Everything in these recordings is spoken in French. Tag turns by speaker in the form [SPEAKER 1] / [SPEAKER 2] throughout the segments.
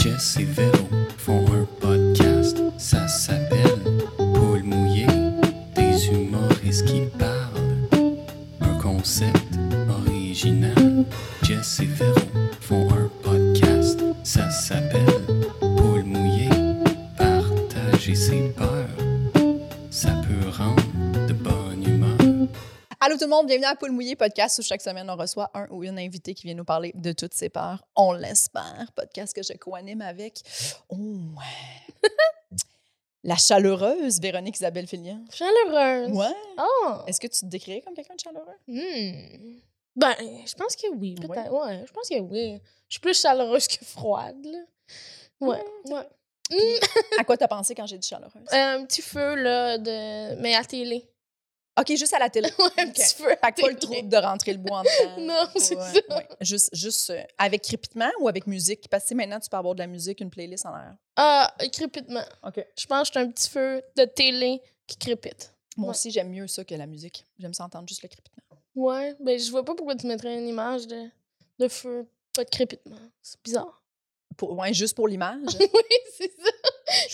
[SPEAKER 1] Jess et Véro font un podcast, ça s'appelle Paul mouillé, des humoristes qui parlent. Un concept original. Jess et Véro font un podcast, ça s'appelle Paul mouillé, partager ses peurs, ça peut rendre de bonne humeur.
[SPEAKER 2] Allô tout le monde, bienvenue à Poule Mouillé Podcast où chaque semaine on reçoit un ou une invitée qui vient nous parler de toutes ses peurs. On l'espère. Podcast que je co-anime avec oh, la chaleureuse Véronique Isabelle Fillion.
[SPEAKER 3] Chaleureuse.
[SPEAKER 2] Ouais.
[SPEAKER 3] Oh.
[SPEAKER 2] Est-ce que tu te décris comme quelqu'un de chaleureux?
[SPEAKER 3] Hmm. Ben, je pense que oui, peut-être. Ouais. je pense que oui. Je suis plus chaleureuse que froide, là. Ouais, ouais. Euh,
[SPEAKER 2] À quoi t'as pensé quand j'ai dit chaleureuse?
[SPEAKER 3] Un petit feu, là, de... mais à télé.
[SPEAKER 2] OK, juste à la télé.
[SPEAKER 3] Ouais, un
[SPEAKER 2] Ok.
[SPEAKER 3] petit feu. à
[SPEAKER 2] Fait que pas le
[SPEAKER 3] télé.
[SPEAKER 2] trouble de rentrer le bois en dedans.
[SPEAKER 3] Non, c'est
[SPEAKER 2] Ouais,
[SPEAKER 3] ça.
[SPEAKER 2] ouais. Juste, juste euh, avec crépitement ou avec musique? Parce que tu sais, maintenant, tu peux avoir de la musique, une playlist en l'air.
[SPEAKER 3] Ah, crépitement.
[SPEAKER 2] OK.
[SPEAKER 3] Je pense que c'est un petit feu de télé qui crépite.
[SPEAKER 2] Moi
[SPEAKER 3] Ouais.
[SPEAKER 2] aussi, j'aime mieux ça que la musique. J'aime ça entendre juste le crépitement.
[SPEAKER 3] Ouais, ben, je vois pas pourquoi tu mettrais une image de, de feu, pas de crépitement. C'est bizarre.
[SPEAKER 2] Pour, ouais, juste pour l'image.
[SPEAKER 3] oui, c'est ça.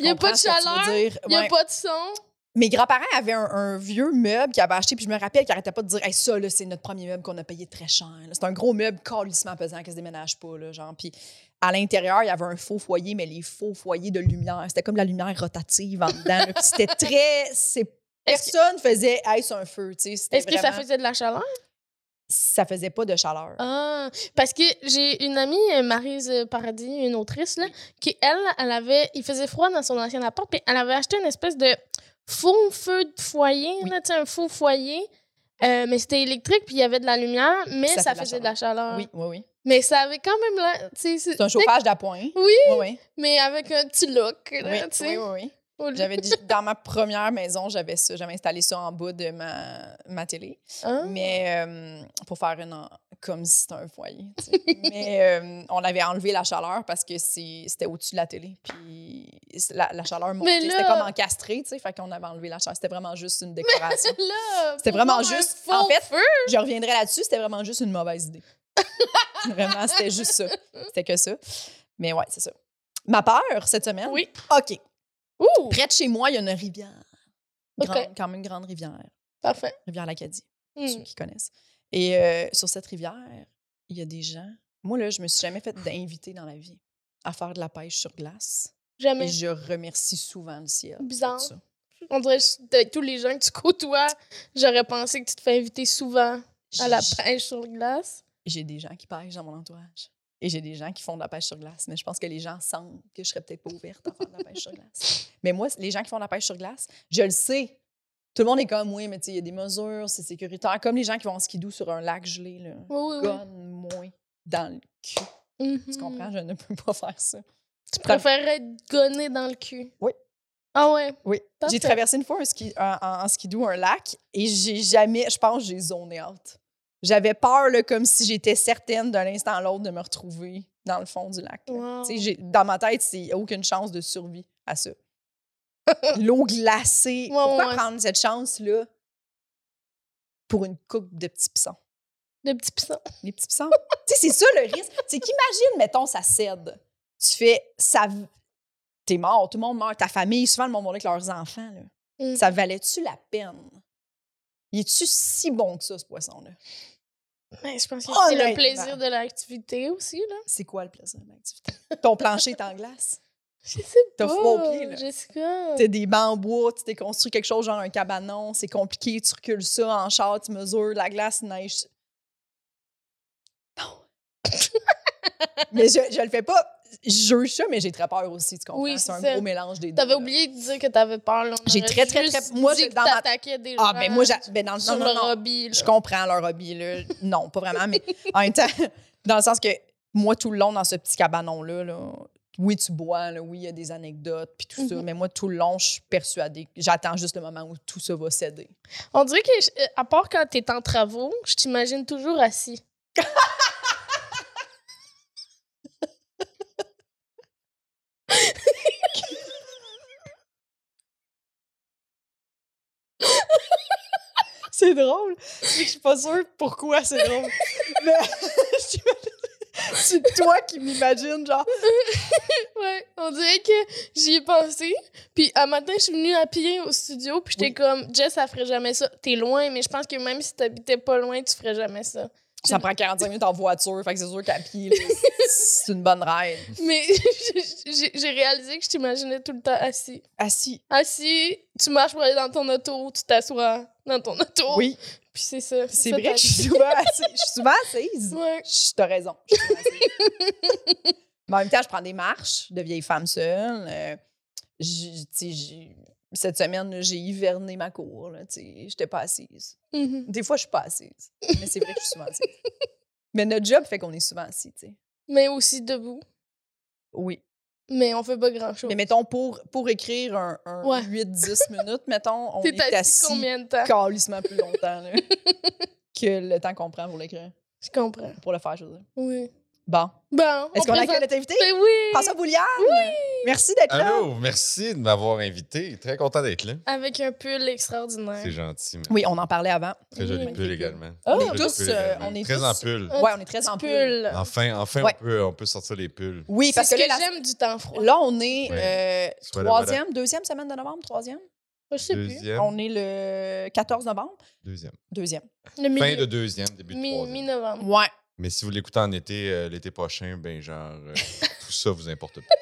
[SPEAKER 3] Il y a pas de chaleur, Il y a
[SPEAKER 2] chaleur.
[SPEAKER 3] pas de son.
[SPEAKER 2] Mes grands-parents avaient un, un vieux meuble qu'ils avaient acheté, puis je me rappelle qu'ils n'arrêtaient pas de dire hey, ça, là, c'est notre premier meuble qu'on a payé très cher. là. C'est un gros meuble calissement pesant qui se déménage pas. Là, genre. Puis à l'intérieur, il y avait un faux foyer, mais les faux foyers de lumière. C'était comme la lumière rotative en dedans. là. Puis c'était très. c'est-
[SPEAKER 3] Est-ce que,
[SPEAKER 2] Personne faisait hey, c'est un feu. tu sais, c'était
[SPEAKER 3] est-ce que ça
[SPEAKER 2] vraiment-
[SPEAKER 3] faisait de la chaleur?
[SPEAKER 2] ça faisait pas de chaleur.
[SPEAKER 3] Ah, parce que j'ai une amie, euh, Maryse Paradis, une autrice, là, qui, elle, elle avait. Il faisait froid dans son ancien appart, puis elle avait acheté une espèce de faux feu de foyer, là, tu sais, un faux foyer. Euh, mais c'était électrique, puis il y avait de la lumière, mais
[SPEAKER 2] Ça fait
[SPEAKER 3] ça,
[SPEAKER 2] de la
[SPEAKER 3] faisait de la chaleur.
[SPEAKER 2] Oui, oui, oui.
[SPEAKER 3] Mais ça avait quand même là. C'est
[SPEAKER 2] C'est un chauffage d'appoint.
[SPEAKER 3] Oui,
[SPEAKER 2] Oui, oui.
[SPEAKER 3] mais avec un petit look, là,
[SPEAKER 2] Oui,
[SPEAKER 3] tu
[SPEAKER 2] oui,
[SPEAKER 3] sais.
[SPEAKER 2] oui, oui.
[SPEAKER 3] au lieu-
[SPEAKER 2] J'avais dit- dans ma première maison, j'avais ça, j'avais installé ça en bas de ma, ma télé.
[SPEAKER 3] Ah.
[SPEAKER 2] Mais euh, pour faire une en- comme si c'était un foyer. tu sais. Mais euh, on avait enlevé la chaleur parce que c'est- c'était au-dessus de la télé. Puis c'est- la, la chaleur montait.
[SPEAKER 3] là-
[SPEAKER 2] C'était comme encastré, tu sais. Fait qu'on avait enlevé la chaleur. C'était vraiment juste une décoration.
[SPEAKER 3] Là,
[SPEAKER 2] C'était
[SPEAKER 3] faut
[SPEAKER 2] vraiment
[SPEAKER 3] voir un
[SPEAKER 2] juste-
[SPEAKER 3] faux
[SPEAKER 2] en fait-
[SPEAKER 3] feu.
[SPEAKER 2] Je reviendrai là-dessus. C'était vraiment juste une mauvaise idée. vraiment, c'était juste ça. C'était que ça. Mais ouais, c'est ça. Ma peur cette semaine?
[SPEAKER 3] Oui.
[SPEAKER 2] OK.
[SPEAKER 3] Ouh,
[SPEAKER 2] Près de chez moi, il y a une rivière. Grande,
[SPEAKER 3] OK.
[SPEAKER 2] Quand même une grande rivière.
[SPEAKER 3] parfait.
[SPEAKER 2] Rivière-l'Acadie.
[SPEAKER 3] Hmm.
[SPEAKER 2] ceux qui connaissent. Et euh, sur cette rivière, il y a des gens. Moi, là, je me suis jamais fait d'inviter dans la vie à faire de la pêche sur glace.
[SPEAKER 3] Jamais.
[SPEAKER 2] Et je remercie souvent le ciel. pour
[SPEAKER 3] Bizarre.
[SPEAKER 2] ça.
[SPEAKER 3] On dirait que de tous les gens que tu côtoies, j'aurais pensé que tu te fais inviter souvent à la
[SPEAKER 2] J-
[SPEAKER 3] pêche sur glace.
[SPEAKER 2] J'ai des gens qui pêchent dans mon entourage. Et j'ai des gens qui font de la pêche sur glace. Mais je pense que les gens sentent que je serais peut-être pas ouverte à faire de la pêche sur glace. Mais moi, les gens qui font de la pêche sur glace, je le sais. Tout le monde est comme, oui, mais tu sais, il y a des mesures, c'est sécuritaire. Comme les gens qui vont en skidou sur un lac gelé, là.
[SPEAKER 3] Oui, oui, oui.
[SPEAKER 2] Gonne-moi dans le cul.
[SPEAKER 3] Mhm.
[SPEAKER 2] Tu comprends? Je ne peux pas faire ça.
[SPEAKER 3] Tu préférerais être gonné dans le cul.
[SPEAKER 2] Oui.
[SPEAKER 3] Ah ouais.
[SPEAKER 2] Oui.
[SPEAKER 3] Parfait.
[SPEAKER 2] J'ai traversé une fois un ski, un- en, en skidoo un lac et j'ai jamais, je pense, que j'ai zoné out. J'avais peur là, comme si j'étais certaine d'un instant à l'autre de me retrouver dans le fond du lac. là.
[SPEAKER 3] Wow.
[SPEAKER 2] Tu sais, j'ai- dans ma tête, c'est aucune chance de survie à ça. L'eau glacée.
[SPEAKER 3] Ouais,
[SPEAKER 2] Pourquoi
[SPEAKER 3] ouais.
[SPEAKER 2] prendre cette chance-là pour une coupe de petits pissons?
[SPEAKER 3] De petits pissons.
[SPEAKER 2] Les petits pissons. tu sais, c'est ça le risque. C'est qu'imagine, mettons, ça cède. Tu fais, ça. v- T'es mort, tout le monde meurt. Ta famille, souvent, le monde meurt avec leurs enfants. Là.
[SPEAKER 3] Mm.
[SPEAKER 2] Ça valait-tu la peine? Il est-tu si bon que ça, ce poisson-là?
[SPEAKER 3] Ouais, Ben, je pense que
[SPEAKER 2] Oh,
[SPEAKER 3] c'est
[SPEAKER 2] là,
[SPEAKER 3] le plaisir
[SPEAKER 2] ben.
[SPEAKER 3] de l'activité aussi, là.
[SPEAKER 2] C'est quoi le plaisir de l'activité? Ton plancher est en glace.
[SPEAKER 3] Je sais pas.
[SPEAKER 2] T'as froid aux pieds, là.
[SPEAKER 3] Jessica.
[SPEAKER 2] T'as des bancs en bois, tu t'es construit quelque chose, genre un cabanon, c'est compliqué, tu recules ça en char, tu mesures, la glace neige. Non. mais je, je le fais pas. Je juge ça, mais j'ai très peur aussi, tu comprends?
[SPEAKER 3] Oui,
[SPEAKER 2] c'est
[SPEAKER 3] c'est
[SPEAKER 2] un
[SPEAKER 3] ça.
[SPEAKER 2] gros mélange des deux.
[SPEAKER 3] T'avais
[SPEAKER 2] là.
[SPEAKER 3] oublié de dire que t'avais peur, là. On
[SPEAKER 2] J'ai
[SPEAKER 3] aurait
[SPEAKER 2] très, très,
[SPEAKER 3] juste
[SPEAKER 2] très- moi,
[SPEAKER 3] dit
[SPEAKER 2] j'ai-
[SPEAKER 3] que
[SPEAKER 2] dans ma-
[SPEAKER 3] t'attaquais des
[SPEAKER 2] Ah,
[SPEAKER 3] gens
[SPEAKER 2] ben moi, j'a- ben dans le
[SPEAKER 3] sur
[SPEAKER 2] non, non,
[SPEAKER 3] le
[SPEAKER 2] non.
[SPEAKER 3] hobby, là.
[SPEAKER 2] Je comprends leur hobby, là. Non, pas vraiment, mais en même temps, dans le sens que moi, tout le long, dans ce petit cabanon-là, là, oui, tu bois, là, oui, il y a des anecdotes, puis tout ça,
[SPEAKER 3] Mhm.
[SPEAKER 2] mais moi, tout le long, je suis persuadée. J'attends juste le moment où tout ça va céder.
[SPEAKER 3] On dirait que, je- euh, à part quand t'es en travaux, je t'imagine toujours assis.
[SPEAKER 2] C'est drôle. mais Je suis pas sûre pourquoi c'est drôle. mais je suis- C'est toi qui m'imagines, genre.
[SPEAKER 3] Ouais, on dirait que j'y ai pensé. Puis un matin, je suis venue à pied au studio, puis j'étais
[SPEAKER 2] Oui.
[SPEAKER 3] comme, Jess, ça ferait jamais ça. T'es loin, mais je pense que même si t'habitais pas loin, tu ferais jamais ça.
[SPEAKER 2] Ça prend 45 minutes en voiture, fait que c'est sûr qu'à pied, là, c'est une bonne ride.
[SPEAKER 3] Mais j'ai j'ai réalisé que je t'imaginais tout le temps assis.
[SPEAKER 2] Assis.
[SPEAKER 3] Assis, tu marches pour aller dans ton auto, tu t'assois dans ton auto.
[SPEAKER 2] Oui,
[SPEAKER 3] Puis c'est ça.
[SPEAKER 2] c'est
[SPEAKER 3] ça
[SPEAKER 2] vrai
[SPEAKER 3] ta
[SPEAKER 2] que je suis
[SPEAKER 3] vie.
[SPEAKER 2] souvent assise. Je suis souvent assise.
[SPEAKER 3] Ouais.
[SPEAKER 2] Je- T'as raison. je suis souvent assise. Mais en même temps, je prends des marches de vieille femme seule. Euh, j'ai- tu sais, j'ai- cette semaine, là, j'ai hiverné ma cour. là, tu sais, J'étais pas assise.
[SPEAKER 3] Mhm.
[SPEAKER 2] Des fois, je suis pas assise. Mais c'est vrai que je suis souvent assise. Mais notre job fait qu'on est souvent assis, tu sais.
[SPEAKER 3] Mais aussi debout.
[SPEAKER 2] Oui.
[SPEAKER 3] Mais on fait pas grand-chose.
[SPEAKER 2] Mais mettons, pour, pour écrire un, un
[SPEAKER 3] Ouais.
[SPEAKER 2] 8-10 minutes, mettons, on
[SPEAKER 3] T'es
[SPEAKER 2] est
[SPEAKER 3] assis,
[SPEAKER 2] assis
[SPEAKER 3] combien de temps?
[SPEAKER 2] calissement plus longtemps là, que le temps qu'on prend pour l'écrire,
[SPEAKER 3] Je comprends.
[SPEAKER 2] pour le faire, je veux dire.
[SPEAKER 3] Oui.
[SPEAKER 2] Bon. Est-ce
[SPEAKER 3] Bon, on
[SPEAKER 2] qu'on
[SPEAKER 3] présente-
[SPEAKER 2] accueille notre invité?
[SPEAKER 3] Ben oui!
[SPEAKER 2] François Bouliard! Merci d'être là!
[SPEAKER 4] Allô, merci de m'avoir invité. Très content d'être là.
[SPEAKER 3] Avec un pull extraordinaire.
[SPEAKER 4] C'est gentil. mais
[SPEAKER 2] Oui, on en parlait avant.
[SPEAKER 4] Très joli
[SPEAKER 3] Oui.
[SPEAKER 4] pull également.
[SPEAKER 2] On
[SPEAKER 4] Très
[SPEAKER 2] est
[SPEAKER 4] joli
[SPEAKER 2] tous,
[SPEAKER 4] pull
[SPEAKER 2] euh,
[SPEAKER 4] également.
[SPEAKER 2] on est
[SPEAKER 4] Très
[SPEAKER 2] tous-
[SPEAKER 4] en pull.
[SPEAKER 3] Un
[SPEAKER 2] Ouais, on est très en
[SPEAKER 3] Pull.
[SPEAKER 2] pull.
[SPEAKER 4] Enfin, enfin
[SPEAKER 2] Ouais.
[SPEAKER 4] on, peut, on peut sortir les pulls.
[SPEAKER 2] Oui, parce
[SPEAKER 3] C'est
[SPEAKER 2] que,
[SPEAKER 3] ce que,
[SPEAKER 2] là, la-
[SPEAKER 3] j'aime du temps froid.
[SPEAKER 2] là, on est
[SPEAKER 4] Ouais.
[SPEAKER 2] euh,
[SPEAKER 4] Soit la
[SPEAKER 2] troisième, deuxième semaine de novembre, troisième.
[SPEAKER 3] Je sais plus.
[SPEAKER 4] Deuxième,
[SPEAKER 2] On est le 14 novembre,
[SPEAKER 4] deuxième.
[SPEAKER 2] deuxième.
[SPEAKER 3] Le
[SPEAKER 4] Fin
[SPEAKER 3] mi-
[SPEAKER 4] de deuxième, début de
[SPEAKER 3] mi-
[SPEAKER 4] troisième.
[SPEAKER 3] Mi-novembre.
[SPEAKER 2] Ouais.
[SPEAKER 4] Mais si vous l'écoutez en été, euh, l'été prochain, ben genre, euh, tout ça vous importe pas.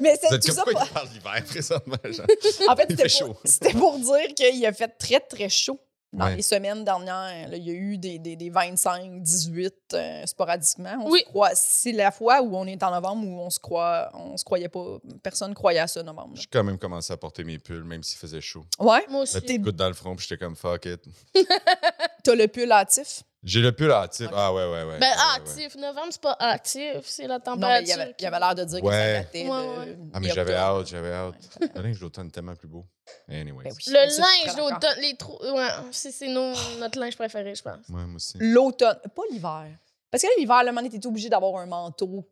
[SPEAKER 2] Mais
[SPEAKER 4] Vous
[SPEAKER 2] c'est
[SPEAKER 4] êtes
[SPEAKER 2] tout
[SPEAKER 4] comme
[SPEAKER 2] ça.
[SPEAKER 4] pourquoi
[SPEAKER 2] pour-
[SPEAKER 4] il parle l'hiver présentement, genre.
[SPEAKER 2] En fait,
[SPEAKER 4] Il
[SPEAKER 2] c'était
[SPEAKER 4] fait
[SPEAKER 2] pour,
[SPEAKER 4] chaud.
[SPEAKER 2] c'était pour dire qu'il a fait très, très chaud dans
[SPEAKER 4] Ouais.
[SPEAKER 2] les semaines dernières. là. il y a eu des, des- des 25, 18 euh, sporadiquement. On se
[SPEAKER 3] Oui.
[SPEAKER 2] croit- c'est la fois où on est en novembre où on se croit, on se croyait pas, personne croyait à ça novembre.
[SPEAKER 4] J'ai quand même commencé à porter mes pulls, même s'il faisait chaud.
[SPEAKER 2] Ouais,
[SPEAKER 3] Moi aussi.
[SPEAKER 4] La petite goutte dans le front, puis j'étais comme fuck it.
[SPEAKER 2] t'as le pull hâtif.
[SPEAKER 4] J'ai le pull hâtif. Ah ouais, ouais, ouais.
[SPEAKER 3] Ben,
[SPEAKER 4] Ouais, ouais.
[SPEAKER 3] actif. Novembre, c'est pas actif. C'est la
[SPEAKER 2] Non, mais il
[SPEAKER 3] température.
[SPEAKER 2] y avait, il y avait l'air de dire que ça
[SPEAKER 4] Ouais.
[SPEAKER 2] datait de
[SPEAKER 3] Ouais, ouais.
[SPEAKER 4] Ah, mais j'avais
[SPEAKER 2] mi-octobre.
[SPEAKER 4] hâte, j'avais hâte. Le linge d'automne est tellement plus beau. Anyway.
[SPEAKER 2] Ben oui,
[SPEAKER 3] Le
[SPEAKER 2] mais ça, je suis
[SPEAKER 3] linge,
[SPEAKER 2] très d'accord.
[SPEAKER 3] l'automne, les trous. Ouais, c'est, c'est nos- notre linge préféré, je pense.
[SPEAKER 4] Moi, moi aussi.
[SPEAKER 2] L'automne, pas l'hiver. Parce que là, l'hiver, le moment, t'es obligé d'avoir un manteau.
[SPEAKER 3] Mmh.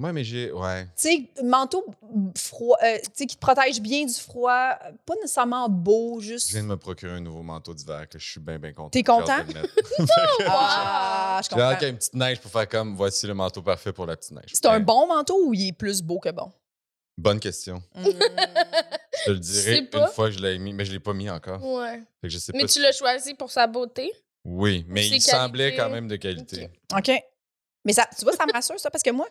[SPEAKER 4] Moi, mais j'ai. Ouais.
[SPEAKER 2] Tu sais, manteau froid, euh, tu sais, qui te protège bien du froid, euh, pas nécessairement beau, juste.
[SPEAKER 4] Je viens de me procurer un nouveau manteau d'hiver. que Je suis bien, bien content.
[SPEAKER 2] T'es content?
[SPEAKER 4] J'ai hâte de le mettre.
[SPEAKER 2] Ah, je
[SPEAKER 4] J'ai
[SPEAKER 2] comprends.
[SPEAKER 4] hâte qu'il y ait une petite neige pour faire comme voici le manteau parfait pour la petite neige.
[SPEAKER 2] C'est un
[SPEAKER 4] Ben,
[SPEAKER 2] bon manteau ou il est plus beau que bon?
[SPEAKER 4] Bonne question. Je te le
[SPEAKER 3] sais
[SPEAKER 4] dirai
[SPEAKER 3] pas.
[SPEAKER 4] une fois que je l'ai mis, mais je l'ai pas mis encore.
[SPEAKER 3] Ouais.
[SPEAKER 4] Fait que je sais
[SPEAKER 3] Mais
[SPEAKER 4] pas.
[SPEAKER 3] tu
[SPEAKER 4] si-
[SPEAKER 3] l'as choisi pour sa beauté.
[SPEAKER 4] Oui, mais
[SPEAKER 3] Ses
[SPEAKER 4] il semblait
[SPEAKER 3] qualités.
[SPEAKER 4] quand même de qualité.
[SPEAKER 3] Ok.
[SPEAKER 2] OK. Mais ça, tu vois, ça me rassure, ça, parce que moi,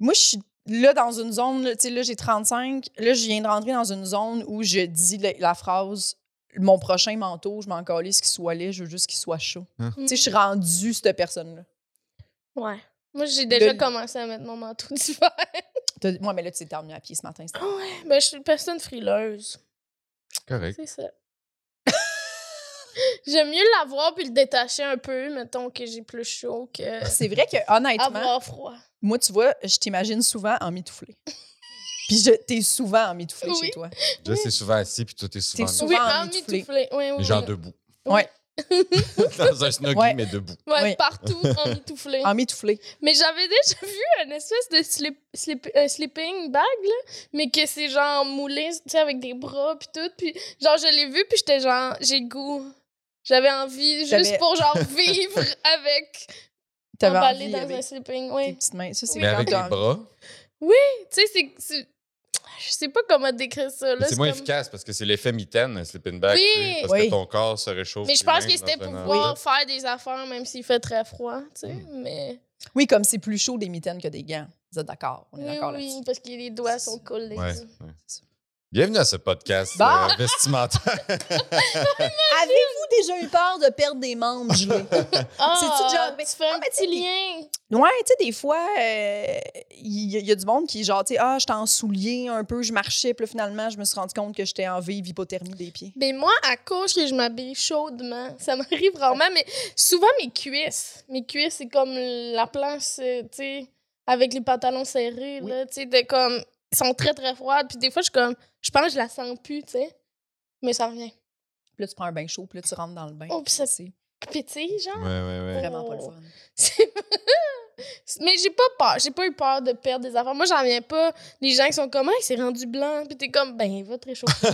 [SPEAKER 2] moi, je suis là dans une zone, là, tu sais, là, j'ai 35. Là, je viens de rentrer dans une zone où je dis la, la phrase Mon prochain manteau, je m'en calisse qu'il soit laid, je veux juste qu'il soit chaud. Tu sais, je suis rendue cette personne-là.
[SPEAKER 3] Ouais. Moi, j'ai déjà
[SPEAKER 2] Le-
[SPEAKER 3] commencé à mettre mon manteau d'hiver.
[SPEAKER 2] T'as- Moi, mais là, tu t'es terminé à pied ce matin. c'est-
[SPEAKER 3] ouais. Ben, je suis une personne frileuse.
[SPEAKER 4] Correct.
[SPEAKER 3] C'est ça. J'aime mieux l'avoir puis le détacher un peu, mettons que j'ai plus chaud que
[SPEAKER 2] C'est vrai que, honnêtement,
[SPEAKER 3] avoir froid.
[SPEAKER 2] moi, tu vois, je t'imagine souvent en mitouflé. Puis je- t'es souvent en mitouflé
[SPEAKER 3] Oui.
[SPEAKER 2] chez toi.
[SPEAKER 4] Là, c'est souvent assis, puis tout est souvent.
[SPEAKER 2] souvent-
[SPEAKER 3] oui,
[SPEAKER 2] en
[SPEAKER 3] en
[SPEAKER 2] mitouflé.
[SPEAKER 3] mitouflé. Oui, oui.
[SPEAKER 4] Mais genre debout.
[SPEAKER 2] Ouais.
[SPEAKER 4] Dans un snuggie,
[SPEAKER 2] Ouais.
[SPEAKER 4] mais debout.
[SPEAKER 3] Ouais,
[SPEAKER 2] Oui.
[SPEAKER 3] partout en mitouflé.
[SPEAKER 2] En mitouflé.
[SPEAKER 3] Mais j'avais déjà vu une espèce de slip, slip- un sleeping bag, là, mais que c'est genre moulé, tu sais, avec des bras puis tout. Puis genre, je l'ai vu puis j'étais genre, j'ai le goût. J'avais envie juste
[SPEAKER 2] J'avais-
[SPEAKER 3] pour genre vivre avec,
[SPEAKER 2] T'avais
[SPEAKER 3] emballé
[SPEAKER 2] envie
[SPEAKER 3] dans
[SPEAKER 2] avec
[SPEAKER 3] un sleeping,
[SPEAKER 2] tes
[SPEAKER 3] oui.
[SPEAKER 2] petites mains. Ça, c'est
[SPEAKER 4] Mais
[SPEAKER 2] quand
[SPEAKER 4] avec
[SPEAKER 2] t'as
[SPEAKER 4] les
[SPEAKER 2] envie.
[SPEAKER 4] bras.
[SPEAKER 3] Tu sais, c'est- c'est. Je sais pas comment décrire ça, là.
[SPEAKER 4] C'est moins
[SPEAKER 3] comme-
[SPEAKER 4] efficace parce que c'est l'effet mitaine, un sleeping bag.
[SPEAKER 3] Oui.
[SPEAKER 4] tu sais, Parce
[SPEAKER 2] Oui.
[SPEAKER 4] que ton corps se réchauffe.
[SPEAKER 3] Mais je
[SPEAKER 4] lui-même
[SPEAKER 3] pense que c'était
[SPEAKER 4] dans
[SPEAKER 3] pour
[SPEAKER 4] un
[SPEAKER 3] pouvoir
[SPEAKER 4] endroit. Hmm.
[SPEAKER 3] faire des affaires, même s'il fait très froid, tu sais. Mais.
[SPEAKER 2] Oui, comme c'est plus chaud des mitaines que des gants. Vous êtes d'accord? On est
[SPEAKER 3] Oui,
[SPEAKER 2] d'accord
[SPEAKER 3] oui,
[SPEAKER 2] là-dessus.
[SPEAKER 3] parce que les doigts sont
[SPEAKER 2] Ben,
[SPEAKER 3] collés.
[SPEAKER 4] Ouais, ouais. Bienvenue à ce podcast
[SPEAKER 2] Bon.
[SPEAKER 4] euh, vestimentaire.
[SPEAKER 2] Avez-vous déjà eu peur de perdre des membres gelés?
[SPEAKER 3] Ah,
[SPEAKER 2] C'est-tu déjà-
[SPEAKER 3] tu
[SPEAKER 2] mais-
[SPEAKER 3] fais
[SPEAKER 2] ah,
[SPEAKER 3] un
[SPEAKER 2] mais tu sais,
[SPEAKER 3] petit
[SPEAKER 2] les-
[SPEAKER 3] lien.
[SPEAKER 2] ouais, tu sais, des fois, euh, il y, a- il y a du monde qui est genre, tu sais, ah, j'étais en soulier un peu, je marchais, puis là, finalement, je me suis rendu compte que j'étais en vive hypothermie des pieds.
[SPEAKER 3] Mais moi, à cause que je m'habille chaudement, ça m'arrive rarement, mais souvent mes cuisses. Mes cuisses, c'est comme la planche, euh, tu sais, avec les pantalons serrés,
[SPEAKER 2] Oui.
[SPEAKER 3] là, tu sais, de comme. Ils sont très, très froides. Puis des fois, je suis comme. Je pense que je la sens plus, tu sais. Mais ça revient.
[SPEAKER 2] Puis là, tu prends un bain chaud, puis là, tu rentres dans le bain.
[SPEAKER 3] Oh, puis ça Oh.
[SPEAKER 2] C'est
[SPEAKER 3] pétille, genre.
[SPEAKER 4] ouais, ouais, ouais.
[SPEAKER 2] vraiment pas le fun.
[SPEAKER 3] C'est- Mais j'ai pas peur. J'ai pas eu peur de perdre des affaires. Moi, j'en viens pas. Les gens qui sont comme, ah, il s'est rendu blanc. Puis t'es comme, ben, va te réchauffer.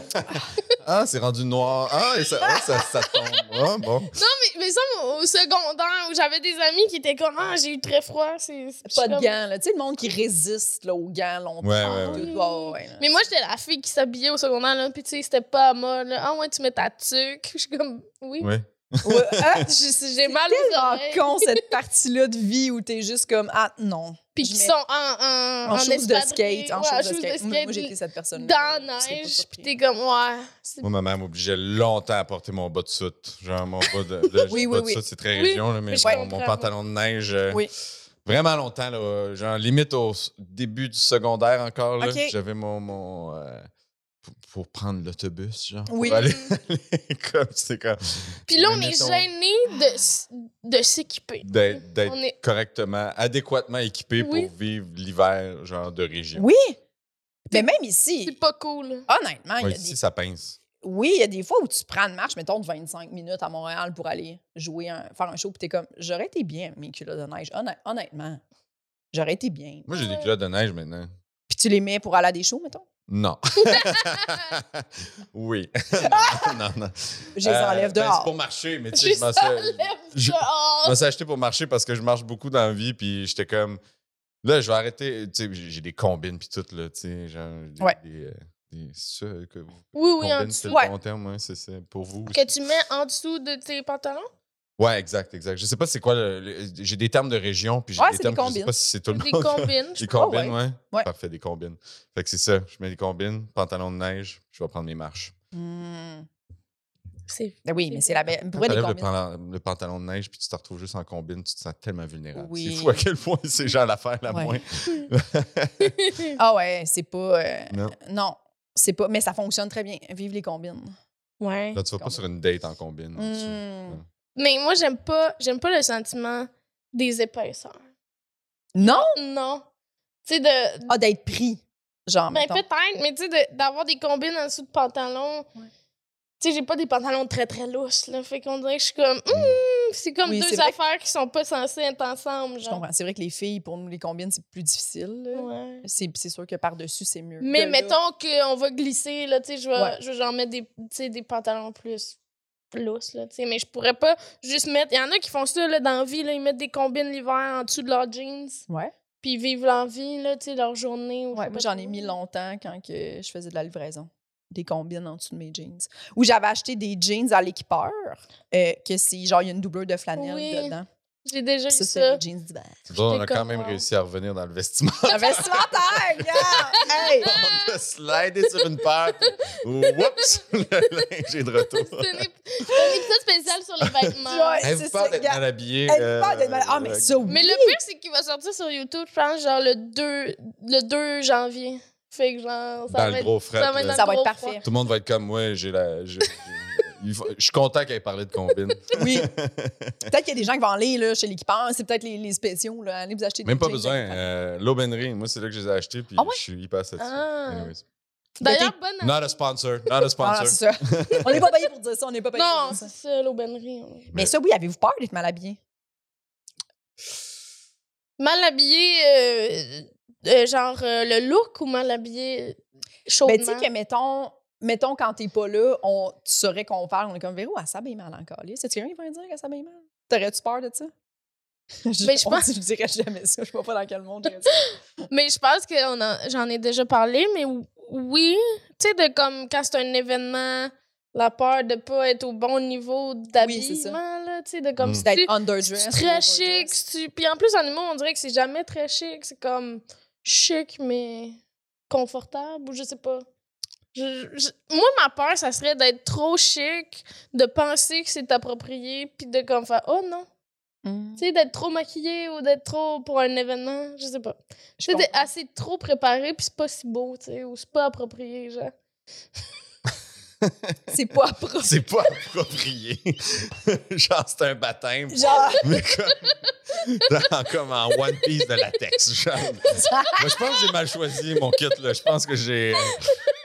[SPEAKER 4] Ah, c'est rendu noir. Ah, et ça, ah, ça, ça tombe. Ah, bon.
[SPEAKER 3] mais, mais ça, au au secondaire, où j'avais des amis qui étaient comme, ah, j'ai eu très froid. C'est, c'est-
[SPEAKER 2] Pas
[SPEAKER 3] je
[SPEAKER 2] de
[SPEAKER 3] suis comme-
[SPEAKER 2] gants, là. Tu sais, le monde qui résiste là, aux gants longtemps.
[SPEAKER 4] Ouais, Ah ouais,
[SPEAKER 2] tout.
[SPEAKER 3] ouais.
[SPEAKER 2] ouais, là.
[SPEAKER 3] Mais moi, j'étais la fille qui s'habillait au secondaire, là. Puis tu sais, c'était pas à mode, là. Ah, ouais, tu mets ta tuque. Je suis comme, oui.
[SPEAKER 4] Ouais.
[SPEAKER 2] Ouais, ah,
[SPEAKER 3] J'ai j'ai mal aux
[SPEAKER 2] tellement
[SPEAKER 3] oreilles.
[SPEAKER 2] con cette partie-là de vie où t'es juste comme ah non
[SPEAKER 3] Puis
[SPEAKER 2] Je
[SPEAKER 3] qui
[SPEAKER 2] mets-
[SPEAKER 3] sont en, en,
[SPEAKER 2] en, choses de
[SPEAKER 3] espadrille,
[SPEAKER 2] skate en
[SPEAKER 3] ouais,
[SPEAKER 2] choses de
[SPEAKER 3] choses
[SPEAKER 2] skate, moi moi, j'ai été
[SPEAKER 3] skate,
[SPEAKER 2] cette personne
[SPEAKER 3] dans la neige. Puis t'es comme, ouais. c'est-
[SPEAKER 4] Moi, ma mère m'obligeait longtemps à porter mon bas de soute. Genre, mon bas de, le
[SPEAKER 2] Oui,
[SPEAKER 4] bas
[SPEAKER 2] oui,
[SPEAKER 4] de
[SPEAKER 2] oui.
[SPEAKER 4] soute, c'est très
[SPEAKER 3] Oui,
[SPEAKER 4] région, là, mais
[SPEAKER 3] je
[SPEAKER 4] mon-
[SPEAKER 3] comprends.
[SPEAKER 4] mon pantalon de neige. euh,
[SPEAKER 2] Oui.
[SPEAKER 4] Vraiment longtemps, là, euh, genre limite au s- début du secondaire encore. là,
[SPEAKER 2] Ok.
[SPEAKER 4] J'avais mon. mon, euh, pour, pour prendre l'autobus, genre.
[SPEAKER 2] Oui.
[SPEAKER 4] Pour aller à l'école. C'est comme.
[SPEAKER 3] Puis là,
[SPEAKER 4] Mais
[SPEAKER 3] on est
[SPEAKER 4] mettons-
[SPEAKER 3] gêné de, s- de s'équiper.
[SPEAKER 4] D'être d'être
[SPEAKER 3] On est-
[SPEAKER 4] correctement, adéquatement équipé
[SPEAKER 3] Oui.
[SPEAKER 4] pour vivre l'hiver, genre de régime.
[SPEAKER 2] oui mais même
[SPEAKER 3] C'est
[SPEAKER 2] ici
[SPEAKER 3] pas cool.
[SPEAKER 2] honnêtement il
[SPEAKER 4] Ouais,
[SPEAKER 2] y a
[SPEAKER 4] ici,
[SPEAKER 2] des
[SPEAKER 4] ça pince.
[SPEAKER 2] oui il y a des fois où tu prends une marche mettons de 25 minutes à Montréal pour aller jouer un- faire un show puis t'es comme j'aurais été bien avec mes culottes de neige honnêt- honnêtement j'aurais été bien
[SPEAKER 4] Moi, j'ai des culottes de neige maintenant.
[SPEAKER 2] puis tu les mets pour aller à des shows mettons
[SPEAKER 4] Non. oui. non, non.
[SPEAKER 2] je les
[SPEAKER 4] Euh,
[SPEAKER 2] enlève
[SPEAKER 4] ben,
[SPEAKER 2] dehors
[SPEAKER 4] c'est pour marcher, mais tu sais,
[SPEAKER 3] J'ai
[SPEAKER 4] je m'en
[SPEAKER 3] ça
[SPEAKER 4] suis- je- je
[SPEAKER 3] dehors.
[SPEAKER 4] m'en suis acheté pour marcher parce que je marche beaucoup dans la vie, puis j'étais comme. Là, je vais arrêter. Tu sais, j'ai j'ai des combines, puis tout, là, tu sais, genre. Des,
[SPEAKER 2] Ouais.
[SPEAKER 4] des, euh, des- c'est ça que vous-
[SPEAKER 3] Oui, oui, en
[SPEAKER 4] combines,
[SPEAKER 3] dessous.
[SPEAKER 4] c'est le
[SPEAKER 2] Ouais.
[SPEAKER 4] bon terme, hein, c'est ça, pour vous.
[SPEAKER 3] Que tu mets en dessous de tes pantalons?
[SPEAKER 4] Ouais, exact, exact. Je sais pas c'est quoi. le- le- j'ai des termes de région, puis j'ai
[SPEAKER 2] Ouais,
[SPEAKER 4] des
[SPEAKER 2] c'est
[SPEAKER 4] termes.
[SPEAKER 2] des
[SPEAKER 4] que Je sais
[SPEAKER 2] combines.
[SPEAKER 4] pas si c'est tout le
[SPEAKER 3] Des
[SPEAKER 4] monde.
[SPEAKER 3] combines.
[SPEAKER 4] Des
[SPEAKER 3] je-
[SPEAKER 4] combines,
[SPEAKER 2] Ah
[SPEAKER 4] ouais.
[SPEAKER 2] Ouais.
[SPEAKER 4] Parfait, des combines. Fait que c'est ça. Je mets des combines, pantalon de neige, je vais prendre mes marches.
[SPEAKER 2] Hmm.
[SPEAKER 3] C'est
[SPEAKER 2] Ben oui mais c'est la belle pour
[SPEAKER 4] Quand
[SPEAKER 2] elle les
[SPEAKER 4] t'enlèves le,
[SPEAKER 2] combines.
[SPEAKER 4] pan- le pantalon de neige, puis tu te retrouves juste en combine, tu te sens tellement vulnérable.
[SPEAKER 2] Oui.
[SPEAKER 4] C'est fou à quel point c'est genre l'affaire la
[SPEAKER 2] Ouais. Euh,
[SPEAKER 4] moins.
[SPEAKER 2] ah ouais c'est pas euh,
[SPEAKER 4] Non.
[SPEAKER 2] non c'est pas mais ça fonctionne très bien vive les combines
[SPEAKER 3] Ouais.
[SPEAKER 4] Là, tu vas pas
[SPEAKER 2] Combine.
[SPEAKER 4] sur une date en combine. en dessous.
[SPEAKER 2] Hmm.
[SPEAKER 4] Ouais.
[SPEAKER 3] Mais moi, j'aime pas, j'aime pas le sentiment des épaisseurs. Oh
[SPEAKER 2] Non?
[SPEAKER 3] Non. Tu sais, de.
[SPEAKER 2] Ah, d'être pris. Genre,
[SPEAKER 3] ben,
[SPEAKER 2] mettons.
[SPEAKER 3] peut-être, mais tu sais, de- d'avoir des combines en dessous de pantalons.
[SPEAKER 2] Ouais.
[SPEAKER 3] Tu sais, j'ai pas des pantalons très, très lousses, là. Fait qu'on dirait que je suis comme. Hum, c'est comme
[SPEAKER 2] Oui, c'est
[SPEAKER 3] deux
[SPEAKER 2] vrai.
[SPEAKER 3] affaires qui sont pas censées être ensemble,
[SPEAKER 2] Je
[SPEAKER 3] genre.
[SPEAKER 2] comprends. C'est vrai que les filles, pour nous, les combines, c'est plus difficile. là.
[SPEAKER 3] Ouais.
[SPEAKER 2] C'est c'est sûr que par-dessus, c'est mieux. Que
[SPEAKER 3] Mais
[SPEAKER 2] là-
[SPEAKER 3] mettons qu'on va glisser, là, tu sais, je vais
[SPEAKER 2] Ouais.
[SPEAKER 3] je vais genre mettre des, tu sais, des pantalons plus lousses, là, tu sais, mais je pourrais pas juste mettre... Il y en a qui font ça, là, dans la vie, là, ils mettent des combines l'hiver en dessous de leurs jeans,
[SPEAKER 2] Ouais.
[SPEAKER 3] puis ils vivent leur vie, là, tu sais, leur journée. ou je
[SPEAKER 2] ouais. Moi,
[SPEAKER 3] sais pas
[SPEAKER 2] j'en ai
[SPEAKER 3] trop.
[SPEAKER 2] mis longtemps quand que je faisais de la livraison. Des combines en dessous de mes jeans. Ou j'avais acheté des jeans à l'équipeur, euh, que c'est genre, il y a une doubleur de flanelle
[SPEAKER 3] Oui,
[SPEAKER 2] dedans.
[SPEAKER 3] J'ai déjà eu
[SPEAKER 2] Ça,
[SPEAKER 3] ça.
[SPEAKER 2] c'est des jeans d'hiver.
[SPEAKER 4] Donc, on a
[SPEAKER 3] J'étais
[SPEAKER 4] quand
[SPEAKER 3] comme,
[SPEAKER 4] même
[SPEAKER 3] wow.
[SPEAKER 4] réussi à revenir dans le vêtement.
[SPEAKER 2] Investimentaire, regarde! Hey!
[SPEAKER 4] on a slidé sur une paire, puis oups, le linge est de
[SPEAKER 3] C'est
[SPEAKER 4] retour.
[SPEAKER 3] un ép- c'est un épisode spécial sur les vêtements.
[SPEAKER 2] Ouais.
[SPEAKER 4] Elle
[SPEAKER 2] c'est
[SPEAKER 4] vous
[SPEAKER 2] ça,
[SPEAKER 4] parle d'être
[SPEAKER 2] gars.
[SPEAKER 4] mal habillé.
[SPEAKER 2] Elle
[SPEAKER 4] euh,
[SPEAKER 2] parle d'être malade. Ah, mais ça, oui!
[SPEAKER 3] Mais le pire, c'est qu'il va sortir sur YouTube, je pense, genre le 2, le 2 janvier. Fait que genre, ça
[SPEAKER 4] Dans
[SPEAKER 3] va
[SPEAKER 4] le
[SPEAKER 3] être...
[SPEAKER 4] gros fret.
[SPEAKER 3] ça va être
[SPEAKER 4] là.
[SPEAKER 2] ça va
[SPEAKER 3] gros
[SPEAKER 2] être parfait.
[SPEAKER 4] Tout le monde va être comme, ouais, j'ai la. j'ai- j'ai- il faut- Je suis content qu'elle ait parlé de combine.
[SPEAKER 2] Oui. Peut-être qu'il y a des gens qui vont aller là, chez l'équipeur. C'est peut-être les, les spéciaux. Là. Allez vous acheter des
[SPEAKER 4] Même pas
[SPEAKER 2] jeans
[SPEAKER 4] besoin.
[SPEAKER 2] avec-
[SPEAKER 4] euh, L'aubainerie, moi, c'est là que je les ai achetés, puis
[SPEAKER 2] Ah ouais?
[SPEAKER 4] je suis hyper satisfait.
[SPEAKER 3] Ah.
[SPEAKER 4] Anyways.
[SPEAKER 3] D'ailleurs, bonne année.
[SPEAKER 4] Not a sponsor. Not a
[SPEAKER 2] Ah, non,
[SPEAKER 4] sponsor.
[SPEAKER 2] c'est ça. on n'est pas payé pour dire ça. On n'est pas payé pour
[SPEAKER 3] Non,
[SPEAKER 2] dire ça.
[SPEAKER 3] c'est ça, l'aubainerie. hein.
[SPEAKER 2] Mais ça, oui, avez-vous peur d'être mal habillé?
[SPEAKER 3] Mal habillé, euh, euh, genre euh, le look ou mal habillé chaudement?
[SPEAKER 2] Ben, tu sais que, mettons, mettons quand t'es pas là, on, tu saurais qu'on parle. On est comme Véro, elle s'habille mal encore. C'est-tu quelqu'un qui va me dire qu'elle s'habille mal? T'aurais-tu peur de ça? je,
[SPEAKER 3] Ben, je
[SPEAKER 2] on
[SPEAKER 3] pense-
[SPEAKER 2] dit, je dirais jamais ça. Je sais pas dans quel monde. je dirais ça.
[SPEAKER 3] Mais je pense que on en- j'en ai déjà parlé, mais ou- oui, tu sais, de comme quand c'est un événement, la peur de pas être au bon niveau
[SPEAKER 2] c'est ça.
[SPEAKER 3] d'habillement, là, tu sais, de comme
[SPEAKER 4] Mm.
[SPEAKER 3] si tu-
[SPEAKER 2] D'être
[SPEAKER 3] si
[SPEAKER 2] underdressed.
[SPEAKER 3] tu très
[SPEAKER 2] overdressed.
[SPEAKER 3] chic. si tu- Puis en plus, en humour, on dirait que c'est jamais très chic. C'est comme chic, mais confortable, ou je sais pas. Je- je- moi, ma peur, ça serait d'être trop chic, de penser que c'est approprié, puis de comme faire oh non.
[SPEAKER 2] Mm.
[SPEAKER 3] Tu sais, d'être trop maquillée ou d'être trop pour un événement, je sais pas.
[SPEAKER 2] Je
[SPEAKER 3] Tu sais, d'être
[SPEAKER 2] comprends.
[SPEAKER 3] assez trop préparée, puis c'est pas si beau, tu sais, ou c'est pas approprié, genre.
[SPEAKER 2] C'est pas approprié.
[SPEAKER 4] C'est pas approprié. Genre, c'est un baptême.
[SPEAKER 2] Genre,
[SPEAKER 4] Mais comme, dans- comme en One Piece de latex. Genre. Moi, je pense que j'ai mal choisi mon kit. Là. Je pense que j'ai. euh,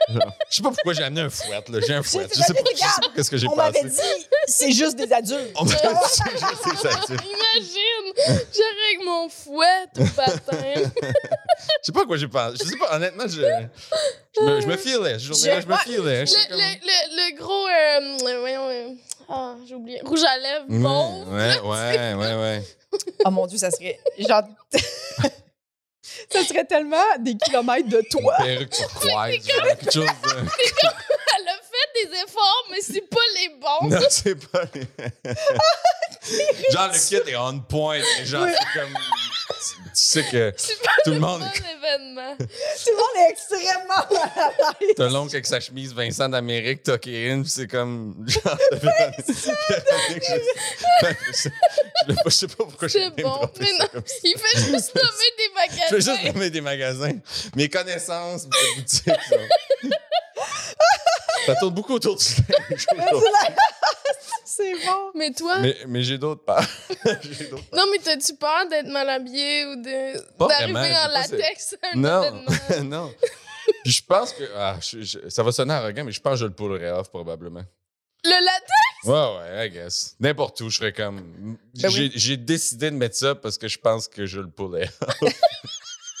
[SPEAKER 4] Je sais pas pourquoi j'ai amené un fouet. là. J'ai un fouet. Je sais pas, je sais pas qu'est-ce que j'ai
[SPEAKER 2] on m'avait
[SPEAKER 4] passé.
[SPEAKER 2] dit, c'est juste des adultés.
[SPEAKER 4] On m'a dit. juste des adultes.
[SPEAKER 3] Imagine! J'aurais avec mon fouet tout matin.
[SPEAKER 4] Je sais pas à quoi j'ai pensé. Je sais pas, honnêtement, je, je, me, je me feelais. Ce jour-là,
[SPEAKER 2] Je-
[SPEAKER 4] je me feelais.
[SPEAKER 3] le, le, le, le gros. euh, euh, voyons. euh, ah, j'ai oublié. Rouge à lèvres, bon.
[SPEAKER 4] Hmm, Ouais, ouais, ouais, ouais.
[SPEAKER 2] Oh mon Dieu, ça serait. Genre. ça serait tellement des kilomètres de toi.
[SPEAKER 4] Une perruque turquoise, genre, quelque chose euh, de...
[SPEAKER 3] Elle a fait des efforts, mais c'est pas les bons.
[SPEAKER 4] Non, c'est pas. genre, le kit est on point. mais Genre,
[SPEAKER 2] Oui.
[SPEAKER 4] c'est comme. Tu sais que
[SPEAKER 3] C'est pas
[SPEAKER 4] tout le monde.
[SPEAKER 3] un événement.
[SPEAKER 2] Tout le monde est extrêmement mal à l'aise.
[SPEAKER 4] T'as l'oncle avec sa chemise Vincent d'Amérique, toqué une, pis c'est comme. Genre, t'as fait- Je je sais pas- je sais pas pourquoi j'ai
[SPEAKER 3] C'est
[SPEAKER 4] aimé me
[SPEAKER 3] bon.
[SPEAKER 4] dropper
[SPEAKER 3] Mais
[SPEAKER 4] ça
[SPEAKER 3] non,
[SPEAKER 4] comme ça.
[SPEAKER 3] il fait juste nommer des
[SPEAKER 4] Je vais juste
[SPEAKER 3] magasins.
[SPEAKER 4] nommer des magasins. Mes connaissances, mes boutiques. Ça. ça tourne beaucoup autour du linge aujourd'hui.
[SPEAKER 2] C'est bon.
[SPEAKER 3] Mais toi,
[SPEAKER 4] Mais, mais j'ai d'autres peurs. J'ai d'autres
[SPEAKER 3] non, mais t'as-tu peur d'être mal habillé ou de-
[SPEAKER 4] Pas
[SPEAKER 3] d'arriver
[SPEAKER 4] vraiment, je
[SPEAKER 3] en
[SPEAKER 4] sais pas,
[SPEAKER 3] latex à un
[SPEAKER 4] Non,
[SPEAKER 3] événement?
[SPEAKER 4] non. Puis je pense que. ah, je- je- ça va sonner arrogant, mais je pense que je le pourrais off probablement.
[SPEAKER 3] Le latex?
[SPEAKER 4] Ouais, ouais, I guess. N'importe où, je serais comme. J'ai
[SPEAKER 2] Ben oui.
[SPEAKER 4] j'ai décidé de mettre ça parce que je pense que je le pourrais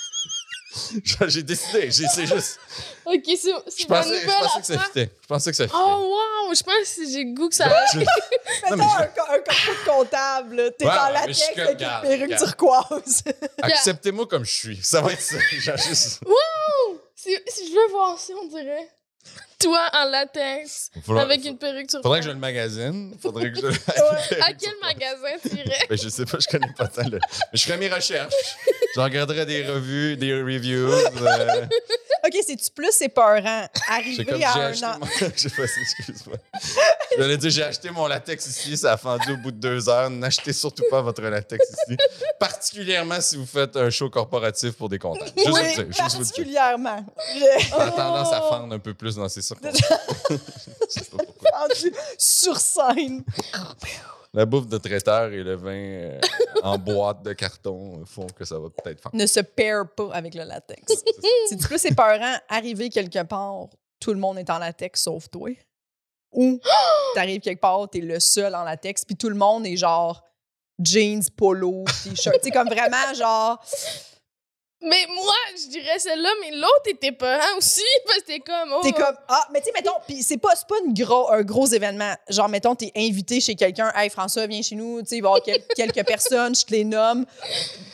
[SPEAKER 4] off. j'ai décidé. j'ai- C'est juste.
[SPEAKER 3] Ok, c'est-
[SPEAKER 4] Je
[SPEAKER 3] c'est ma
[SPEAKER 4] pensais, je
[SPEAKER 3] nouvelle
[SPEAKER 4] pensais que ça
[SPEAKER 3] affaire.
[SPEAKER 4] fitait. Je pensais que ça fitait.
[SPEAKER 3] Oh, wow! Je pense que j'ai le goût que ça.
[SPEAKER 2] Mettons
[SPEAKER 4] mais je-
[SPEAKER 2] un, co- un cockpit de comptable. là. T'es
[SPEAKER 4] Ouais,
[SPEAKER 2] dans
[SPEAKER 4] ouais,
[SPEAKER 2] la
[SPEAKER 4] mais je suis
[SPEAKER 2] tête
[SPEAKER 4] comme,
[SPEAKER 2] avec une
[SPEAKER 4] garde,
[SPEAKER 2] perruque
[SPEAKER 4] garde.
[SPEAKER 2] turquoise.
[SPEAKER 4] Acceptez-moi comme je suis. Ça va être ça. Genre juste.
[SPEAKER 3] Si si je veux voir ça, on dirait. Toi en latex,
[SPEAKER 4] Faudrait,
[SPEAKER 3] avec une perruque sur
[SPEAKER 4] faudrait que je le magazine. Faudrait que je.
[SPEAKER 3] À quel magasin tu irais?
[SPEAKER 4] Ben, je sais pas, je connais pas tant le. Mais je ferai mes recherches. Je regarderai des revues, des reviews. euh,
[SPEAKER 2] OK, c'est-tu plus épeurant?
[SPEAKER 4] j'ai
[SPEAKER 2] Arriver
[SPEAKER 4] comme j'ai
[SPEAKER 2] à un
[SPEAKER 4] acheté
[SPEAKER 2] an.
[SPEAKER 4] mon... j'ai pas excuse-moi. Je voulais dire, j'ai acheté mon latex ici, ça a fendu au bout de deux heures. N'achetez surtout pas votre latex ici. Particulièrement si vous faites un show corporatif pour des comptables. Juste vous
[SPEAKER 2] Oui,
[SPEAKER 4] le dire, juste vous le dire.
[SPEAKER 2] particulièrement. J'ai
[SPEAKER 4] Ça a tendance à fendre un peu plus dans ces circonstances. Je sais pas pourquoi.
[SPEAKER 2] entendu sur scène.
[SPEAKER 4] La bouffe de traiteur et le vin euh, en boîte de carton font que ça va peut-être fendre.
[SPEAKER 2] Ne se pair pas avec le latex. C'est-tu plus épeurant? Arriver quelque part, tout le monde est en latex sauf toi? Ou t'arrives quelque part, t'es le seul en latex, puis tout le monde est genre jeans, polo, t-shirt. C'est comme vraiment genre...
[SPEAKER 3] Mais moi, je dirais celle-là, mais l'autre était peurant aussi, parce que t'es comme. Oh,
[SPEAKER 2] T'es comme, ah, mais tu sais, mettons, puis c'est pas, c'est pas une gros, un gros événement. Genre, mettons, t'es invité chez quelqu'un, hey François, viens chez nous, tu sais, il va y avoir quel- quelques personnes, je te les nomme,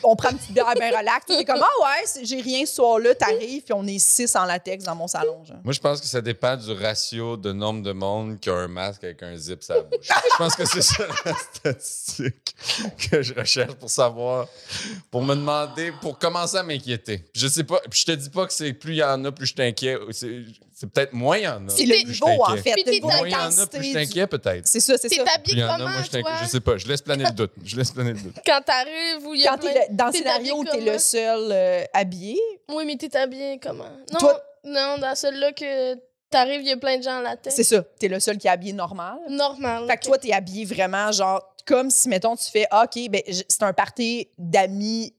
[SPEAKER 2] on prend une petite bière, ben relax. T'es comme, ah ouais, c'est- j'ai rien ce soir-là, t'arrives, puis on est six en latex dans mon salon, genre.
[SPEAKER 4] Moi, je pense que ça dépend du ratio de nombre de monde qui a un masque avec un zip sur la bouche. je pense que c'est ça la statistique que je recherche pour savoir, pour me demander, pour commencer à m'inquiéter. Je sais pas, puis je te dis pas que c'est plus il y en a, plus je t'inquiète. C'est c'est peut-être moins il y en a.
[SPEAKER 2] C'est le
[SPEAKER 4] plus je
[SPEAKER 2] niveau, en
[SPEAKER 4] t'inquiète.
[SPEAKER 2] fait,
[SPEAKER 3] Puis
[SPEAKER 2] le
[SPEAKER 3] t'es
[SPEAKER 2] niveau
[SPEAKER 3] dans-
[SPEAKER 4] Moins il y en a,
[SPEAKER 2] d'intensité.
[SPEAKER 4] plus je
[SPEAKER 2] du-
[SPEAKER 4] t'inquiète peut-être.
[SPEAKER 2] C'est ça, c'est
[SPEAKER 3] T'es
[SPEAKER 2] ça.
[SPEAKER 4] Plus
[SPEAKER 3] habillé
[SPEAKER 4] il y en
[SPEAKER 3] comment,
[SPEAKER 4] a, moi je
[SPEAKER 3] toi?
[SPEAKER 4] t'inquiète. Je sais pas, je laisse planer le doute. Je laisse planer le doute.
[SPEAKER 3] Quand t'arrives ou il y a
[SPEAKER 2] Quand t'es
[SPEAKER 3] plein-
[SPEAKER 2] le- dans le
[SPEAKER 3] t'es
[SPEAKER 2] scénario où
[SPEAKER 3] habillé
[SPEAKER 2] t'es
[SPEAKER 3] comment?
[SPEAKER 2] le seul euh, habillé,
[SPEAKER 3] Oui, mais t'es habillé comment? Non,
[SPEAKER 2] Toi-
[SPEAKER 3] non dans celle-là que t'arrives, il y a plein de gens en latex.
[SPEAKER 2] c'est ça, t'es le seul qui est habillé normal.
[SPEAKER 3] Normal.
[SPEAKER 2] Fait que toi, t'es habillé vraiment genre comme si, mettons, tu fais ah, OK, ben, j- c'est un party d'amis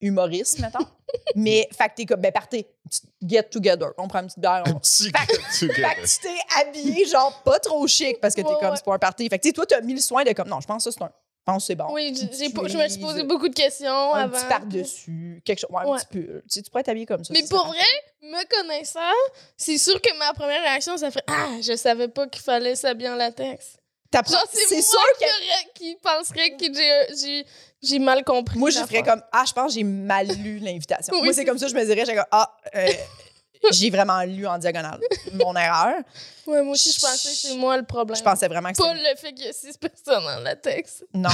[SPEAKER 2] humoristes, mettons. Mais, fait que t'es comme, ben, party, tu- get together, on prend une petite bière. On...
[SPEAKER 4] Petit
[SPEAKER 2] Fait- Fait que tu t'es habillé genre pas trop chic parce que t'es
[SPEAKER 3] Ouais,
[SPEAKER 2] comme,
[SPEAKER 3] ouais.
[SPEAKER 2] c'est pas un party. Fait que, tu sais, toi, t'as mis le soin de comme, non, je pense que ça, c'est un. Je pense que c'est bon.
[SPEAKER 3] Oui, j'ai- j'ai
[SPEAKER 2] Une
[SPEAKER 3] pas-
[SPEAKER 2] petite
[SPEAKER 3] je me suis
[SPEAKER 2] chemise,
[SPEAKER 3] posé beaucoup de questions
[SPEAKER 2] Un
[SPEAKER 3] avant.
[SPEAKER 2] petit par-dessus, quelque chose, ben, ouais, un
[SPEAKER 3] Ouais.
[SPEAKER 2] petit peu. Tu, sais, tu pourrais t'habiller comme ça.
[SPEAKER 3] Mais
[SPEAKER 2] ça
[SPEAKER 3] pour
[SPEAKER 2] serait-
[SPEAKER 3] vrai, me connaissant, c'est sûr que ma première réaction, ça fait Ah, je savais pas qu'il fallait s'habiller en latex.
[SPEAKER 2] T'apprends-
[SPEAKER 3] Genre, c'est
[SPEAKER 2] c'est
[SPEAKER 3] moi
[SPEAKER 2] sûr
[SPEAKER 3] qui, aurait- qui penserait que j'ai- j'ai- j'ai mal compris.
[SPEAKER 2] Moi, je
[SPEAKER 3] l'affaire.
[SPEAKER 2] ferais comme Ah, je pense que j'ai mal lu l'invitation.
[SPEAKER 3] Oui,
[SPEAKER 2] Moi, c'est
[SPEAKER 3] c'est
[SPEAKER 2] comme ça, je me dirais, j'ai comme Ah, euh, j'ai vraiment lu en diagonale. Mon erreur.
[SPEAKER 3] Ouais, moi aussi, je pensais que c'est moi le problème.
[SPEAKER 2] Je pensais vraiment que
[SPEAKER 3] Pas
[SPEAKER 2] c'était.
[SPEAKER 3] le fait qu'il y a six personnes en latex.
[SPEAKER 2] Non.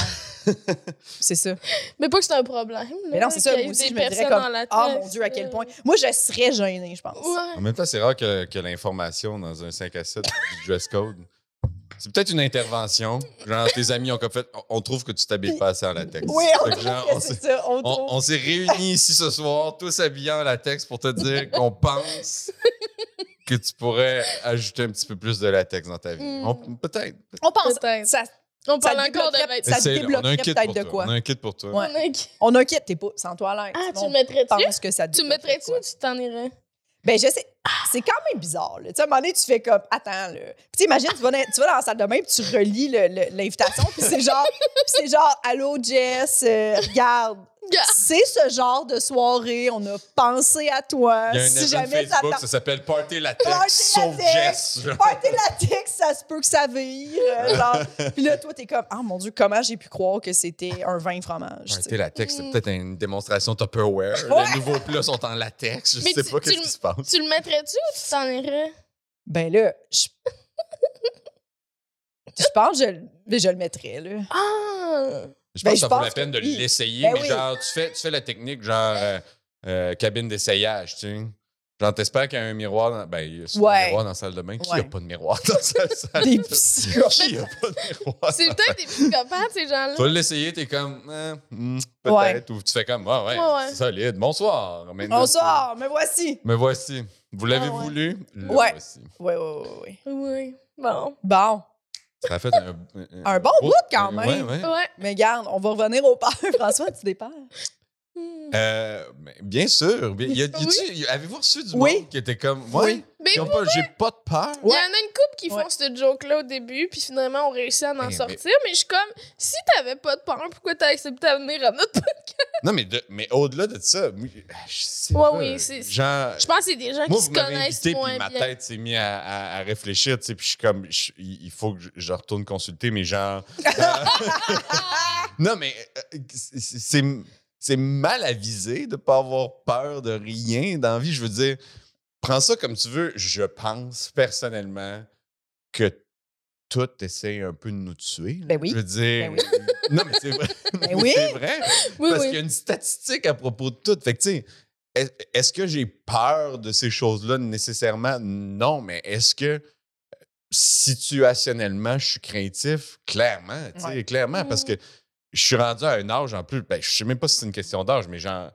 [SPEAKER 2] c'est ça.
[SPEAKER 3] Mais pas que c'est un problème. là,
[SPEAKER 2] Mais non, c'est ça.
[SPEAKER 3] qu'il y ait
[SPEAKER 2] Moi aussi,
[SPEAKER 3] des
[SPEAKER 2] je me dirais
[SPEAKER 3] personnes en
[SPEAKER 2] comme
[SPEAKER 3] latex,
[SPEAKER 2] Ah, mon Dieu, à quel
[SPEAKER 3] euh,
[SPEAKER 2] point. Moi, je serais gênée, je pense.
[SPEAKER 4] En
[SPEAKER 3] Ouais.
[SPEAKER 4] même temps, c'est rare que, que l'information dans un 5 à 7 du dress code. C'est peut-être une intervention. Genre, tes amis ont comme fait. on- On trouve que tu t'habilles pas assez en latex.
[SPEAKER 2] Oui, on
[SPEAKER 4] Fait que
[SPEAKER 2] trouve
[SPEAKER 4] genre,
[SPEAKER 2] que
[SPEAKER 4] on
[SPEAKER 2] c'est
[SPEAKER 4] s'est-
[SPEAKER 2] ça. On
[SPEAKER 4] on-
[SPEAKER 2] trouve.
[SPEAKER 4] on s'est réunis ici ce soir, tous habillés en latex, pour te dire qu'on pense que tu pourrais ajouter un petit peu plus de latex dans ta vie.
[SPEAKER 2] Hmm.
[SPEAKER 3] Mm.
[SPEAKER 4] On- Peut-être.
[SPEAKER 2] On pense.
[SPEAKER 3] Peut-être.
[SPEAKER 2] Ça,
[SPEAKER 3] On
[SPEAKER 2] ça
[SPEAKER 3] parle encore de
[SPEAKER 2] débloquerait-
[SPEAKER 3] vêtements.
[SPEAKER 2] Ça
[SPEAKER 4] Essaye, on a un
[SPEAKER 2] débloquerait
[SPEAKER 4] kit
[SPEAKER 2] peut-être
[SPEAKER 4] pour
[SPEAKER 2] de
[SPEAKER 4] toi.
[SPEAKER 2] quoi.
[SPEAKER 4] On a un kit pour toi.
[SPEAKER 2] Ouais.
[SPEAKER 3] On est-
[SPEAKER 2] on inquiète, t'es pas sans toi à l'aise.
[SPEAKER 3] Ah, tu
[SPEAKER 2] On
[SPEAKER 3] le mettrais-tu?
[SPEAKER 2] pense que ça
[SPEAKER 3] Tu le
[SPEAKER 2] débloquerait
[SPEAKER 3] mettrais-tu
[SPEAKER 2] quoi.
[SPEAKER 3] ou tu t'en irais?
[SPEAKER 2] Ben, je sais. C'est quand même bizarre. là. Tu sais, à un moment donné, tu fais comme, attends, là. Puis, tu sais, imagine, tu vas, dans, tu vas dans la salle de bain, puis tu relis le- le- l'invitation, puis c'est genre, puis c'est genre, allô, Jess, euh, regarde.
[SPEAKER 3] Yeah.
[SPEAKER 2] C'est ce genre de soirée, on a pensé à toi.
[SPEAKER 4] Il y a un
[SPEAKER 2] si
[SPEAKER 4] event
[SPEAKER 2] jamais
[SPEAKER 4] Facebook,
[SPEAKER 2] ça
[SPEAKER 4] ça s'appelle Party Latex,
[SPEAKER 2] Party
[SPEAKER 4] sauf
[SPEAKER 2] Latex.
[SPEAKER 4] Jess. genre.
[SPEAKER 2] Party latex, ça se peut que ça vire. euh, genre. Puis là, toi, t'es comme, ah mon Dieu, comment j'ai pu croire que c'était un vin fromage? tu sais.
[SPEAKER 4] Party Latex, c'est peut-être une démonstration Tupperware.
[SPEAKER 2] Ouais.
[SPEAKER 4] Les nouveaux plats sont en latex. Je
[SPEAKER 3] Mais
[SPEAKER 4] sais
[SPEAKER 3] tu-
[SPEAKER 4] pas
[SPEAKER 3] tu
[SPEAKER 4] qu'est-ce
[SPEAKER 3] le-
[SPEAKER 4] qui se passe.
[SPEAKER 3] Tu le mettrais-tu ou tu t'en irais?
[SPEAKER 2] Ben là, je. je pense que je, mais je le mettrais, là.
[SPEAKER 3] Ah!
[SPEAKER 4] Je
[SPEAKER 2] Ben,
[SPEAKER 4] pense que
[SPEAKER 2] je
[SPEAKER 4] ça vaut
[SPEAKER 2] pense
[SPEAKER 4] la peine
[SPEAKER 2] que
[SPEAKER 4] de
[SPEAKER 2] oui.
[SPEAKER 4] l'essayer,
[SPEAKER 2] Ben
[SPEAKER 4] mais
[SPEAKER 2] oui.
[SPEAKER 4] genre, tu fais, tu fais la technique genre euh, euh, cabine d'essayage, tu sais. Genre, t'espères qu'il y a un miroir dans, ben, il y a souvent
[SPEAKER 2] Ouais.
[SPEAKER 4] un miroir dans la salle de bain. Qui
[SPEAKER 2] Ouais.
[SPEAKER 4] a pas de miroir dans sa salle?
[SPEAKER 2] Des
[SPEAKER 4] de bain?
[SPEAKER 2] psychos.
[SPEAKER 4] Qui a pas de miroir?
[SPEAKER 3] C'est peut-être des psychopathes, ces gens-là.
[SPEAKER 4] Tu vas l'essayer, t'es comme, euh, hmm, peut-être, ou tu fais comme, ah ouais,
[SPEAKER 3] Ouais, ouais.
[SPEAKER 4] c'est solide. Bonsoir. Maintenant,
[SPEAKER 2] Bonsoir, me voici.
[SPEAKER 4] Me voici. Vous l'avez
[SPEAKER 3] Ah ouais.
[SPEAKER 4] voulu? Le
[SPEAKER 2] Ouais.
[SPEAKER 4] voici.
[SPEAKER 2] Oui, oui, oui, oui.
[SPEAKER 3] Oui. Bon.
[SPEAKER 2] Bon,
[SPEAKER 4] Ça a fait un,
[SPEAKER 2] Un bon
[SPEAKER 4] beau-
[SPEAKER 2] bout, quand
[SPEAKER 4] euh,
[SPEAKER 2] même.
[SPEAKER 4] ouais, ouais.
[SPEAKER 3] Ouais.
[SPEAKER 2] mais regarde, on va revenir au père. François, tu départs.
[SPEAKER 3] Hmm.
[SPEAKER 4] Euh, mais bien sûr. bien- y a- y a-tu- y a- Avez-vous reçu du
[SPEAKER 2] Oui.
[SPEAKER 4] monde qui était comme, ouais,
[SPEAKER 2] Oui.
[SPEAKER 3] Mais
[SPEAKER 4] qui ont pas- j'ai
[SPEAKER 3] ben.
[SPEAKER 4] pas de peur?
[SPEAKER 3] Il y en a une couple qui
[SPEAKER 2] Ouais.
[SPEAKER 3] font ce joke-là au début, puis finalement, on réussit à en
[SPEAKER 4] mais-
[SPEAKER 3] sortir. Mais je suis comme, si t'avais pas de peur, pourquoi t'as accepté à venir à notre podcast?
[SPEAKER 4] Non, mais, de- mais au-delà de ça, moi, je sais
[SPEAKER 3] Ouais,
[SPEAKER 4] pas.
[SPEAKER 3] oui, c'est-
[SPEAKER 4] Genre,
[SPEAKER 3] Je pense que c'est des gens
[SPEAKER 4] moi,
[SPEAKER 3] qui
[SPEAKER 4] vous
[SPEAKER 3] se
[SPEAKER 4] m'avez
[SPEAKER 3] connaissent
[SPEAKER 4] invité,
[SPEAKER 3] moins
[SPEAKER 4] puis ma
[SPEAKER 3] bien.
[SPEAKER 4] tête s'est mise à, à- à réfléchir, tu sais, puis je suis comme, je- il il faut que je, je retourne consulter, mais genre... euh, non, mais euh, c'est- c'est... C'est mal avisé de pas avoir peur de rien dans la vie. Je veux dire, prends ça comme tu veux. Je pense personnellement que tout essaie un peu de nous tuer. là.
[SPEAKER 2] Ben oui.
[SPEAKER 4] Je veux
[SPEAKER 2] Ben
[SPEAKER 4] dire,
[SPEAKER 2] oui.
[SPEAKER 4] non, mais c'est vrai.
[SPEAKER 2] Ben oui.
[SPEAKER 4] C'est vrai
[SPEAKER 3] Oui,
[SPEAKER 4] parce
[SPEAKER 3] oui.
[SPEAKER 4] qu'il y a une statistique à propos de tout. Fait que, tu sais, est- est-ce que j'ai peur de ces choses-là nécessairement? Non, mais est-ce que euh, situationnellement, je suis craintif? Clairement, tu sais,
[SPEAKER 2] Ouais.
[SPEAKER 4] clairement, parce que je suis rendu à un âge en plus, ben, je sais même pas si c'est une question d'âge, mais genre,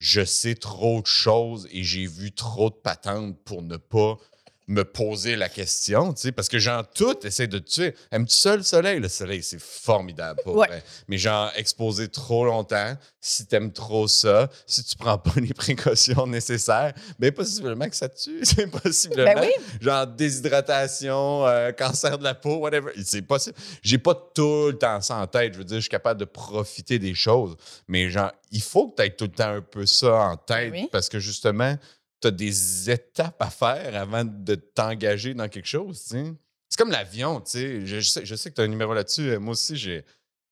[SPEAKER 4] je sais trop de choses et j'ai vu trop de patentes pour ne pas me poser la question, tu sais, parce que genre, tout essaie de te tuer. Aimes-tu ça, le soleil? Le soleil, c'est formidable, pour
[SPEAKER 2] Ouais.
[SPEAKER 4] vrai. Mais genre, exposé trop longtemps, si t'aimes trop ça, si tu prends pas les précautions nécessaires, ben possiblement que ça te tue. C'est possiblement.
[SPEAKER 2] Ben oui.
[SPEAKER 4] Genre déshydratation, euh, cancer de la peau, whatever. C'est possible. J'ai pas tout le temps ça en tête. Je veux dire, je suis capable de profiter des choses. Mais genre, il faut que tu aies tout le temps un peu ça en tête
[SPEAKER 2] Ben Oui.
[SPEAKER 4] parce que justement, tu as des étapes à faire avant de t'engager dans quelque chose. tu sais. C'est comme l'avion, tu sais. Je, je sais, je sais que tu as un numéro là-dessus. Euh, Moi aussi, j'ai,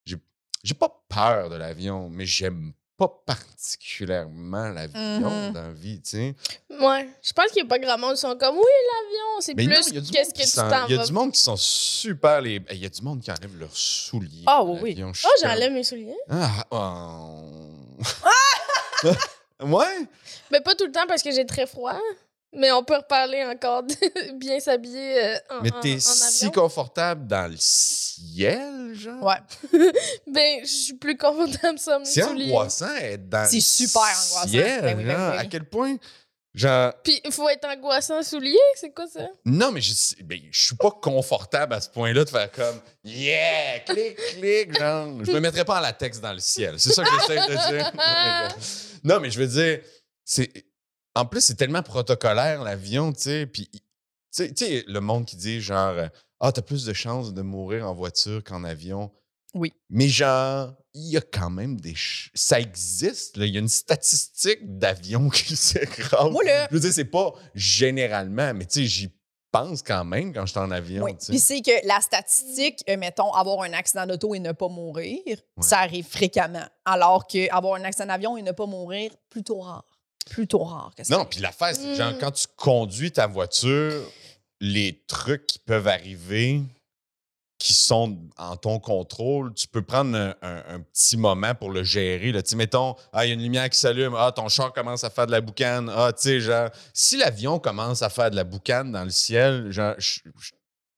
[SPEAKER 4] j'ai, j'ai pas peur de l'avion, mais j'aime pas particulièrement l'avion
[SPEAKER 2] Mhm.
[SPEAKER 4] dans la vie, tu sais.
[SPEAKER 3] Ouais. Je pense qu'il y a pas grand monde qui sont comme, oui, l'avion, c'est
[SPEAKER 4] Mais non,
[SPEAKER 3] plus
[SPEAKER 4] il y a du
[SPEAKER 3] qu'est-ce
[SPEAKER 4] monde
[SPEAKER 3] que
[SPEAKER 4] qui
[SPEAKER 3] tu
[SPEAKER 4] s'en-
[SPEAKER 3] t'en
[SPEAKER 4] Il y a
[SPEAKER 3] vas.
[SPEAKER 4] du monde qui sont super les. Il y a du monde qui enlève leurs souliers.
[SPEAKER 2] Ah,
[SPEAKER 4] dans
[SPEAKER 2] oui, oui.
[SPEAKER 4] l'avion. Je suis
[SPEAKER 3] Oh,
[SPEAKER 4] comme-
[SPEAKER 3] j'enlève mes souliers.
[SPEAKER 4] Ah, oh. ouais.
[SPEAKER 3] Mais pas tout le temps parce que j'ai très froid. Mais on peut reparler encore de bien s'habiller euh, en,
[SPEAKER 4] Mais
[SPEAKER 3] en- en
[SPEAKER 4] t'es
[SPEAKER 3] avion.
[SPEAKER 4] si confortable dans le ciel, genre.
[SPEAKER 2] Ouais.
[SPEAKER 3] Ben, je suis plus confortable sans mes
[SPEAKER 4] C'est
[SPEAKER 3] souliers.
[SPEAKER 4] angoissant être dans
[SPEAKER 2] C'est
[SPEAKER 4] le
[SPEAKER 2] super angoissant.
[SPEAKER 4] ciel,
[SPEAKER 2] Ben oui, ben
[SPEAKER 4] genre.
[SPEAKER 2] oui.
[SPEAKER 4] À quel point. Genre,
[SPEAKER 3] Puis, il faut être angoissant en souliers? C'est quoi ça?
[SPEAKER 4] non, mais je, sais- ben, je suis pas confortable à ce point-là de faire comme Yeah, clic, clic, genre. Je me mettrais pas en latex dans le ciel. C'est ça que j'essaie de dire. Non, mais je veux dire, c'est. En plus, c'est tellement protocolaire, l'avion, tu sais. Puis, tu sais- tu sais, le monde qui dit genre, euh, ah, t'as plus de chances de mourir en voiture qu'en avion.
[SPEAKER 2] Oui.
[SPEAKER 4] Mais genre, il y a quand même des. ch- Ça existe, là. Il y a une statistique d'avions qui s'écrasent.
[SPEAKER 2] Moi, là.
[SPEAKER 4] Je veux dire, c'est pas généralement, mais tu sais, j'y pense quand même quand je suis en avion,
[SPEAKER 2] Oui.
[SPEAKER 4] tu
[SPEAKER 2] Puis
[SPEAKER 4] sais.
[SPEAKER 2] c'est que la statistique, euh, mettons, avoir un accident d'auto et ne pas mourir, ça arrive fréquemment. Alors qu'avoir un accident d'avion et ne pas mourir, plutôt rare. Plutôt rare que ça.
[SPEAKER 4] Non, puis l'affaire, c'est que, genre,
[SPEAKER 3] Mm.
[SPEAKER 4] quand tu conduis ta voiture, les trucs qui peuvent arriver, qui sont en ton contrôle, tu peux prendre un, un- un petit moment pour le gérer. Là. Tu sais, mettons, ah, il y a une lumière qui s'allume, ah, ton char commence à faire de la boucane, ah, tu sais, genre, si l'avion commence à faire de la boucane dans le ciel, genre, je je suis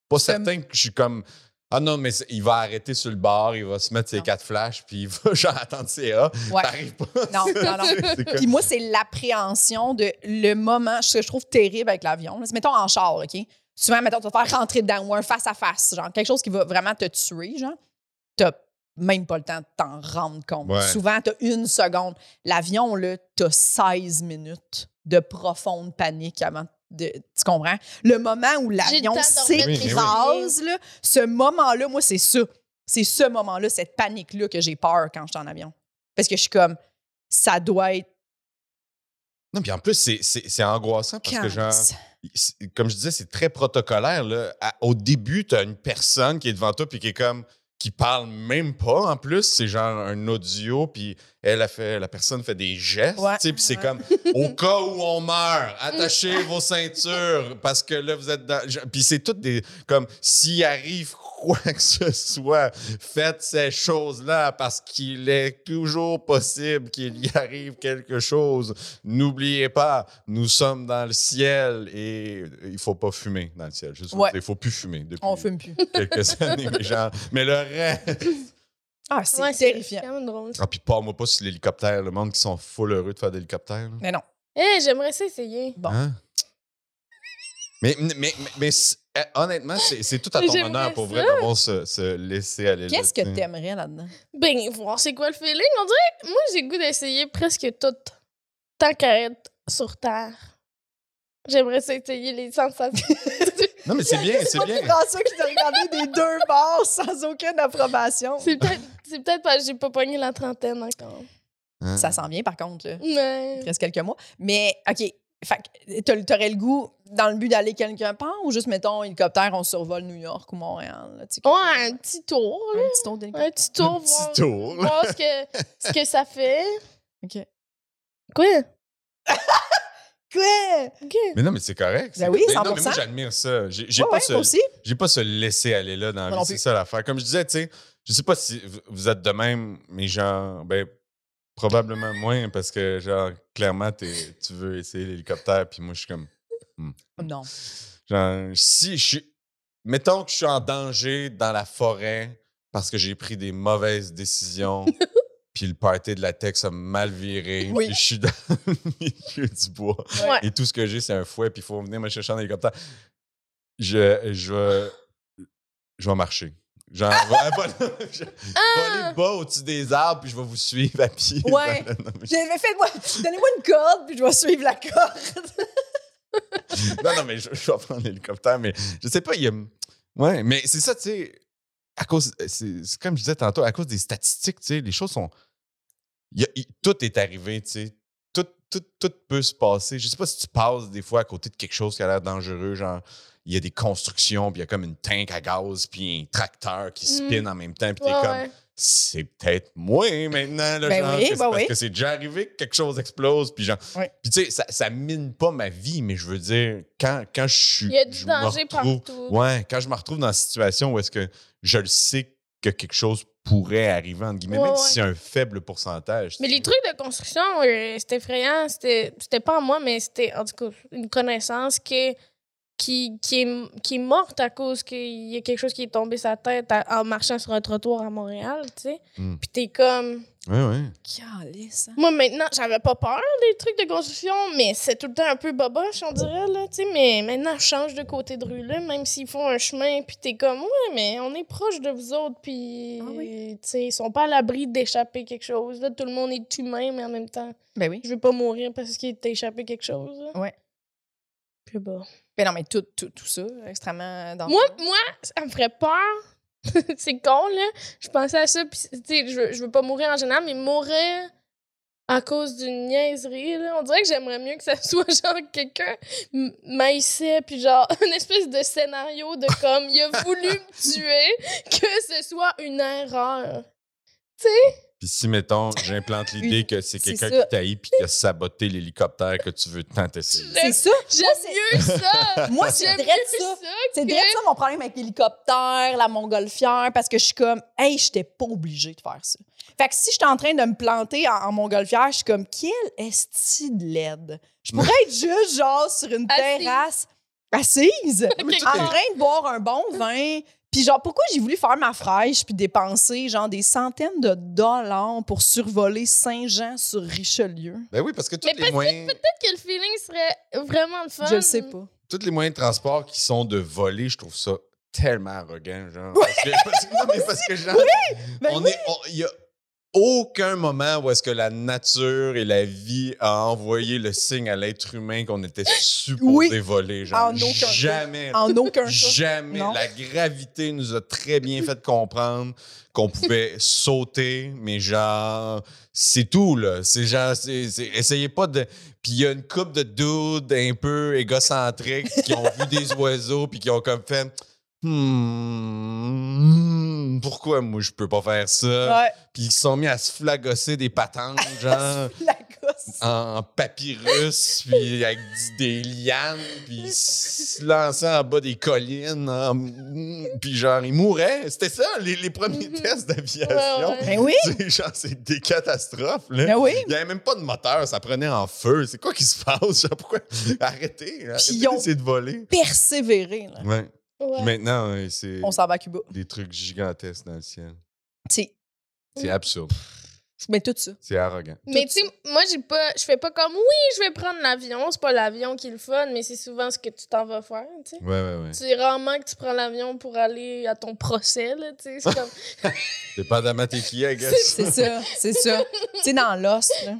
[SPEAKER 4] pas certain que je suis comme. Ah non, mais c'est- il va arrêter sur le bord, il va se mettre ses
[SPEAKER 2] Non.
[SPEAKER 4] quatre flashs, puis il va genre attendre ses A.
[SPEAKER 2] Ouais.
[SPEAKER 4] T'arrives pas.
[SPEAKER 2] Non, non, non.
[SPEAKER 4] C'est comme-
[SPEAKER 2] Puis moi, c'est l'appréhension de le moment, ce que je trouve terrible avec l'avion. là, c'est, Mettons en char, OK? Souvent, mettons, tu vas te faire rentrer dedans ou un face-à-face, genre quelque chose qui va vraiment te tuer, genre. T'as même pas le temps de t'en rendre compte.
[SPEAKER 4] Ouais.
[SPEAKER 2] Souvent, t'as une seconde. L'avion, là, t'as 16 minutes de profonde panique avant de. Tu comprends? Le moment où
[SPEAKER 3] J'ai le
[SPEAKER 2] l'avion
[SPEAKER 3] temps de remettre
[SPEAKER 2] s'écrase, là, ce moment-là, moi, c'est ça. C'est ce moment-là, cette panique-là que j'ai peur quand je suis en avion. Parce que je suis comme, ça doit être.
[SPEAKER 4] Non, puis en plus, c'est- c'est c'est angoissant parce que, genre,
[SPEAKER 2] calme.
[SPEAKER 4] c'est- comme je disais, c'est très protocolaire. Là. À- au début, tu as une personne qui est devant toi puis qui est comme qui parle même pas en plus, c'est genre un audio puis elle a fait la personne fait des gestes,
[SPEAKER 2] Ouais.
[SPEAKER 4] tu sais, puis c'est
[SPEAKER 2] Ouais.
[SPEAKER 4] comme au cas où on meurt, attachez vos ceintures parce que là vous êtes dans je- puis c'est toutes des comme s'il arrive quoi que ce soit, faites ces choses-là parce qu'il est toujours possible qu'il y arrive quelque chose. N'oubliez pas, nous sommes dans le ciel et il faut pas fumer dans le ciel. Juste,
[SPEAKER 2] Ouais.
[SPEAKER 4] Il faut plus fumer depuis
[SPEAKER 2] On fume plus.
[SPEAKER 4] quelques années, mais genre, mais le reste.
[SPEAKER 2] Ah, c'est
[SPEAKER 3] Ouais,
[SPEAKER 2] terrifiant.
[SPEAKER 3] C'est quand même drôle.
[SPEAKER 4] Ah, puis parle-moi pas sur l'hélicoptère, le monde qui sont full heureux de faire d'hélicoptère. là.
[SPEAKER 2] Mais non.
[SPEAKER 3] Eh, j'aimerais ça essayer.
[SPEAKER 2] Bon.
[SPEAKER 4] Hein? Mais, mais, mais, mais c'est- eh, honnêtement, c'est c'est tout à ton
[SPEAKER 3] J'aimerais
[SPEAKER 4] honneur pour
[SPEAKER 3] ça.
[SPEAKER 4] vrai d'avoir se, se laisser aller. là,
[SPEAKER 2] Qu'est-ce que
[SPEAKER 4] tu sais.
[SPEAKER 2] t'aimerais là-dedans?
[SPEAKER 3] Ben, voir c'est quoi le feeling. On dirait, moi, j'ai le goût d'essayer presque tout. Tant qu'à être sur Terre. J'aimerais ça essayer les sensations.
[SPEAKER 4] Non, mais c'est bien, c'est bien.
[SPEAKER 2] dans ça qui t'a regardé des deux bords sans aucune approbation.
[SPEAKER 3] c'est peut-être c'est peut-être parce que j'ai pas pogné la trentaine encore.
[SPEAKER 4] Hein?
[SPEAKER 2] Ça sent bien, par contre. Là.
[SPEAKER 3] Mais...
[SPEAKER 2] Il reste quelques mois. Mais, OK. Fait que t'as- t'aurais le goût, dans le but d'aller quelque part, ou juste, mettons, hélicoptère, on survole New York ou Montréal. là, tu sais,
[SPEAKER 3] Ouais,
[SPEAKER 2] quelque
[SPEAKER 3] un petit tour,
[SPEAKER 2] chose.
[SPEAKER 3] là.
[SPEAKER 2] Un petit tour d'hélicoptère.
[SPEAKER 3] Un petit tour,
[SPEAKER 4] Un petit
[SPEAKER 3] voir,
[SPEAKER 4] tour.
[SPEAKER 3] voir ce, que, ce que ça fait.
[SPEAKER 2] OK.
[SPEAKER 3] Quoi?
[SPEAKER 2] Quoi?
[SPEAKER 3] OK.
[SPEAKER 4] Mais non, mais c'est correct.
[SPEAKER 2] Ben
[SPEAKER 4] c'est-
[SPEAKER 2] oui,
[SPEAKER 4] mais non, mais
[SPEAKER 2] 100%.
[SPEAKER 4] moi, j'admire ça. J'ai j'ai
[SPEAKER 2] Ouais,
[SPEAKER 4] pas
[SPEAKER 2] ouais,
[SPEAKER 4] ce-
[SPEAKER 2] moi aussi.
[SPEAKER 4] j'ai pas se laisser aller là dans
[SPEAKER 2] Moi
[SPEAKER 4] la
[SPEAKER 2] non
[SPEAKER 4] vie. C'est
[SPEAKER 2] plus.
[SPEAKER 4] ça l'affaire. Comme je disais, tu sais, je sais pas si vous- vous êtes de même, mais genre, ben, probablement moins parce que, genre, clairement, t'es- tu veux essayer l'hélicoptère, puis moi, je suis comme,
[SPEAKER 2] Non.
[SPEAKER 4] genre, si je suis. Mettons que je suis en danger dans la forêt parce que j'ai pris des mauvaises décisions. Puis le party de la tech a mal viré.
[SPEAKER 2] Oui.
[SPEAKER 4] puis je suis dans le milieu du bois.
[SPEAKER 3] Ouais.
[SPEAKER 4] Et tout ce que j'ai, c'est un fouet, puis il faut venir me chercher en hélicoptère. Je, je, vais- je vais marcher. Genre, va- va- je je vais
[SPEAKER 3] Ah!
[SPEAKER 4] aller bas au-dessus des arbres, puis je vais vous suivre à pied.
[SPEAKER 2] Ouais.
[SPEAKER 4] Non, mais-
[SPEAKER 2] J'avais fait, moi, donnez-moi une corde, puis je vais suivre la corde.
[SPEAKER 4] non, non, mais je, je vais prendre l'hélicoptère, mais je sais pas, il y a. Ouais, mais c'est ça, tu sais, à cause. euh, C'est c'est comme je disais tantôt, à cause des statistiques, tu sais, les choses sont. il y a- il- tout est arrivé, tu sais. Tout, tout, tout peut se passer. Je sais pas si tu passes des fois à côté de quelque chose qui a l'air dangereux, genre. Il y a des constructions, puis il y a comme une tank à gaz, puis un tracteur qui
[SPEAKER 3] Mm.
[SPEAKER 4] spin en même temps, puis t'es
[SPEAKER 3] Ouais,
[SPEAKER 4] comme,
[SPEAKER 3] ouais.
[SPEAKER 4] c'est peut-être moi maintenant, là,
[SPEAKER 2] Ben
[SPEAKER 4] genre,
[SPEAKER 2] oui,
[SPEAKER 4] que c'est-
[SPEAKER 2] ben
[SPEAKER 4] parce
[SPEAKER 2] oui.
[SPEAKER 4] que c'est déjà arrivé que quelque chose explose, puis genre,
[SPEAKER 2] Ouais.
[SPEAKER 4] puis tu sais, ça, ça mine pas ma vie, mais je veux dire, quand, quand je suis,
[SPEAKER 3] Il y a du
[SPEAKER 4] je me
[SPEAKER 3] danger
[SPEAKER 4] retrouve-
[SPEAKER 3] partout.
[SPEAKER 4] Ouais, quand je me retrouve dans une situation où est-ce que je le sais que quelque chose pourrait arriver, entre guillemets,
[SPEAKER 3] Ouais,
[SPEAKER 4] même
[SPEAKER 3] ouais.
[SPEAKER 4] si c'est un faible pourcentage.
[SPEAKER 3] Mais
[SPEAKER 4] tu
[SPEAKER 3] les
[SPEAKER 4] sais.
[SPEAKER 3] trucs de construction, euh, c'était effrayant. C'était c'était pas à moi, mais c'était en tout cas une connaissance qui, qui, qui, est, qui est morte à cause qu'il y a quelque chose qui est tombé sa tête à- en marchant sur un trottoir à Montréal, tu sais.
[SPEAKER 4] Mm.
[SPEAKER 3] Puis t'es comme...
[SPEAKER 4] Ouais, ouais.
[SPEAKER 2] Calisse, hein.
[SPEAKER 3] Moi, maintenant, j'avais pas peur des trucs de construction, mais c'est tout le temps un peu boboche, on dirait, là, tu sais. Mais maintenant, je change de côté de rue, là, même s'ils font un chemin, puis t'es comme, ouais, mais on est proche de vous autres, puis,
[SPEAKER 2] Ah oui.
[SPEAKER 3] tu sais, ils sont pas à l'abri d'échapper quelque chose. Là, tout le monde est humain, mais en même temps,
[SPEAKER 2] Ben oui.
[SPEAKER 3] je veux pas mourir parce qu'il t'a échappé quelque chose. là.
[SPEAKER 2] Ouais.
[SPEAKER 3] Puis bon.
[SPEAKER 2] Ben non, mais tout, tout, tout ça, extrêmement dangereux.
[SPEAKER 3] Moi, moi, ça me ferait peur. c'est con, là. Je pensais à ça, puis, tu sais, je, veux- je veux pas mourir en général, mais mourir à cause d'une niaiserie, là. On dirait que j'aimerais mieux que ça soit genre quelqu'un m- maïssait, puis genre, une espèce de scénario de comme il a voulu me tuer, que ce soit une erreur.
[SPEAKER 4] Puis si, mettons, j'implante l'idée que c'est
[SPEAKER 2] C'est
[SPEAKER 4] quelqu'un
[SPEAKER 2] ça.
[SPEAKER 4] qui t'haït puis qui a saboté l'hélicoptère que tu veux tant essayer.
[SPEAKER 2] c'est ça.
[SPEAKER 3] J'aime
[SPEAKER 2] Moi, c'est-
[SPEAKER 3] mieux ça!
[SPEAKER 2] Moi, c'est
[SPEAKER 3] J'aime
[SPEAKER 2] vrai
[SPEAKER 3] mieux
[SPEAKER 2] ça.
[SPEAKER 3] ça
[SPEAKER 2] C'est
[SPEAKER 3] que-
[SPEAKER 2] direct ça mon problème avec l'hélicoptère, la montgolfière, parce que je suis comme, hey, j'étais pas obligée de faire ça. Fait que si j'étais en train de me planter en, en montgolfière, je suis comme, quel esti de laide. Je pourrais être juste, genre, sur une
[SPEAKER 3] Assise.
[SPEAKER 2] terrasse assise,
[SPEAKER 3] Mais tout
[SPEAKER 2] en
[SPEAKER 3] est-
[SPEAKER 2] train de boire un bon vin. Puis genre, pourquoi j'ai voulu faire ma fraîche puis dépenser, genre, des centaines de dollars pour survoler Saint-Jean sur Richelieu?
[SPEAKER 4] Ben oui, parce que tous
[SPEAKER 3] Mais
[SPEAKER 4] les moyens.
[SPEAKER 3] Peut-être que le feeling serait vraiment le fun.
[SPEAKER 2] Je le sais pas.
[SPEAKER 4] tous les moyens de transport qui sont de voler, je trouve ça tellement arrogant, genre. Parce que, parce que- non, mais parce que, genre,
[SPEAKER 2] Ben
[SPEAKER 4] on
[SPEAKER 2] oui.
[SPEAKER 4] est, on- il y a aucun moment où est-ce que la nature et la vie a envoyé le signe à l'être humain qu'on était supposé
[SPEAKER 2] Oui.
[SPEAKER 4] voler. Genre,
[SPEAKER 2] En aucun cas.
[SPEAKER 4] jamais.
[SPEAKER 2] En aucun cas.
[SPEAKER 4] Jamais.
[SPEAKER 2] Non.
[SPEAKER 4] La gravité nous a très bien fait comprendre qu'on pouvait sauter, mais genre, c'est tout, là. C'est genre, c'est- c'est- essayez pas de. Puis il y a une couple de dudes un peu égocentriques qui ont vu des oiseaux, puis qui ont comme fait. Hmm, pourquoi moi je peux pas faire ça?
[SPEAKER 2] Ouais,
[SPEAKER 4] Puis ils se sont mis à se flagosser des patentes, genre
[SPEAKER 2] la gosse.
[SPEAKER 4] Euh, en papyrus, puis avec du- des lianes, puis se lançant en bas des collines, en- mm, puis genre, ils mouraient. C'était ça, les, les premiers
[SPEAKER 3] Mhm.
[SPEAKER 4] tests
[SPEAKER 3] Ouais,
[SPEAKER 4] d'aviation.
[SPEAKER 3] ouais.
[SPEAKER 2] Ben oui,
[SPEAKER 4] Tu sais, Genre, c'est des catastrophes. Là.
[SPEAKER 2] ben oui.
[SPEAKER 4] Il n'y avait même pas de moteur, ça prenait en feu. C'est quoi qui se passe? Genre, pourquoi? Arrêtez, arrêtez
[SPEAKER 2] ils ont-
[SPEAKER 4] d'essayer de voler.
[SPEAKER 2] Persévérer. là.
[SPEAKER 4] Ouais.
[SPEAKER 3] Ouais.
[SPEAKER 4] Maintenant, ouais, c'est
[SPEAKER 2] On s'en va à Cuba.
[SPEAKER 4] des trucs gigantesques dans le ciel.
[SPEAKER 2] Tu sais,
[SPEAKER 4] C'est absurde,
[SPEAKER 2] je mets tout ça.
[SPEAKER 4] c'est arrogant.
[SPEAKER 3] Mais tu sais, moi, j'ai pas, je fais pas comme oui, je vais prendre l'avion. C'est pas l'avion qui est le fun, mais c'est souvent ce que tu t'en vas faire. Tu sais.
[SPEAKER 4] Ouais, ouais, ouais.
[SPEAKER 3] C'est rarement que tu prends l'avion pour aller à ton procès. Là, tu sais. c'est comme,
[SPEAKER 4] Dépendamment t'es qui, I guess.
[SPEAKER 2] C'est ça, c'est ça. tu sais, dans Lost, là.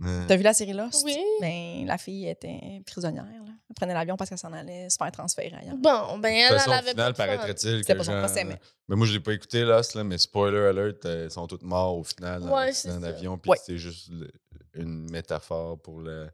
[SPEAKER 4] Ouais.
[SPEAKER 2] T'as vu la série Lost?
[SPEAKER 3] Oui.
[SPEAKER 2] Ben, la fille était prisonnière, là. Elle prenait l'avion parce qu'elle s'en allait se faire transférer ailleurs.
[SPEAKER 3] bon, ben
[SPEAKER 4] De
[SPEAKER 3] elle,
[SPEAKER 4] toute
[SPEAKER 3] elle
[SPEAKER 4] façon, au
[SPEAKER 3] avait
[SPEAKER 4] final,
[SPEAKER 3] pas de fun.
[SPEAKER 4] paraîtrait-il
[SPEAKER 2] C'était
[SPEAKER 4] que
[SPEAKER 2] pas son
[SPEAKER 4] genre- euh,
[SPEAKER 2] procès, mais-
[SPEAKER 4] Mais moi, je l'ai pas écouté, Lost, là, mais spoiler alert, euh, ils sont tous morts au final dans
[SPEAKER 3] Ouais,
[SPEAKER 4] l'accident
[SPEAKER 3] c'est ça.
[SPEAKER 4] d'avion, puis
[SPEAKER 2] Ouais.
[SPEAKER 4] c'est juste le- une métaphore pour le...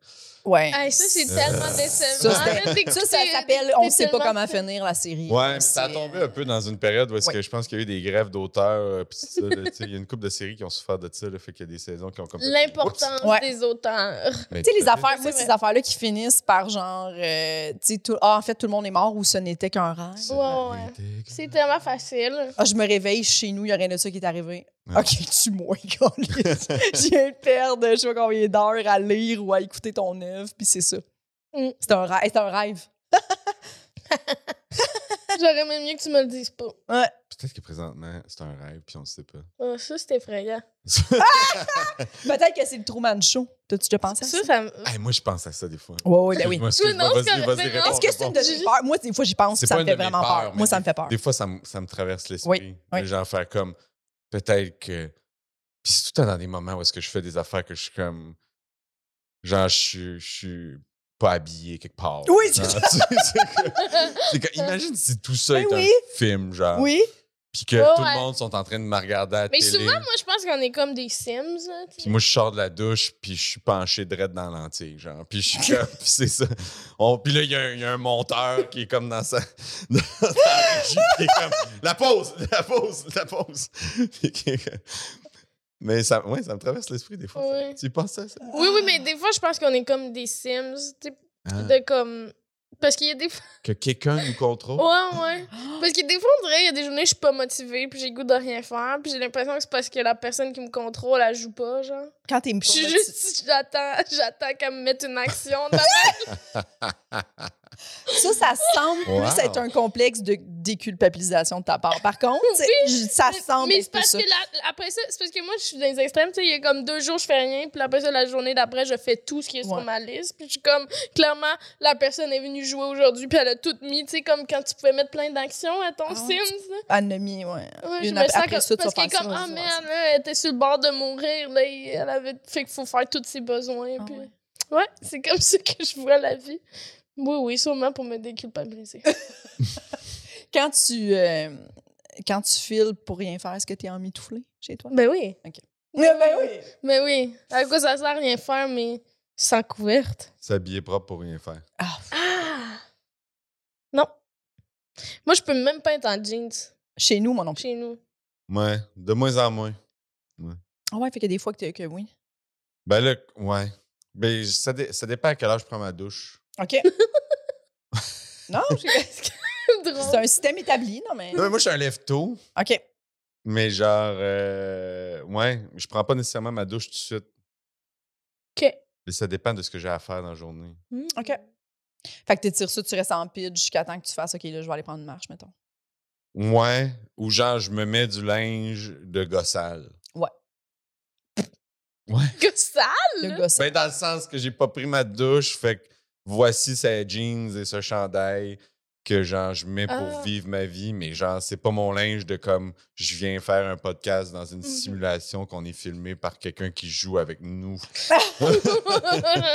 [SPEAKER 2] Ouais.
[SPEAKER 3] Hey, ça, c'est
[SPEAKER 4] Euh,
[SPEAKER 3] tellement décevant.
[SPEAKER 2] ça, c'était-
[SPEAKER 3] là, d'écouter-
[SPEAKER 2] Ça, ça s'appelle On sait pas
[SPEAKER 3] tellement-
[SPEAKER 2] comment finir la série.
[SPEAKER 4] Ouais, mais ça a
[SPEAKER 2] C'est- euh,
[SPEAKER 4] tombé un peu dans une période où est-ce
[SPEAKER 2] Ouais.
[SPEAKER 4] que je pense qu'il y a eu des grèves d'auteurs, euh, puis c'est ça, là, tu sais, il y a une couple de séries qui ont souffert de ça, le fait qu'il y a des saisons qui ont comme...
[SPEAKER 3] L'importance
[SPEAKER 2] Ouais.
[SPEAKER 3] des auteurs.
[SPEAKER 4] Tu
[SPEAKER 2] Tu sais, les affaires, moi,
[SPEAKER 3] C'est
[SPEAKER 2] ces
[SPEAKER 3] vrai.
[SPEAKER 2] affaires-là qui finissent par genre, euh, tu sais, tout- ah, en fait, tout le monde est mort ou ce n'était qu'un rêve.
[SPEAKER 3] Ouais, ouais. C'est tellement facile.
[SPEAKER 2] Ah, je me réveille chez nous, il y a rien de ça qui est arrivé.
[SPEAKER 4] Ouais.
[SPEAKER 2] Ok, tu moi, câlisse. Je viens de perdre, je sais pas combien d'heures à lire ou à écouter ton œuvre, puis c'est ça.
[SPEAKER 3] Mm.
[SPEAKER 2] C'est un, rêve- c'est un rêve.
[SPEAKER 3] J'aurais même mieux que tu me le dises pas.
[SPEAKER 4] Peut-être que présentement, c'est un rêve, puis on ne sait pas.
[SPEAKER 3] Oh, ça, c'est effrayant.
[SPEAKER 2] Ah! Peut-être que c'est le Truman Show. T'as-tu déjà pensé à ça?
[SPEAKER 3] Ça, ça me-
[SPEAKER 4] Hey, moi, je pense à ça des fois.
[SPEAKER 2] Ouais, ouais, ben oui.
[SPEAKER 4] Excuse-moi,
[SPEAKER 3] Oui, non,
[SPEAKER 4] excuse-moi,
[SPEAKER 3] c'est correct,
[SPEAKER 4] vas-y, vas-y,
[SPEAKER 3] mais non.
[SPEAKER 4] réponds,
[SPEAKER 2] Est-ce que c'est
[SPEAKER 4] réponds.
[SPEAKER 2] une de mes peurs? Moi, des fois, j'y pense,
[SPEAKER 4] C'est
[SPEAKER 2] ça
[SPEAKER 4] pas
[SPEAKER 2] me
[SPEAKER 4] une
[SPEAKER 2] fait
[SPEAKER 4] de mes
[SPEAKER 2] vraiment
[SPEAKER 4] peurs,
[SPEAKER 2] peur.
[SPEAKER 4] mais
[SPEAKER 2] Moi, ça me fait peur.
[SPEAKER 4] Des fois, ça me, ça me traverse l'esprit.
[SPEAKER 2] Ah. oui.
[SPEAKER 4] De genre faire comme, peut-être que. Puis c'est tout le temps dans des moments où est-ce que je fais des affaires que je suis comme. Genre, je suis- je suis pas habillé quelque part.
[SPEAKER 2] Oui, c'est
[SPEAKER 4] Genre,
[SPEAKER 2] ça.
[SPEAKER 4] tu sais, c'est que- c'est que- Imagine si tout ça
[SPEAKER 2] Ben
[SPEAKER 4] est
[SPEAKER 2] oui.
[SPEAKER 4] un film, genre.
[SPEAKER 2] Oui?
[SPEAKER 4] Puis que
[SPEAKER 3] Ouais,
[SPEAKER 4] tout
[SPEAKER 3] ouais.
[SPEAKER 4] le monde sont en train de me regarder à la
[SPEAKER 3] Mais
[SPEAKER 4] télé.
[SPEAKER 3] souvent, moi, je pense qu'on est comme des Sims. Là, tu sais.
[SPEAKER 4] Puis moi, je sors de la douche, puis je suis penché direct dans l'antique, genre. Puis je suis comme, puis c'est ça. On- puis là, il y, a un- il y a un monteur qui est comme dans sa... Dans sa régie, qui est comme, la pause, la pause, la pause. Puis qui est comme- Mais ça, ouais, ça me traverse l'esprit des fois.
[SPEAKER 3] Ouais.
[SPEAKER 4] Tu penses à ça?
[SPEAKER 3] Oui, oui, mais des fois, je pense qu'on est comme des Sims. tu sais,
[SPEAKER 4] Ah.
[SPEAKER 3] De comme... Parce qu'il y a des fois.
[SPEAKER 4] Que quelqu'un nous contrôle?
[SPEAKER 3] Ouais, ouais. Parce que des fois, on dirait, il y a des journées, je suis pas motivée, puis j'ai le goût de rien faire, puis j'ai l'impression que c'est parce que la personne qui me contrôle, elle joue pas, genre.
[SPEAKER 2] Quand t'es
[SPEAKER 3] Je suis juste, j'attends, j'attends qu'elle me mette une action. dans ma-
[SPEAKER 2] Ça, ça semble
[SPEAKER 4] Wow.
[SPEAKER 2] plus être un complexe de déculpabilisation de ta part. Par contre, je- ça semble
[SPEAKER 3] mais
[SPEAKER 2] être
[SPEAKER 3] c'est
[SPEAKER 2] plus
[SPEAKER 3] parce
[SPEAKER 2] ça.
[SPEAKER 3] que la- après ça, c'est parce que moi, je suis dans les extrêmes, tu sais, il y a comme deux jours, je fais rien, puis après ça, la journée d'après, je fais tout ce qui est
[SPEAKER 2] Ouais.
[SPEAKER 3] sur ma liste, puis je suis comme, clairement, la personne est venue jouer aujourd'hui, puis elle a tout mis, tu sais, comme quand tu pouvais mettre plein d'actions à ton
[SPEAKER 2] Ah ouais,
[SPEAKER 3] Sims, là.
[SPEAKER 2] Anomie, ouais.
[SPEAKER 3] Ouais, je
[SPEAKER 2] Une
[SPEAKER 3] me
[SPEAKER 2] ap-
[SPEAKER 3] sens
[SPEAKER 2] après
[SPEAKER 3] comme-
[SPEAKER 2] ça, tu vas
[SPEAKER 3] parce qu'elle est
[SPEAKER 2] faire
[SPEAKER 3] comme,
[SPEAKER 2] ça,
[SPEAKER 3] ah
[SPEAKER 2] ouais,
[SPEAKER 3] merde, là, elle était sur le bord de mourir, là, et elle avait fait qu'il faut faire tous ses besoins.
[SPEAKER 2] Ah
[SPEAKER 3] puis...
[SPEAKER 2] ouais.
[SPEAKER 3] ouais. c'est comme ça que je vois la vie. Oui, oui, sûrement pour me déculpabiliser.
[SPEAKER 2] Quand tu, euh, quand tu files pour rien faire, est-ce que t'es en mitouflé chez toi?
[SPEAKER 3] ben oui,
[SPEAKER 2] ben oui!
[SPEAKER 3] mais oui. À quoi ça sert à rien faire, mais sans couverte?
[SPEAKER 4] S'habiller propre pour rien faire.
[SPEAKER 2] Ah,
[SPEAKER 3] Ah! Non. Moi, je peux même pas être en jeans
[SPEAKER 2] chez nous, moi non plus.
[SPEAKER 3] chez nous.
[SPEAKER 4] Ouais, de moins en moins.
[SPEAKER 2] Ah ouais, fait que des fois que, t'es- que oui.
[SPEAKER 4] Ben là, ouais. Ben, ça, dé- ça dépend à quelle heure je prends ma douche.
[SPEAKER 2] OK. non, je- c'est
[SPEAKER 3] Drôle.
[SPEAKER 2] un système établi, non mais.
[SPEAKER 4] Non, mais Ben, moi, je suis un lève-tôt.
[SPEAKER 2] OK.
[SPEAKER 4] Mais genre, euh, ouais, je prends pas nécessairement ma douche tout de suite.
[SPEAKER 3] OK.
[SPEAKER 4] Mais ça dépend de ce que j'ai à faire dans la journée.
[SPEAKER 2] Hmm? OK. Fait que t'étires ça, tu restes en pile jusqu'à temps que tu fasses OK, là, je vais aller prendre une marche, mettons.
[SPEAKER 4] Ouais, ou genre, je me mets du linge de gossal.
[SPEAKER 3] Que sale!
[SPEAKER 2] Le gosse.
[SPEAKER 4] Ben, dans le sens que j'ai pas pris ma douche, fait que voici ces jeans et ce chandail que genre je mets pour
[SPEAKER 3] Ah.
[SPEAKER 4] vivre ma vie, mais genre c'est pas mon linge de comme je viens faire un podcast dans
[SPEAKER 2] Mmh
[SPEAKER 4] une
[SPEAKER 3] Mhm.
[SPEAKER 4] simulation qu'on est filmé par quelqu'un qui joue avec nous,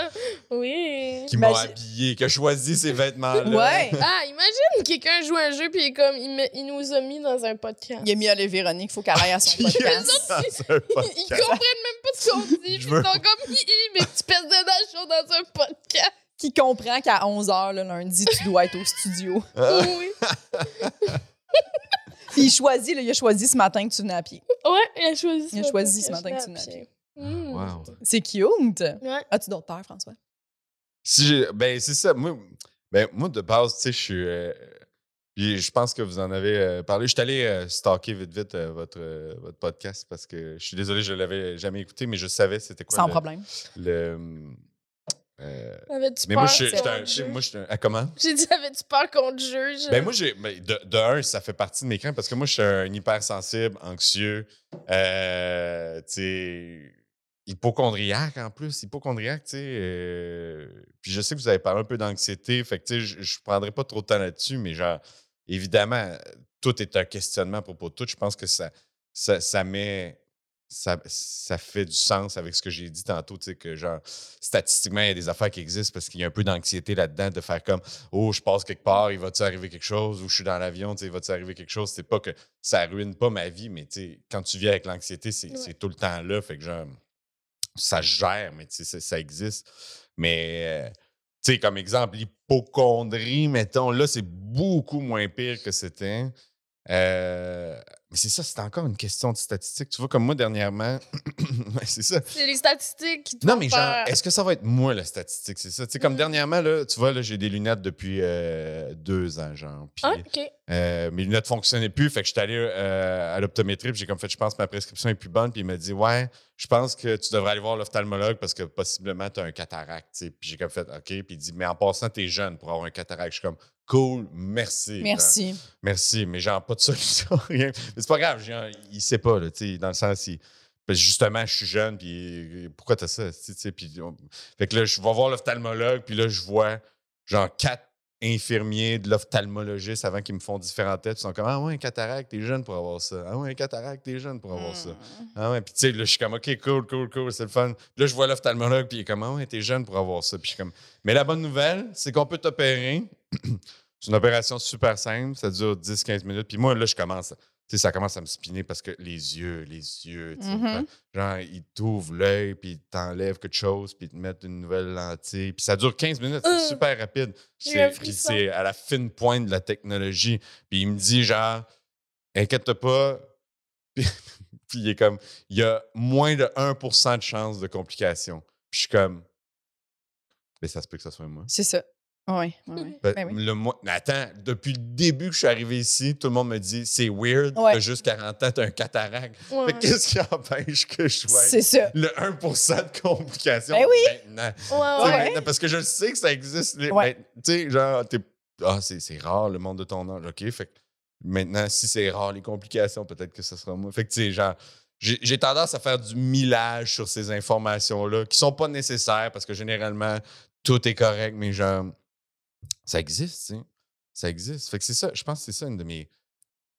[SPEAKER 3] oui.
[SPEAKER 4] qui m'a
[SPEAKER 2] Imagine-
[SPEAKER 4] habillé, qui a choisi ces vêtements-là.
[SPEAKER 2] Ouais.
[SPEAKER 3] Ah, imagine quelqu'un joue un jeu puis il est comme il, me- il nous a mis dans un podcast.
[SPEAKER 2] Il a mis Olivier Véronique, il faut qu'elle aille à son
[SPEAKER 4] Qui est
[SPEAKER 2] podcast.
[SPEAKER 4] dans un podcast.
[SPEAKER 3] Ils comprennent même pas ce qu'on dit, puis ils
[SPEAKER 4] Je
[SPEAKER 3] sont
[SPEAKER 4] veux-
[SPEAKER 3] comme hi hi, mais tu pèses dedans, je suis dans un podcast.
[SPEAKER 2] Qui comprend qu'à 11h le lundi, tu dois être au studio.
[SPEAKER 4] Ah.
[SPEAKER 3] Oui.
[SPEAKER 2] Puis il choisit, là, il a choisi ce matin que tu venais à pied.
[SPEAKER 3] Ouais, il a choisi ce Hmm.
[SPEAKER 2] Il a
[SPEAKER 3] matin
[SPEAKER 2] choisi ce matin que
[SPEAKER 3] je
[SPEAKER 2] tu
[SPEAKER 3] l'ai
[SPEAKER 2] l'as
[SPEAKER 3] appelé.
[SPEAKER 4] Ah, wow.
[SPEAKER 2] C'est cute.
[SPEAKER 3] Mm. Ouais.
[SPEAKER 2] As-tu d'autres peurs, François?
[SPEAKER 4] Si j'ai- ben c'est ça. Moi, ben, moi de base, tu sais, je suis. euh, puis je pense que vous en avez euh, parlé. Je suis allé euh, stalker vite vite euh, votre euh, votre podcast parce que je suis désolé, je l'avais jamais écouté, mais je savais c'était quoi
[SPEAKER 2] Sans
[SPEAKER 4] le,
[SPEAKER 2] problème.
[SPEAKER 4] le, euh,
[SPEAKER 3] Avais-tu
[SPEAKER 4] mais
[SPEAKER 3] peur
[SPEAKER 4] moi, je suis-
[SPEAKER 3] contre
[SPEAKER 4] j'étais un-
[SPEAKER 3] jeu?
[SPEAKER 4] j'étais- moi, j'étais un- ah, comment?
[SPEAKER 3] J'ai dit, avais-tu peur contre jeu? je-
[SPEAKER 4] Ben moi, j'ai, ben, de, de un, ça fait partie de mes craintes parce que moi, je suis un hypersensible, anxieux, euh, tu sais, hypochondriaque en plus, hypochondriaque, tu sais. euh, puis je sais que vous avez parlé un peu d'anxiété, fait que tu sais, je- je prendrai pas trop de temps là-dessus, mais genre, évidemment, tout est un questionnement à propos de tout. Je pense que ça, ça, ça met. Ça, ça fait du sens avec ce que j'ai dit tantôt, tu sais, que genre, statistiquement, il y a des affaires qui existent parce qu'il y a un peu d'anxiété là-dedans de faire comme oh, je passe quelque part, il va-tu arriver quelque chose, ou je suis dans l'avion, tu sais, il va-tu arriver quelque chose. C'est pas que ça ruine pas ma vie, mais tu sais, quand tu vis avec l'anxiété, c'est
[SPEAKER 3] Ouais.
[SPEAKER 4] c'est tout le temps là. Fait que genre, ça se gère, mais tu sais, ça, ça existe. Mais, euh, tu sais, comme exemple, l'hypochondrie, mettons, là, c'est beaucoup moins pire que c'était. Euh, mais c'est ça, c'est encore une question de statistique. Tu vois, comme moi, dernièrement, ouais, c'est ça.
[SPEAKER 3] C'est les statistiques qui te
[SPEAKER 4] Non,
[SPEAKER 3] font
[SPEAKER 4] mais genre,
[SPEAKER 3] peur.
[SPEAKER 4] est-ce que ça va être moi la statistique? C'est ça. Tu sais, comme
[SPEAKER 3] Mm.
[SPEAKER 4] dernièrement, là, tu vois, là, j'ai des lunettes depuis euh, deux ans, genre. Puis,
[SPEAKER 3] Ah, OK.
[SPEAKER 4] euh, mes lunettes fonctionnaient plus. Fait que je suis allé euh, à l'optométrie, puis j'ai comme fait, je pense que ma prescription est plus bonne. Puis il m'a dit, ouais, je pense que tu devrais aller voir l'ophtalmologue parce que possiblement tu as un cataracte. tu sais. Puis j'ai comme fait, OK. Puis il dit, mais en passant, t'es jeune pour avoir un cataracte. Je suis comme, cool, merci. Genre.
[SPEAKER 2] Merci.
[SPEAKER 4] Merci, mais genre pas de solution, rien. Mais c'est pas grave, genre, il sait pas, là, tu sais, dans le sens, il- parce que justement, je suis jeune, puis euh, pourquoi t'as ça, tu sais, puis on- Fait que là, je vais voir l'ophtalmologue, puis là, je vois, genre, quatre infirmiers de l'ophtalmologiste avant qu'ils me font différents tests, puis ils sont comme « Ah ouais, un cataracte, t'es jeune pour avoir ça. Ah ouais, un cataracte, t'es jeune pour avoir ça. » Ah ouais, puis tu sais, là, je suis comme, OK, cool, cool, cool, c'est le fun. Puis là, je vois l'ophtalmologue, puis il est comme, ah ouais, t'es jeune pour avoir ça. Puis je suis comme, mais la bonne nouvelle, c'est qu'on peut t'opérer. c'est une opération super simple, ça dure 10-15 minutes. Puis moi, là, je commence, tu sais, ça commence à me spinner parce que les yeux, les yeux, tu sais,
[SPEAKER 3] Mm-hmm.
[SPEAKER 2] Mhm.
[SPEAKER 4] genre, ils t'ouvrent l'œil, puis ils t'enlèvent quelque chose, puis ils te mettent une nouvelle lentille. Puis ça dure 15 minutes, c'est
[SPEAKER 3] Euh,
[SPEAKER 4] super rapide.
[SPEAKER 3] j'ai
[SPEAKER 4] C'est-
[SPEAKER 3] eu un
[SPEAKER 4] puis
[SPEAKER 3] frisson.
[SPEAKER 4] c'est à la fine pointe de la technologie. Puis il me dit, genre, inquiète-toi pas. Puis, puis il est comme, il y a moins de 1 de chance de complications. Puis je suis comme, mais ça se peut que ça soit moi.
[SPEAKER 2] C'est ça. Oui, oui, oui.
[SPEAKER 4] Ben,
[SPEAKER 2] Ben oui.
[SPEAKER 4] le moins- mais attends, depuis le début que je suis arrivé ici, tout le monde me dit, c'est weird,
[SPEAKER 2] Ouais.
[SPEAKER 4] t'as juste 40 ans, t'as un cataracte.
[SPEAKER 3] Ouais.
[SPEAKER 4] Fait que qu'est-ce qui empêche que je sois
[SPEAKER 2] C'est ça.
[SPEAKER 4] le 1 de complications
[SPEAKER 2] Ben oui.
[SPEAKER 4] maintenant?
[SPEAKER 3] Ouais,
[SPEAKER 4] Tu sais,
[SPEAKER 3] Ah, ouais.
[SPEAKER 4] maintenant, Parce que je sais que ça existe. les-
[SPEAKER 2] Ouais.
[SPEAKER 4] ben, tu sais, genre, t'es- ah, c'est c'est rare le monde de ton âge. OK, fait que maintenant, si c'est rare les complications, peut-être que ce sera moi. Fait que, tu sais, genre, j'ai j'ai tendance à faire du millage sur ces informations-là qui sont pas nécessaires parce que généralement, tout est correct, mais genre, ça existe, tu sais. Ça existe. Fait que c'est ça, je pense que c'est ça une de mes,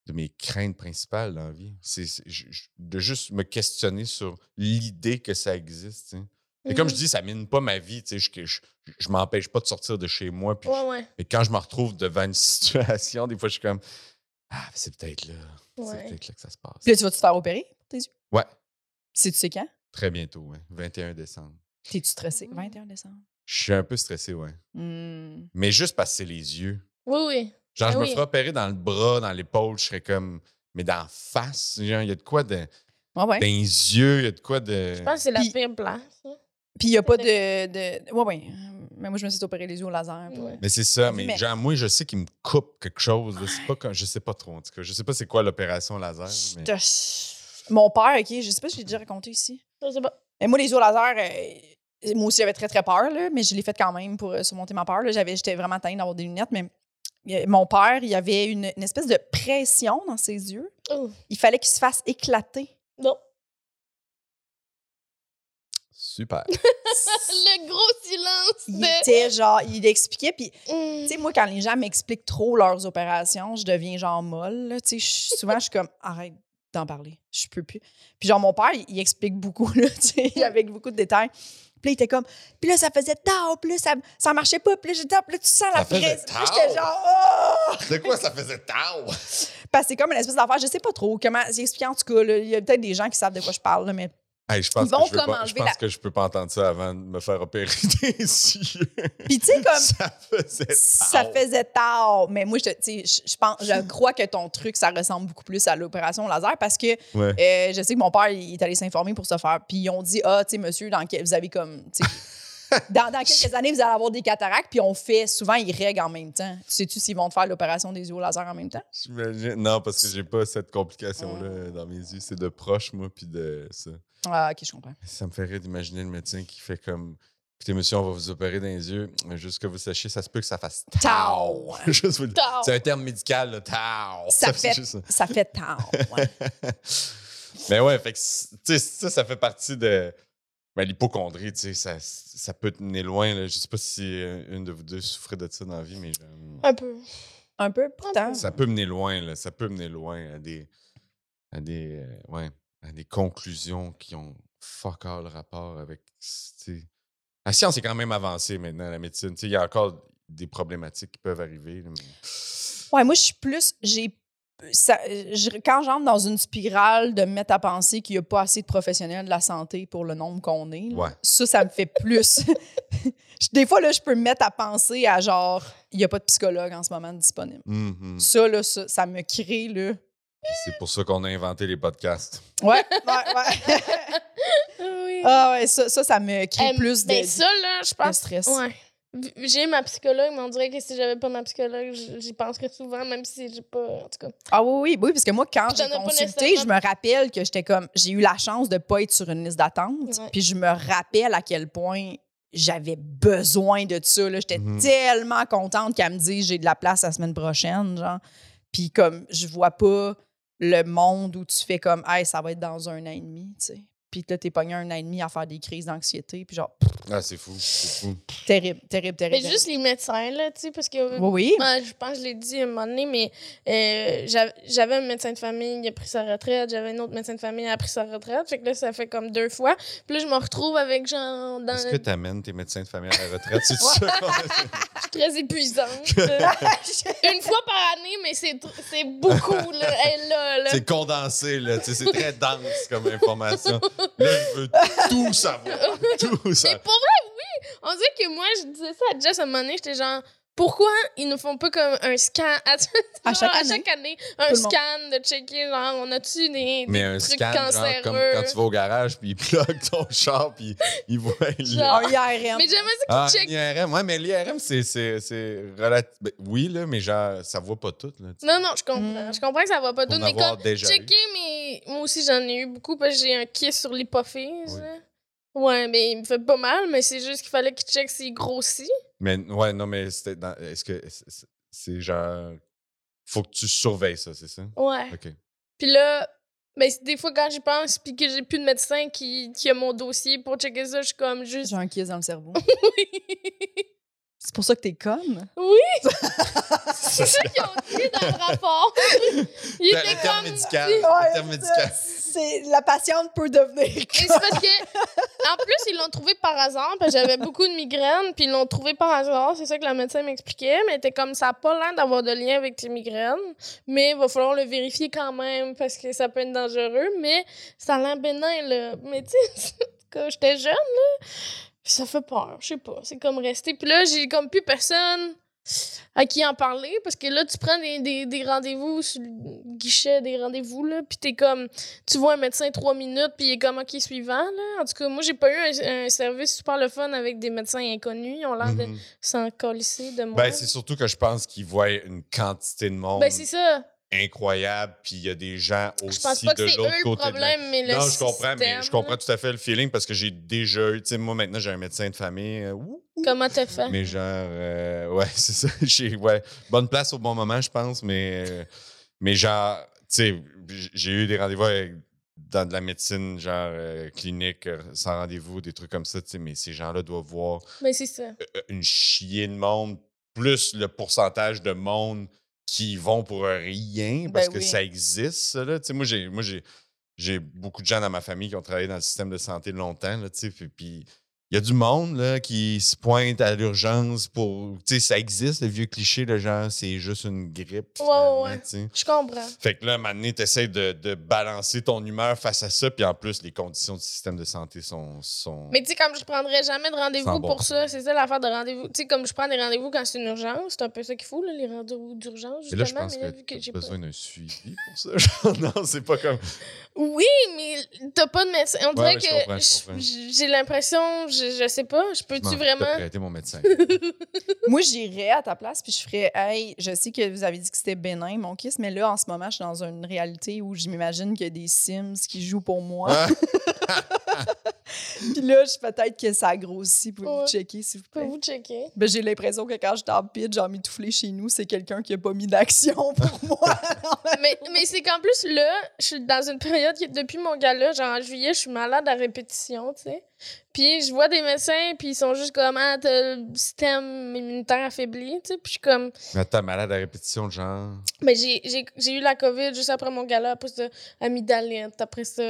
[SPEAKER 4] de mes craintes principales dans la vie. C'est c'est- je- je- de juste me questionner sur l'idée que ça existe, tu sais. Et comme
[SPEAKER 3] Mm.
[SPEAKER 4] je dis, ça mine pas ma vie. Tu sais, je, je, je m'empêche pas de sortir de chez moi. Puis
[SPEAKER 3] Ouais, ouais.
[SPEAKER 4] je- et quand je me retrouve devant une situation, des fois, je suis comme Ah, c'est peut-être là. C'est
[SPEAKER 3] ouais.
[SPEAKER 4] peut-être là que ça se passe.
[SPEAKER 2] Puis là, tu vas te faire opérer pour tes yeux?
[SPEAKER 4] Ouais,
[SPEAKER 2] Si tu sais quand?
[SPEAKER 4] très bientôt, ouais. 21 décembre.
[SPEAKER 2] T'es-tu stressé? 21 décembre.
[SPEAKER 4] Je suis un peu stressé, ouais.
[SPEAKER 2] Hmm.
[SPEAKER 4] Mais juste parce que c'est les yeux.
[SPEAKER 3] Oui, oui.
[SPEAKER 4] Genre, je
[SPEAKER 3] Ah
[SPEAKER 4] me
[SPEAKER 3] oui.
[SPEAKER 4] ferais opérer dans le bras, dans l'épaule, je serais comme. Mais dans la face, genre, il y a de quoi de.
[SPEAKER 2] Ouais, ouais.
[SPEAKER 4] Dans les yeux, il y a de quoi de.
[SPEAKER 3] Je pense que c'est la
[SPEAKER 2] Puis-
[SPEAKER 3] pire place. hein.
[SPEAKER 2] Puis il n'y a pas de, de. Ouais, ouais. Mais moi, je me suis opéré les yeux au laser. puis-
[SPEAKER 3] Ouais.
[SPEAKER 4] Mais c'est ça,
[SPEAKER 2] Oui,
[SPEAKER 4] mais,
[SPEAKER 2] mais-
[SPEAKER 4] genre, moi, je sais qu'il me coupe quelque chose. là. C'est pas quand- je sais pas trop, en tout cas. Je sais pas c'est quoi l'opération laser.
[SPEAKER 2] Je
[SPEAKER 4] mais-
[SPEAKER 2] te- Mon père, OK, je sais pas si je l'ai déjà raconté ici.
[SPEAKER 3] Je sais pas.
[SPEAKER 2] Mais moi, les yeux au laser, euh, moi aussi, j'avais très, très peur, là, mais je l'ai fait quand même pour euh, surmonter ma peur. là. J'avais- J'étais vraiment tannée d'avoir des lunettes, mais euh, mon père, il avait une, une espèce de pression dans ses yeux.
[SPEAKER 3] Oh.
[SPEAKER 2] Il fallait qu'il se fasse éclater.
[SPEAKER 3] Non.
[SPEAKER 4] Super.
[SPEAKER 3] Le gros silence
[SPEAKER 2] Il
[SPEAKER 3] de.
[SPEAKER 2] était genre, il expliquait, puis
[SPEAKER 3] Hmm.
[SPEAKER 2] Tu sais, moi, quand les gens m'expliquent trop leurs opérations, je deviens genre molle. là. Tu sais, je- souvent, je suis comme, arrête d'en parler. Je peux plus. Puis genre, mon père, il, il explique beaucoup, là, tu sais, avec beaucoup de détails. Puis là, il était comme, puis là, ça faisait tard, puis là, ça, ça marchait pas, puis là, j'étais, ah, puis là, tu sens la
[SPEAKER 4] Ça faisait
[SPEAKER 2] fraise. Puis là,
[SPEAKER 4] tard.
[SPEAKER 2] j'étais genre, oh!
[SPEAKER 4] De quoi ça faisait tard?
[SPEAKER 2] Parce que c'est comme une espèce d'affaire, je sais pas trop comment, j'ai expliqué en tout cas, là, il y a peut-être des gens qui savent de quoi je parle, là, mais
[SPEAKER 4] Hey, je pense,
[SPEAKER 2] Ils vont
[SPEAKER 4] que, je veux
[SPEAKER 2] comme
[SPEAKER 4] pas, je
[SPEAKER 2] enlever
[SPEAKER 4] pense
[SPEAKER 2] la-
[SPEAKER 4] que je peux pas entendre ça avant de me faire opérer des yeux.
[SPEAKER 2] Puis tu sais, comme,
[SPEAKER 4] ça faisait tard.
[SPEAKER 2] ça faisait tard. Mais moi, je, te- tu sais, je, je pense, je crois que ton truc, ça ressemble beaucoup plus à l'opération laser parce que
[SPEAKER 4] Ouais.
[SPEAKER 2] Euh, je sais que mon père, il est allé s'informer pour se faire. Puis ils ont dit Ah, tu sais, monsieur, dans quel- vous avez comme. tu sais, dans, dans quelques années, vous allez avoir des cataractes. Puis on fait, souvent, ils règlent en même temps. Tu sais-tu s'ils vont te faire l'opération des yeux au laser en même temps?
[SPEAKER 4] J'imagine. Non, parce que j'ai pas cette complication-là euh, dans mes yeux. C'est de proche, moi, puis de ça.
[SPEAKER 2] Ah, ok, je comprends.
[SPEAKER 4] Ça me ferait d'imaginer le médecin qui fait comme. Écoutez, monsieur, on va vous opérer dans les yeux. Mais Juste que vous sachiez, ça se peut que ça fasse tao. Juste vous le-
[SPEAKER 3] Tao.
[SPEAKER 4] C'est un terme médical, le tao.
[SPEAKER 2] Ça
[SPEAKER 4] fait
[SPEAKER 2] fait-
[SPEAKER 4] juste ça.
[SPEAKER 2] Ça fait tard. ouais.
[SPEAKER 4] Mais ouais, fait que, c'est- tu sais, ça, ça fait partie de. Ben, l'hypochondrie, tu sais, ça, ça peut tenir loin. Là. Je sais pas si euh, une de vous deux souffrait de ça dans la vie, mais euh,
[SPEAKER 3] Un peu.
[SPEAKER 2] Un peu, pourtant.
[SPEAKER 4] ça peut mener loin, là. Ça peut mener loin à des. à des. euh, ouais, à des conclusions qui ont fuck all rapport avec. tu sais. La science est quand même avancée maintenant, la médecine. Tu sais, il y a encore des problématiques qui peuvent arriver. là, mais-
[SPEAKER 2] Ouais, moi, je suis plus. J'ai. ça- je- quand j'entre dans une spirale de me mettre à penser qu'il n'y a pas assez de professionnels de la santé pour le nombre qu'on est, là,
[SPEAKER 4] Ouais.
[SPEAKER 2] ça, ça me fait plus. Je- Des fois, là, je peux me mettre à penser à genre, il n'y a pas de psychologue en ce moment disponible.
[SPEAKER 4] Mhm.
[SPEAKER 2] Ça, là, ça, ça me crée, là.
[SPEAKER 4] C'est pour ça qu'on a inventé les podcasts.
[SPEAKER 2] Ouais, ouais, ouais.
[SPEAKER 3] Oui.
[SPEAKER 2] Ah, ouais, ça, ça, ça me crée
[SPEAKER 3] Euh,
[SPEAKER 2] plus de.
[SPEAKER 3] ben ça, là, je
[SPEAKER 2] de
[SPEAKER 3] pense.
[SPEAKER 2] stress.
[SPEAKER 3] Ouais. V- J'ai ma psychologue, mais on dirait que si j'avais pas ma psychologue, j- j'y penserais souvent, même si j'ai pas. En tout cas.
[SPEAKER 2] Ah oui, oui, oui, parce que moi, quand
[SPEAKER 3] Puis
[SPEAKER 2] j'ai
[SPEAKER 3] t'en as pas
[SPEAKER 2] consulté,
[SPEAKER 3] nécessairement-
[SPEAKER 2] je me rappelle que j'étais comme, j'ai eu la chance de pas être sur une liste d'attente,
[SPEAKER 3] Ouais.
[SPEAKER 2] puis je me rappelle à quel point j'avais besoin de ça. là. J'étais
[SPEAKER 4] Mhm.
[SPEAKER 2] tellement contente qu'elle me dise, j'ai de la place la semaine prochaine, genre. Puis comme, je vois pas le monde où tu fais comme, hey, ça va être dans un an et demi, tu sais. Puis là, t'es pogné un an et demi à faire des crises d'anxiété, puis genre, pff,
[SPEAKER 4] Ah, c'est fou, c'est fou.
[SPEAKER 2] terrible, terrible, terrible.
[SPEAKER 3] Mais juste les médecins, là, tu sais, parce que.
[SPEAKER 2] Oui, oui.
[SPEAKER 3] Moi, je pense que je l'ai dit à un moment donné, mais euh, j'a- j'avais un médecin de famille, il a pris sa retraite. J'avais un autre médecin de famille, il a pris sa retraite. Fait que là, ça fait comme deux fois. Puis là, je me retrouve avec genre dans
[SPEAKER 4] Est-ce que tu amènes tes médecins de famille à la retraite? C'est ça qu'on a-
[SPEAKER 3] Je suis très épuisante. Une fois par année, mais c'est tr- c'est beaucoup, là. Hey, là, là.
[SPEAKER 4] C'est condensé, là. Tu sais, c'est très dense comme information. Là, je veux tout savoir. Tout
[SPEAKER 3] Mais
[SPEAKER 4] savoir.
[SPEAKER 3] pour vrai, oui! On dirait que moi, je disais ça à Jess à un moment donné, j'étais genre, pourquoi ils ne font pas comme un scan à,
[SPEAKER 2] À chaque
[SPEAKER 3] genre,
[SPEAKER 2] année?
[SPEAKER 3] un
[SPEAKER 2] Tout le monde.
[SPEAKER 3] scan de checker, genre, on a-tu des, des
[SPEAKER 4] Mais un
[SPEAKER 3] trucs
[SPEAKER 4] scan, genre,
[SPEAKER 3] cancéreux?
[SPEAKER 4] comme quand tu vas au garage, puis ils plug ton char, puis ils voient
[SPEAKER 3] Genre,
[SPEAKER 2] Un IRM.
[SPEAKER 3] Mais j'aimerais ça
[SPEAKER 4] Ah,
[SPEAKER 3] qu'ils checkent.
[SPEAKER 4] l'IRM. Ouais, mais l'IRM, c'est relatif. oui, là, mais genre, ça voit pas tout, là. tu sais.
[SPEAKER 3] Non, non, je comprends.
[SPEAKER 2] Mm.
[SPEAKER 3] Je comprends que ça va pas
[SPEAKER 4] Pour
[SPEAKER 3] tout,
[SPEAKER 4] en
[SPEAKER 3] mais
[SPEAKER 4] avoir
[SPEAKER 3] comme
[SPEAKER 4] déjà eu.
[SPEAKER 3] checker, mais moi aussi j'en ai eu beaucoup parce que j'ai un kiss sur l'hypophyse.
[SPEAKER 4] Oui.
[SPEAKER 3] là. Ouais, mais il me fait pas mal, mais c'est juste qu'il fallait qu'il check s'il grossit.
[SPEAKER 4] Mais ouais, non, mais c'était dans- est-ce que c'est- c'est- c'est genre. Faut que tu surveilles ça, c'est ça?
[SPEAKER 3] Ouais.
[SPEAKER 4] OK.
[SPEAKER 3] Puis là, ben, c'est des fois quand j'y pense, puis que j'ai plus de médecin qui, qui a mon dossier pour checker ça, je suis comme juste.
[SPEAKER 2] J'ai un kiss dans le cerveau. C'est pour ça que t'es conne.
[SPEAKER 3] c'est ça qu'ils ont dit dans le rapport. il
[SPEAKER 4] Ben, Le
[SPEAKER 3] était
[SPEAKER 4] terme
[SPEAKER 3] comme.
[SPEAKER 4] médical.
[SPEAKER 3] il-
[SPEAKER 4] Le terme médical.
[SPEAKER 2] C'est la patiente peut devenir.
[SPEAKER 3] Mais c'est parce que, en plus, ils l'ont trouvé par hasard, parce que j'avais beaucoup de migraines, puis ils l'ont trouvé par hasard. C'est ça que la médecin m'expliquait, mais elle était comme ça, n'a pas l'air d'avoir de lien avec tes migraines, mais il va falloir le vérifier quand même, parce que ça peut être dangereux, mais ça a l'air bénin, là. Mais tu sais, quand j'étais jeune, là, ça fait peur, je sais pas. C'est comme rester. Puis là, j'ai comme plus personne à qui en parler, parce que là, tu prends des, des, des rendez-vous sur le guichet, des rendez-vous, là, puis t'es comme tu vois un médecin trois minutes, puis il est comme, OK, suivant, là. En tout cas, moi, j'ai pas eu un, un service super le fun avec des médecins inconnus. Ils ont l'air de
[SPEAKER 4] Mhm.
[SPEAKER 3] s'en colisser de moi.
[SPEAKER 4] Ben, c'est surtout que je pense qu'ils voient une quantité de monde
[SPEAKER 3] Ben, c'est ça.
[SPEAKER 4] incroyable, puis il y a des gens aussi
[SPEAKER 3] Je pense pas que
[SPEAKER 4] de
[SPEAKER 3] c'est eux
[SPEAKER 4] l'autre
[SPEAKER 3] le
[SPEAKER 4] côté. de la-
[SPEAKER 3] problème, mais le
[SPEAKER 4] non, je comprends, mais je
[SPEAKER 3] système,
[SPEAKER 4] comprends tout à fait le feeling parce que j'ai déjà eu, tu sais, moi maintenant j'ai un médecin de famille, euh, ouh,
[SPEAKER 3] là. Comment t'as fait?
[SPEAKER 4] mais genre, euh, ouais, c'est ça, j'ai, ouais, bonne place au bon moment, je pense, mais, euh, mais genre, tu sais, j'ai eu des rendez-vous avec dans de la médecine, genre euh, clinique, euh, sans rendez-vous, des trucs comme ça, tu sais, mais ces gens-là doivent voir
[SPEAKER 3] Mais c'est ça.
[SPEAKER 4] euh, une chier de monde, plus le pourcentage de monde qui vont pour rien, parce
[SPEAKER 2] Ben
[SPEAKER 4] que
[SPEAKER 2] oui.
[SPEAKER 4] ça existe, ça, là. Tu sais, moi, j'ai, moi j'ai, j'ai beaucoup de gens dans ma famille qui ont travaillé dans le système de santé longtemps, là, tu sais, puis- puis il y a du monde là, qui se pointe à l'urgence pour... Tu sais, ça existe, le vieux cliché, le genre, c'est juste une
[SPEAKER 3] Ouais, ouais,
[SPEAKER 4] grippe. finalement,
[SPEAKER 3] ouais.
[SPEAKER 4] tu sais.
[SPEAKER 3] Je comprends.
[SPEAKER 4] Fait que là, maintenant, tu essaies de, de balancer ton humeur face à ça. Puis en plus, les conditions du système de santé sont. sont...
[SPEAKER 3] Mais tu sais, comme je prendrais jamais de rendez-vous
[SPEAKER 4] Sans bon
[SPEAKER 3] pour
[SPEAKER 4] sens.
[SPEAKER 3] ça, c'est ça l'affaire de rendez-vous. Tu sais, comme je prends des rendez-vous quand c'est une urgence, c'est un peu ça qu'il faut, là, les rendez-vous d'urgence,
[SPEAKER 4] Et
[SPEAKER 3] justement.
[SPEAKER 4] là, je pense
[SPEAKER 3] mais
[SPEAKER 4] que
[SPEAKER 3] là, vu
[SPEAKER 4] tu
[SPEAKER 3] j'ai pas-
[SPEAKER 4] besoin d'un suivi pour ça. Genre, non, c'est pas comme.
[SPEAKER 3] Oui, mais t'as pas de médecin. On dirait
[SPEAKER 4] Ouais, ouais, je comprends,
[SPEAKER 3] que
[SPEAKER 4] je comprends.
[SPEAKER 3] j- j'ai l'impression, je, je sais pas, je peux-tu
[SPEAKER 4] T'as
[SPEAKER 3] vraiment.
[SPEAKER 4] prêté mon médecin.
[SPEAKER 2] Moi, j'irais à ta place, puis je ferais Hey, je sais que vous avez dit que c'était bénin, mon kiss, mais là, en ce moment, je suis dans une réalité où je m'imagine qu'il y a des Sims qui jouent pour moi.
[SPEAKER 4] Ah,
[SPEAKER 2] puis là, je peut-être que ça grossit. Pouvez-vous
[SPEAKER 3] Ouais.
[SPEAKER 2] checker, s'il vous plaît?
[SPEAKER 3] Pouvez-vous checker?
[SPEAKER 2] Ben, j'ai l'impression que quand je en pit, genre mitouflé chez nous, c'est quelqu'un qui a pas mis d'action pour moi.
[SPEAKER 3] mais mais c'est qu'en plus, là, je suis dans une période qui, depuis mon gala, genre en juillet, je suis malade à répétition, tu sais. Puis je vois des médecins, puis ils sont juste comme, ah, t'as le système immunitaire affaibli, tu sais. Puis je suis comme,
[SPEAKER 4] Mais t'es malade à répétition, genre.
[SPEAKER 3] mais j'ai- j'ai j'ai eu la COVID juste après mon gala, après ça, amygdalite, après ça,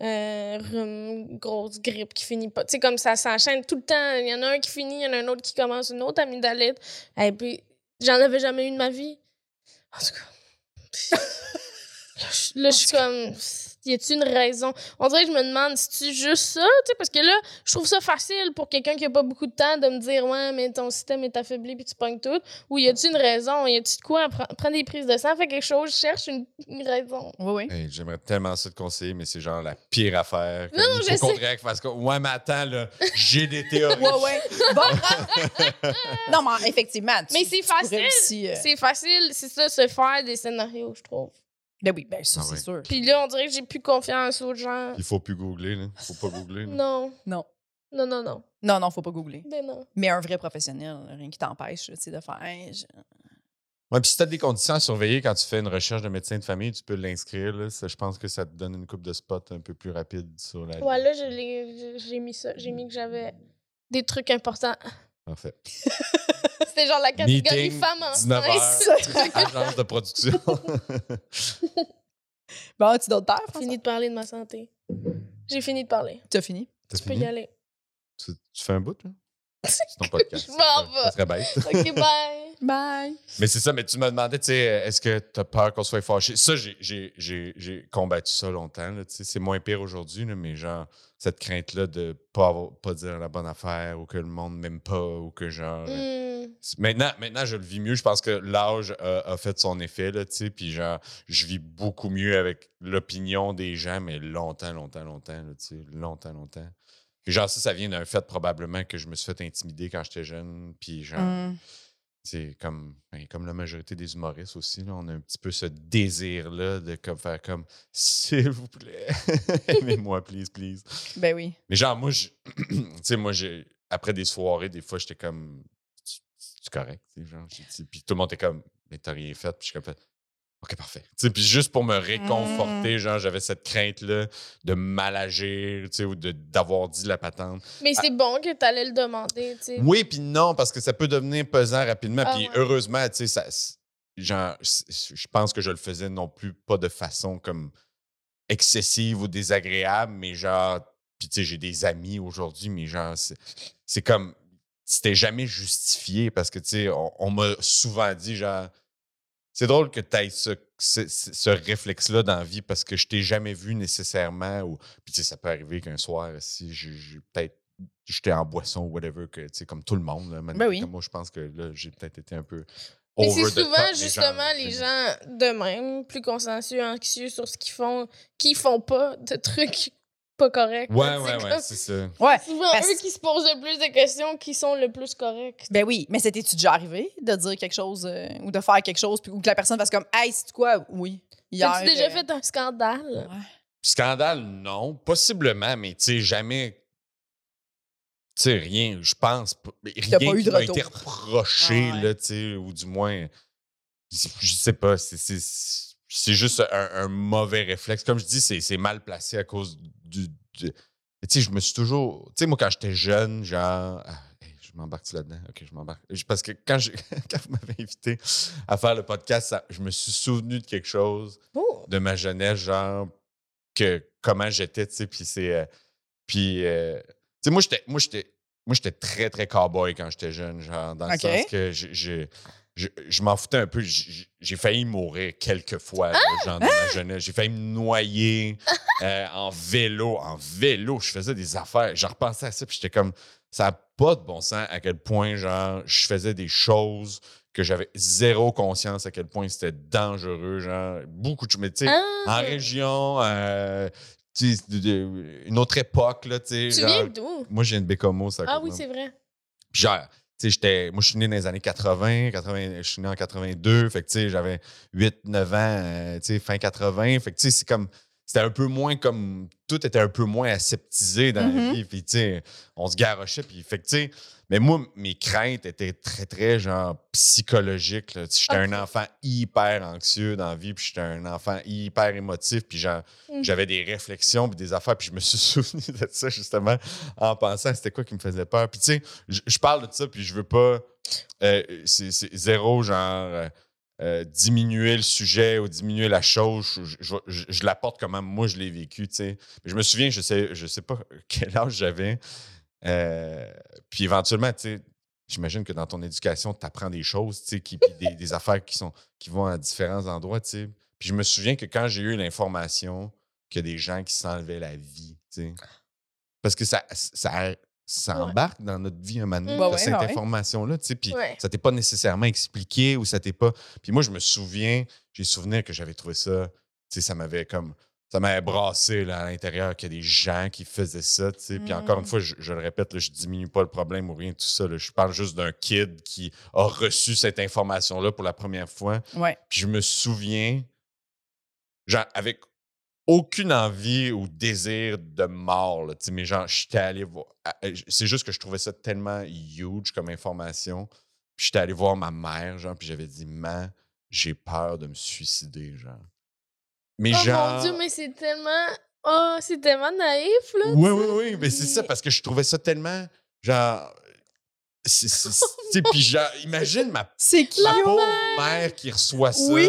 [SPEAKER 3] euh, rhume, grosse grippe qui finit pas. Tu sais, comme ça s'enchaîne tout le temps. Il y en a un qui finit, il y en a un autre qui commence, une autre amygdalite. Et puis, j'en avais jamais eu de ma vie. En tout cas. Là, je- Là, je suis comme, y a-tu une raison? On dirait que je me demande, c'est-tu juste ça? Tu sais, parce que là, je trouve ça facile pour quelqu'un qui a pas beaucoup de temps de me dire, ouais, mais ton système est affaibli puis tu pognes tout. Ou y a-tu une raison? Y a-tu de quoi? Prends, prends des prises de sang, fais quelque chose, cherche une, une raison.
[SPEAKER 2] oui, oui.
[SPEAKER 4] Hey, J'aimerais tellement ça te conseiller, mais c'est genre la pire affaire.
[SPEAKER 3] Non, non, je
[SPEAKER 4] parce que, ouais, mais attends, là, j'ai des théories.
[SPEAKER 2] Ouais, ouais. Bon. non, mais effectivement. tu-
[SPEAKER 3] Mais c'est
[SPEAKER 2] tu pourrais
[SPEAKER 3] facile.
[SPEAKER 2] aussi, euh,
[SPEAKER 3] C'est facile, c'est ça, se faire des scénarios, je trouve.
[SPEAKER 2] Ben oui, ben ça,
[SPEAKER 4] Ah
[SPEAKER 2] c'est
[SPEAKER 4] oui.
[SPEAKER 2] sûr.
[SPEAKER 3] Puis là, on dirait que j'ai plus confiance aux gens.
[SPEAKER 4] Il faut plus googler, là. Faut pas googler, là.
[SPEAKER 3] Non,
[SPEAKER 2] Non.
[SPEAKER 3] non, non, non.
[SPEAKER 2] Non, non, faut pas googler.
[SPEAKER 3] Ben non.
[SPEAKER 2] Mais un vrai professionnel, rien qui t'empêche, tu sais, de faire. Hey, je-
[SPEAKER 4] Ouais, puis si t'as des conditions à surveiller quand tu fais une recherche de médecin de famille, tu peux l'inscrire, là. Ça, je pense que ça te donne une coupe de spots un peu plus rapide sur la.
[SPEAKER 3] Ouais, là, je l'ai- je- j'ai mis ça. J'ai mis que j'avais des trucs importants.
[SPEAKER 4] Parfait.
[SPEAKER 3] C'était genre la catégorie
[SPEAKER 4] Meeting,
[SPEAKER 3] femmes
[SPEAKER 4] 19 heures.
[SPEAKER 3] enceintes.
[SPEAKER 2] Ça.
[SPEAKER 4] Agence de production.
[SPEAKER 2] Bon, as-tu d'autres terres,
[SPEAKER 3] Fini
[SPEAKER 2] François?
[SPEAKER 3] de parler de ma santé. J'ai fini de parler.
[SPEAKER 2] T'as fini?
[SPEAKER 4] T'as
[SPEAKER 3] Tu peux y aller.
[SPEAKER 4] Tu, tu fais un bout, là? C'est ton podcast.
[SPEAKER 3] Je m'en vais.
[SPEAKER 4] Ça serait bête.
[SPEAKER 3] OK, bye.
[SPEAKER 2] Bye.
[SPEAKER 4] Mais c'est ça, mais tu me demandais, tu sais, euh, est-ce que t'as peur qu'on soit fâché? Ça, j'ai- j'ai- j'ai j'ai combattu ça longtemps, là, tu sais. C'est moins pire aujourd'hui, là, mais genre, cette crainte-là de pas, avoir- pas dire la bonne affaire ou que le monde m'aime pas ou que genre. euh,
[SPEAKER 3] Hmm.
[SPEAKER 4] Maintenant, maintenant, je le vis mieux. Je pense que l'âge euh, a, a fait son effet, là, tu sais. Puis genre, je vis beaucoup mieux avec l'opinion des gens, mais longtemps, longtemps, longtemps, là, tu sais. Longtemps, longtemps. Puis genre, ça, ça vient d'un fait probablement que je me suis fait intimider quand j'étais jeune. Puis genre,
[SPEAKER 2] Hum.
[SPEAKER 4] tu sais, comme, ben, comme la majorité des humoristes aussi, là, on a un petit peu ce désir-là de comme, faire comme, s'il vous plaît, aimez-moi, please, please.
[SPEAKER 2] Ben oui.
[SPEAKER 4] Mais genre, moi, je- tu sais, moi, j'ai- après des soirées, des fois, j'étais comme, tu tu correct, tu sais, genre, j'ai dit- puis tout le monde était comme, mais t'as rien fait, puis je suis comme, fait, ok, parfait. Tu sais, puis juste pour me réconforter, genre, j'avais cette crainte-là de mal agir, tu sais, ou de- d'avoir dit la patente.
[SPEAKER 3] Mais c'est bon que t'allais le demander, tu sais.
[SPEAKER 4] Oui, puis non, parce que ça peut devenir pesant rapidement,
[SPEAKER 3] Ah
[SPEAKER 4] puis
[SPEAKER 3] ouais.
[SPEAKER 4] heureusement, tu sais, ça, c'est- genre, c'est- je pense que je le faisais non plus pas de façon comme excessive ou désagréable, mais genre, puis tu sais, j'ai des amis aujourd'hui, mais genre, c'est- c'est comme, c'était jamais justifié parce que, tu sais, on, on m'a souvent dit, genre, c'est drôle que tu aies ce, ce- ce- ce réflexe-là dans la vie parce que je t'ai jamais vu nécessairement, ou, puis tu sais, ça peut arriver qu'un soir, si j'ai j'ai peut-être. J'étais en boisson ou whatever, que, tu sais, comme tout le monde. Là, maintenant,
[SPEAKER 2] Ben oui.
[SPEAKER 4] comme moi, je pense que là, j'ai peut-être été un peu.
[SPEAKER 3] Mais
[SPEAKER 4] over
[SPEAKER 3] c'est
[SPEAKER 4] the top,
[SPEAKER 3] souvent
[SPEAKER 4] mais genre,
[SPEAKER 3] justement les
[SPEAKER 4] j'ai-
[SPEAKER 3] gens de même, plus consciencieux, anxieux sur ce qu'ils font, qui font pas de trucs pas corrects.
[SPEAKER 4] Ouais,
[SPEAKER 3] C'est
[SPEAKER 4] ouais, ouais,
[SPEAKER 3] comme-
[SPEAKER 4] c'est ça.
[SPEAKER 2] Ouais.
[SPEAKER 3] Souvent
[SPEAKER 2] Parce-
[SPEAKER 3] eux qui se posent le plus de questions, qui sont le plus corrects.
[SPEAKER 2] Ben oui, mais c'était-tu déjà arrivé de dire quelque chose euh, ou de faire quelque chose puis- ou que la personne fasse comme Hey, c'est quoi? Oui. Hier.
[SPEAKER 3] As-tu déjà
[SPEAKER 2] euh,
[SPEAKER 3] fait un scandale?
[SPEAKER 4] Scandale, non. Possiblement, mais tu sais, jamais. Tu sais, rien, je pense. p-
[SPEAKER 2] T'as
[SPEAKER 4] Rien
[SPEAKER 2] pas eu
[SPEAKER 4] qui
[SPEAKER 2] de
[SPEAKER 4] m'a
[SPEAKER 2] retour.
[SPEAKER 4] été reproché,
[SPEAKER 2] Ah ouais.
[SPEAKER 4] là, tu sais, ou du moins. Je je sais pas, c'est. c'est- c'est juste un, un mauvais réflexe. Comme je dis, c'est c'est mal placé à cause du. du- Tu sais, je me suis toujours. Tu sais, moi, quand j'étais jeune, genre. ah, hey, je m'embarque là-dedans. OK, je m'embarque. Je- Parce que quand, j'ai- quand vous m'avez invité à faire le podcast, ça- je me suis souvenu de quelque chose
[SPEAKER 2] Oh,
[SPEAKER 4] de ma jeunesse, genre, que comment j'étais, tu sais, puis c'est... euh, puis, euh, tu sais, moi, j'étais... Moi, j'étais moi, j'étais très, très cowboy quand j'étais jeune, genre, dans le
[SPEAKER 2] Ok.
[SPEAKER 4] sens que je, je, je, je m'en foutais un peu. J- J'ai failli mourir quelques fois, là, genre, dans ma jeunesse. J'ai failli me noyer euh, en vélo. En vélo, je faisais des affaires. Je repensais à ça, puis j'étais comme, ça n'a pas de bon sens à quel point, genre, je faisais des choses que j'avais zéro conscience à quel point c'était dangereux, genre, beaucoup de... Mais tu sais, en
[SPEAKER 3] Ah,
[SPEAKER 4] région, euh, tu sais, de- de- une autre époque, là, tu sais.
[SPEAKER 3] tu
[SPEAKER 4] genre-
[SPEAKER 3] viens d'où?
[SPEAKER 4] Moi, j'ai une Bécomo, ça
[SPEAKER 3] Ah oui, c'est vrai.
[SPEAKER 4] Genre, tu sais, j'étais. Moi, je suis né dans les années 80, 80 je suis né en 82, fait que, tu sais, j'avais 8, 9 ans, euh, tu sais, fin 80, fait que, tu sais, c'est comme. C'était un peu moins comme. Tout était un peu moins aseptisé dans la
[SPEAKER 3] Mm-hmm.
[SPEAKER 2] Mhm.
[SPEAKER 4] vie, puis, tu sais, on se garochait, puis, fait que, tu sais. Mais moi, mes craintes étaient très, très, genre, psychologiques. là. Tu sais, J'étais
[SPEAKER 3] Ok.
[SPEAKER 4] un enfant hyper anxieux dans la vie, puis j'étais un enfant hyper émotif, puis genre,
[SPEAKER 3] Mm.
[SPEAKER 4] j'avais des réflexions, puis des affaires, puis je me suis souvenu de ça, justement, en pensant à c'était quoi qui me faisait peur. Puis, tu sais, je je parle de ça, puis je veux pas... euh, c'est c'est zéro, genre... euh, euh, diminuer le sujet ou diminuer la chose, je, je- je- je l'apporte comment moi je l'ai vécu, tu sais. Mais Je me souviens, je sais, je sais pas quel âge j'avais, euh, puis éventuellement, tu sais, j'imagine que dans ton éducation, tu apprends des choses, tu sais, qui- puis des, des affaires qui, sont, qui vont à différents endroits, tu sais. Puis je me souviens que quand j'ai eu l'information qu'il y a des gens qui s'enlevaient la vie, tu sais, parce que ça, ça, ça
[SPEAKER 3] Ouais.
[SPEAKER 4] embarque dans notre vie un moment donné,
[SPEAKER 3] Mm.
[SPEAKER 2] Bah
[SPEAKER 4] t'as
[SPEAKER 2] ouais,
[SPEAKER 4] cette
[SPEAKER 2] bah ouais.
[SPEAKER 4] information-là, tu sais, puis
[SPEAKER 3] Ouais.
[SPEAKER 4] ça t'est pas nécessairement expliqué ou ça t'est pas... Puis moi, je me souviens, j'ai souvenir que j'avais trouvé ça, tu sais, ça m'avait comme... Ça m'avait brassé là, à l'intérieur qu'il y a des gens qui faisaient ça, tu sais. Puis encore
[SPEAKER 2] Mm.
[SPEAKER 4] une fois, je, je le répète, là, je diminue pas le problème ou rien de tout ça. là. Je parle juste d'un kid qui a reçu cette information-là pour la première fois.
[SPEAKER 2] ouais.
[SPEAKER 4] Puis je me souviens, genre, avec aucune envie ou désir de mort, là, tu sais, mais genre, j'étais allé voir. à- euh, j- C'est juste que je trouvais ça tellement huge comme information. Puis j'étais allé voir ma mère, genre, puis j'avais dit, Ma, j'ai peur de me suicider, genre. Mais
[SPEAKER 3] Oh
[SPEAKER 4] genre.
[SPEAKER 3] mon Dieu, mais c'est tellement... Oh, c'est tellement naïf, là.
[SPEAKER 4] Oui, oui, oui, mais c'est
[SPEAKER 3] Mais-
[SPEAKER 4] ça, parce que je trouvais ça tellement, genre... c'est- c'est- c'est- Puis genre, imagine ma
[SPEAKER 2] C'est qui?
[SPEAKER 4] ma pauvre mère qui reçoit ça.
[SPEAKER 2] Oui!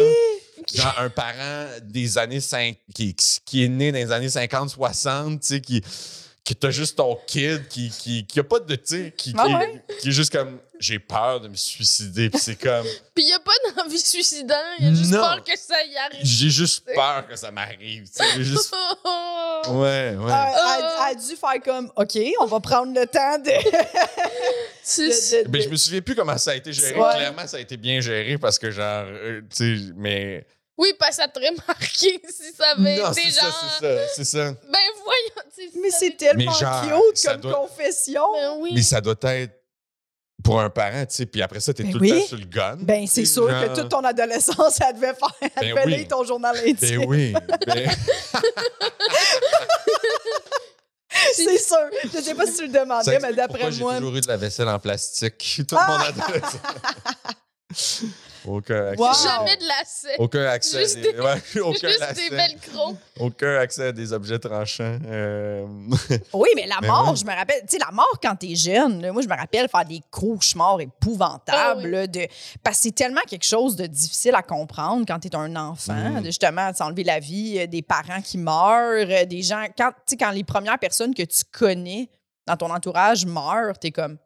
[SPEAKER 4] Genre un parent des années 5, qui, qui est né dans les années 50, 60, tu sais, qui, qui t'as juste ton kid, qui, qui, qui a pas de, tu sais, qui, qui,
[SPEAKER 2] Ah ouais.
[SPEAKER 4] qui est juste comme, j'ai peur de me suicider. Puis c'est comme,
[SPEAKER 3] Puis il a pas d'envie suicidaire, il a juste
[SPEAKER 4] Non.
[SPEAKER 3] peur que ça y arrive. Oh,
[SPEAKER 4] j'ai juste peur que ça m'arrive. tu sais, j'ai juste... Ouais,
[SPEAKER 2] Euh,
[SPEAKER 4] ouais.
[SPEAKER 2] elle, elle a dû faire comme, OK, on va prendre le temps de.
[SPEAKER 3] Tu-
[SPEAKER 2] de- de-
[SPEAKER 4] Ben, je me souviens plus comment ça a été géré.
[SPEAKER 2] Ouais.
[SPEAKER 4] Clairement, ça a été bien géré parce que, genre, euh, tu sais, mais.
[SPEAKER 3] Oui, parce que ça t'aurait marqué si ça avait
[SPEAKER 4] non,
[SPEAKER 3] été
[SPEAKER 4] c'est
[SPEAKER 3] genre...
[SPEAKER 4] ça, c'est ça, c'est ça.
[SPEAKER 3] Ben voyons, tu sais, si
[SPEAKER 2] mais
[SPEAKER 3] ça
[SPEAKER 2] c'est
[SPEAKER 3] avait-
[SPEAKER 2] tellement
[SPEAKER 4] Mais genre,
[SPEAKER 2] cute
[SPEAKER 4] ça
[SPEAKER 2] comme
[SPEAKER 4] doit-
[SPEAKER 2] confession.
[SPEAKER 3] Ben oui.
[SPEAKER 4] Mais ça doit être pour un parent, tu sais. Puis après ça, t'es
[SPEAKER 2] Ben
[SPEAKER 4] tout le
[SPEAKER 2] oui.
[SPEAKER 4] temps sur le gun.
[SPEAKER 2] Ben, c'est sûr
[SPEAKER 4] Genre-
[SPEAKER 2] que toute ton adolescence, elle devait faire. Elle
[SPEAKER 4] Ben
[SPEAKER 2] devait
[SPEAKER 4] oui.
[SPEAKER 2] lire ton journal intime.
[SPEAKER 4] Ben oui. ben-
[SPEAKER 2] C'est sûr. Je sais pas si tu le
[SPEAKER 4] ça
[SPEAKER 2] demandais, mais
[SPEAKER 4] explique pourquoi
[SPEAKER 2] d'après
[SPEAKER 4] J'ai
[SPEAKER 2] moi.
[SPEAKER 4] toujours eu de la vaisselle en plastique. Tout le monde adolescent. Aucun accès.
[SPEAKER 2] Wow.
[SPEAKER 3] Jamais de lacets.
[SPEAKER 4] Aucun accès. à
[SPEAKER 3] Juste
[SPEAKER 4] des-
[SPEAKER 3] des-
[SPEAKER 4] ouais, aucun,
[SPEAKER 3] Juste
[SPEAKER 4] accès,
[SPEAKER 3] des velcro.
[SPEAKER 4] aucun accès à des objets tranchants. Euh,
[SPEAKER 2] Oui, mais la
[SPEAKER 4] Mais
[SPEAKER 2] mort,
[SPEAKER 4] ouais.
[SPEAKER 2] je me rappelle. Tu sais, la mort quand t'es jeune, là, moi, je me rappelle faire des cauchemars épouvantables.
[SPEAKER 3] Ah oui.
[SPEAKER 2] là, de, parce que c'est tellement quelque chose de difficile à comprendre quand t'es un enfant,
[SPEAKER 4] Mm.
[SPEAKER 2] de justement de s'enlever la vie, euh, des parents qui meurent, euh, des gens. Quand, tu sais, quand les premières personnes que tu connais dans ton entourage meurent, t'es comme.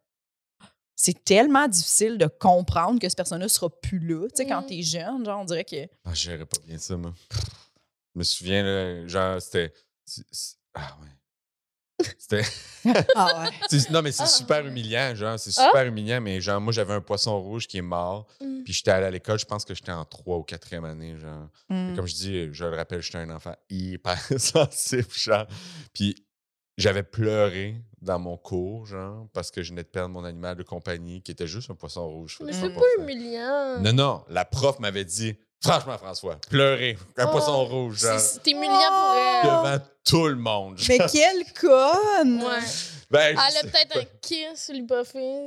[SPEAKER 2] C'est tellement difficile de comprendre que cette personne-là sera plus là. Tu sais, quand
[SPEAKER 3] Mm.
[SPEAKER 2] t'es jeune, genre, on dirait que.
[SPEAKER 4] Ah, je gérais pas bien ça, moi. Je me souviens, là, genre, c'était. c'est- c'est- Ah ouais. C'était.
[SPEAKER 2] Ah ouais.
[SPEAKER 4] c'est- Non, mais c'est
[SPEAKER 3] Ah.
[SPEAKER 4] super humiliant, genre. C'est
[SPEAKER 3] Ah.
[SPEAKER 4] super humiliant, mais genre, moi, j'avais un poisson rouge qui est mort.
[SPEAKER 3] Mm.
[SPEAKER 4] Puis j'étais allé à l'école, je pense que j'étais en trois ou quatrième année, genre.
[SPEAKER 2] Mm.
[SPEAKER 3] Mm.
[SPEAKER 4] Mais Comme je dis, je le rappelle, j'étais un enfant hyper sensible, genre. Puis j'avais pleuré dans mon cours, genre, parce que je venais de perdre mon animal de compagnie, qui était juste un poisson rouge. fait que
[SPEAKER 3] Mais
[SPEAKER 4] je
[SPEAKER 3] c'est
[SPEAKER 4] sais
[SPEAKER 3] pas
[SPEAKER 4] faire.
[SPEAKER 3] humiliant.
[SPEAKER 4] Non, non, la prof m'avait dit, franchement, François, pleurer, un
[SPEAKER 3] Oh,
[SPEAKER 4] poisson rouge, genre, Oh,
[SPEAKER 3] C'est c'est humiliant pour elle.
[SPEAKER 4] devant tout le monde.
[SPEAKER 2] Mais quelle conne!
[SPEAKER 3] Ouais. Elle
[SPEAKER 4] Ben, je
[SPEAKER 3] a
[SPEAKER 4] sais
[SPEAKER 3] peut-être
[SPEAKER 4] pas.
[SPEAKER 3] un kiss sur le buffet.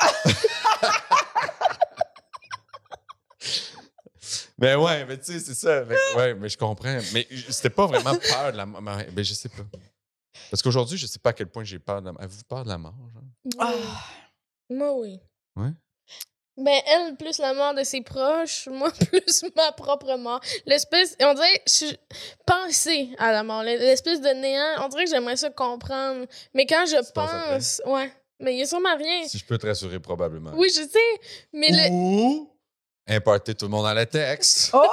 [SPEAKER 3] ça.
[SPEAKER 4] Mais ben ouais, mais tu sais, c'est ça. Fait que, ouais, mais je comprends. Mais j- c'était pas vraiment peur de la mort. Mais ben, je sais pas. Parce qu'aujourd'hui, je sais pas à quel point j'ai peur de la mort. Avez-vous peur de la mort? genre?
[SPEAKER 2] Ah,
[SPEAKER 3] Moi, oui.
[SPEAKER 4] Ouais?
[SPEAKER 3] Ben, elle, plus la mort de ses proches, moi, plus ma propre mort. L'espèce, on dirait, je suis pensée à la mort, l'espèce de néant, on dirait que j'aimerais ça comprendre. Mais quand je
[SPEAKER 4] Tu penses après?
[SPEAKER 3] pense, ouais, mais il y a sûrement rien.
[SPEAKER 4] Si je peux te rassurer, probablement.
[SPEAKER 3] Oui, je sais, mais le...
[SPEAKER 4] Ou imparter tout le monde à la texte.
[SPEAKER 2] Oh!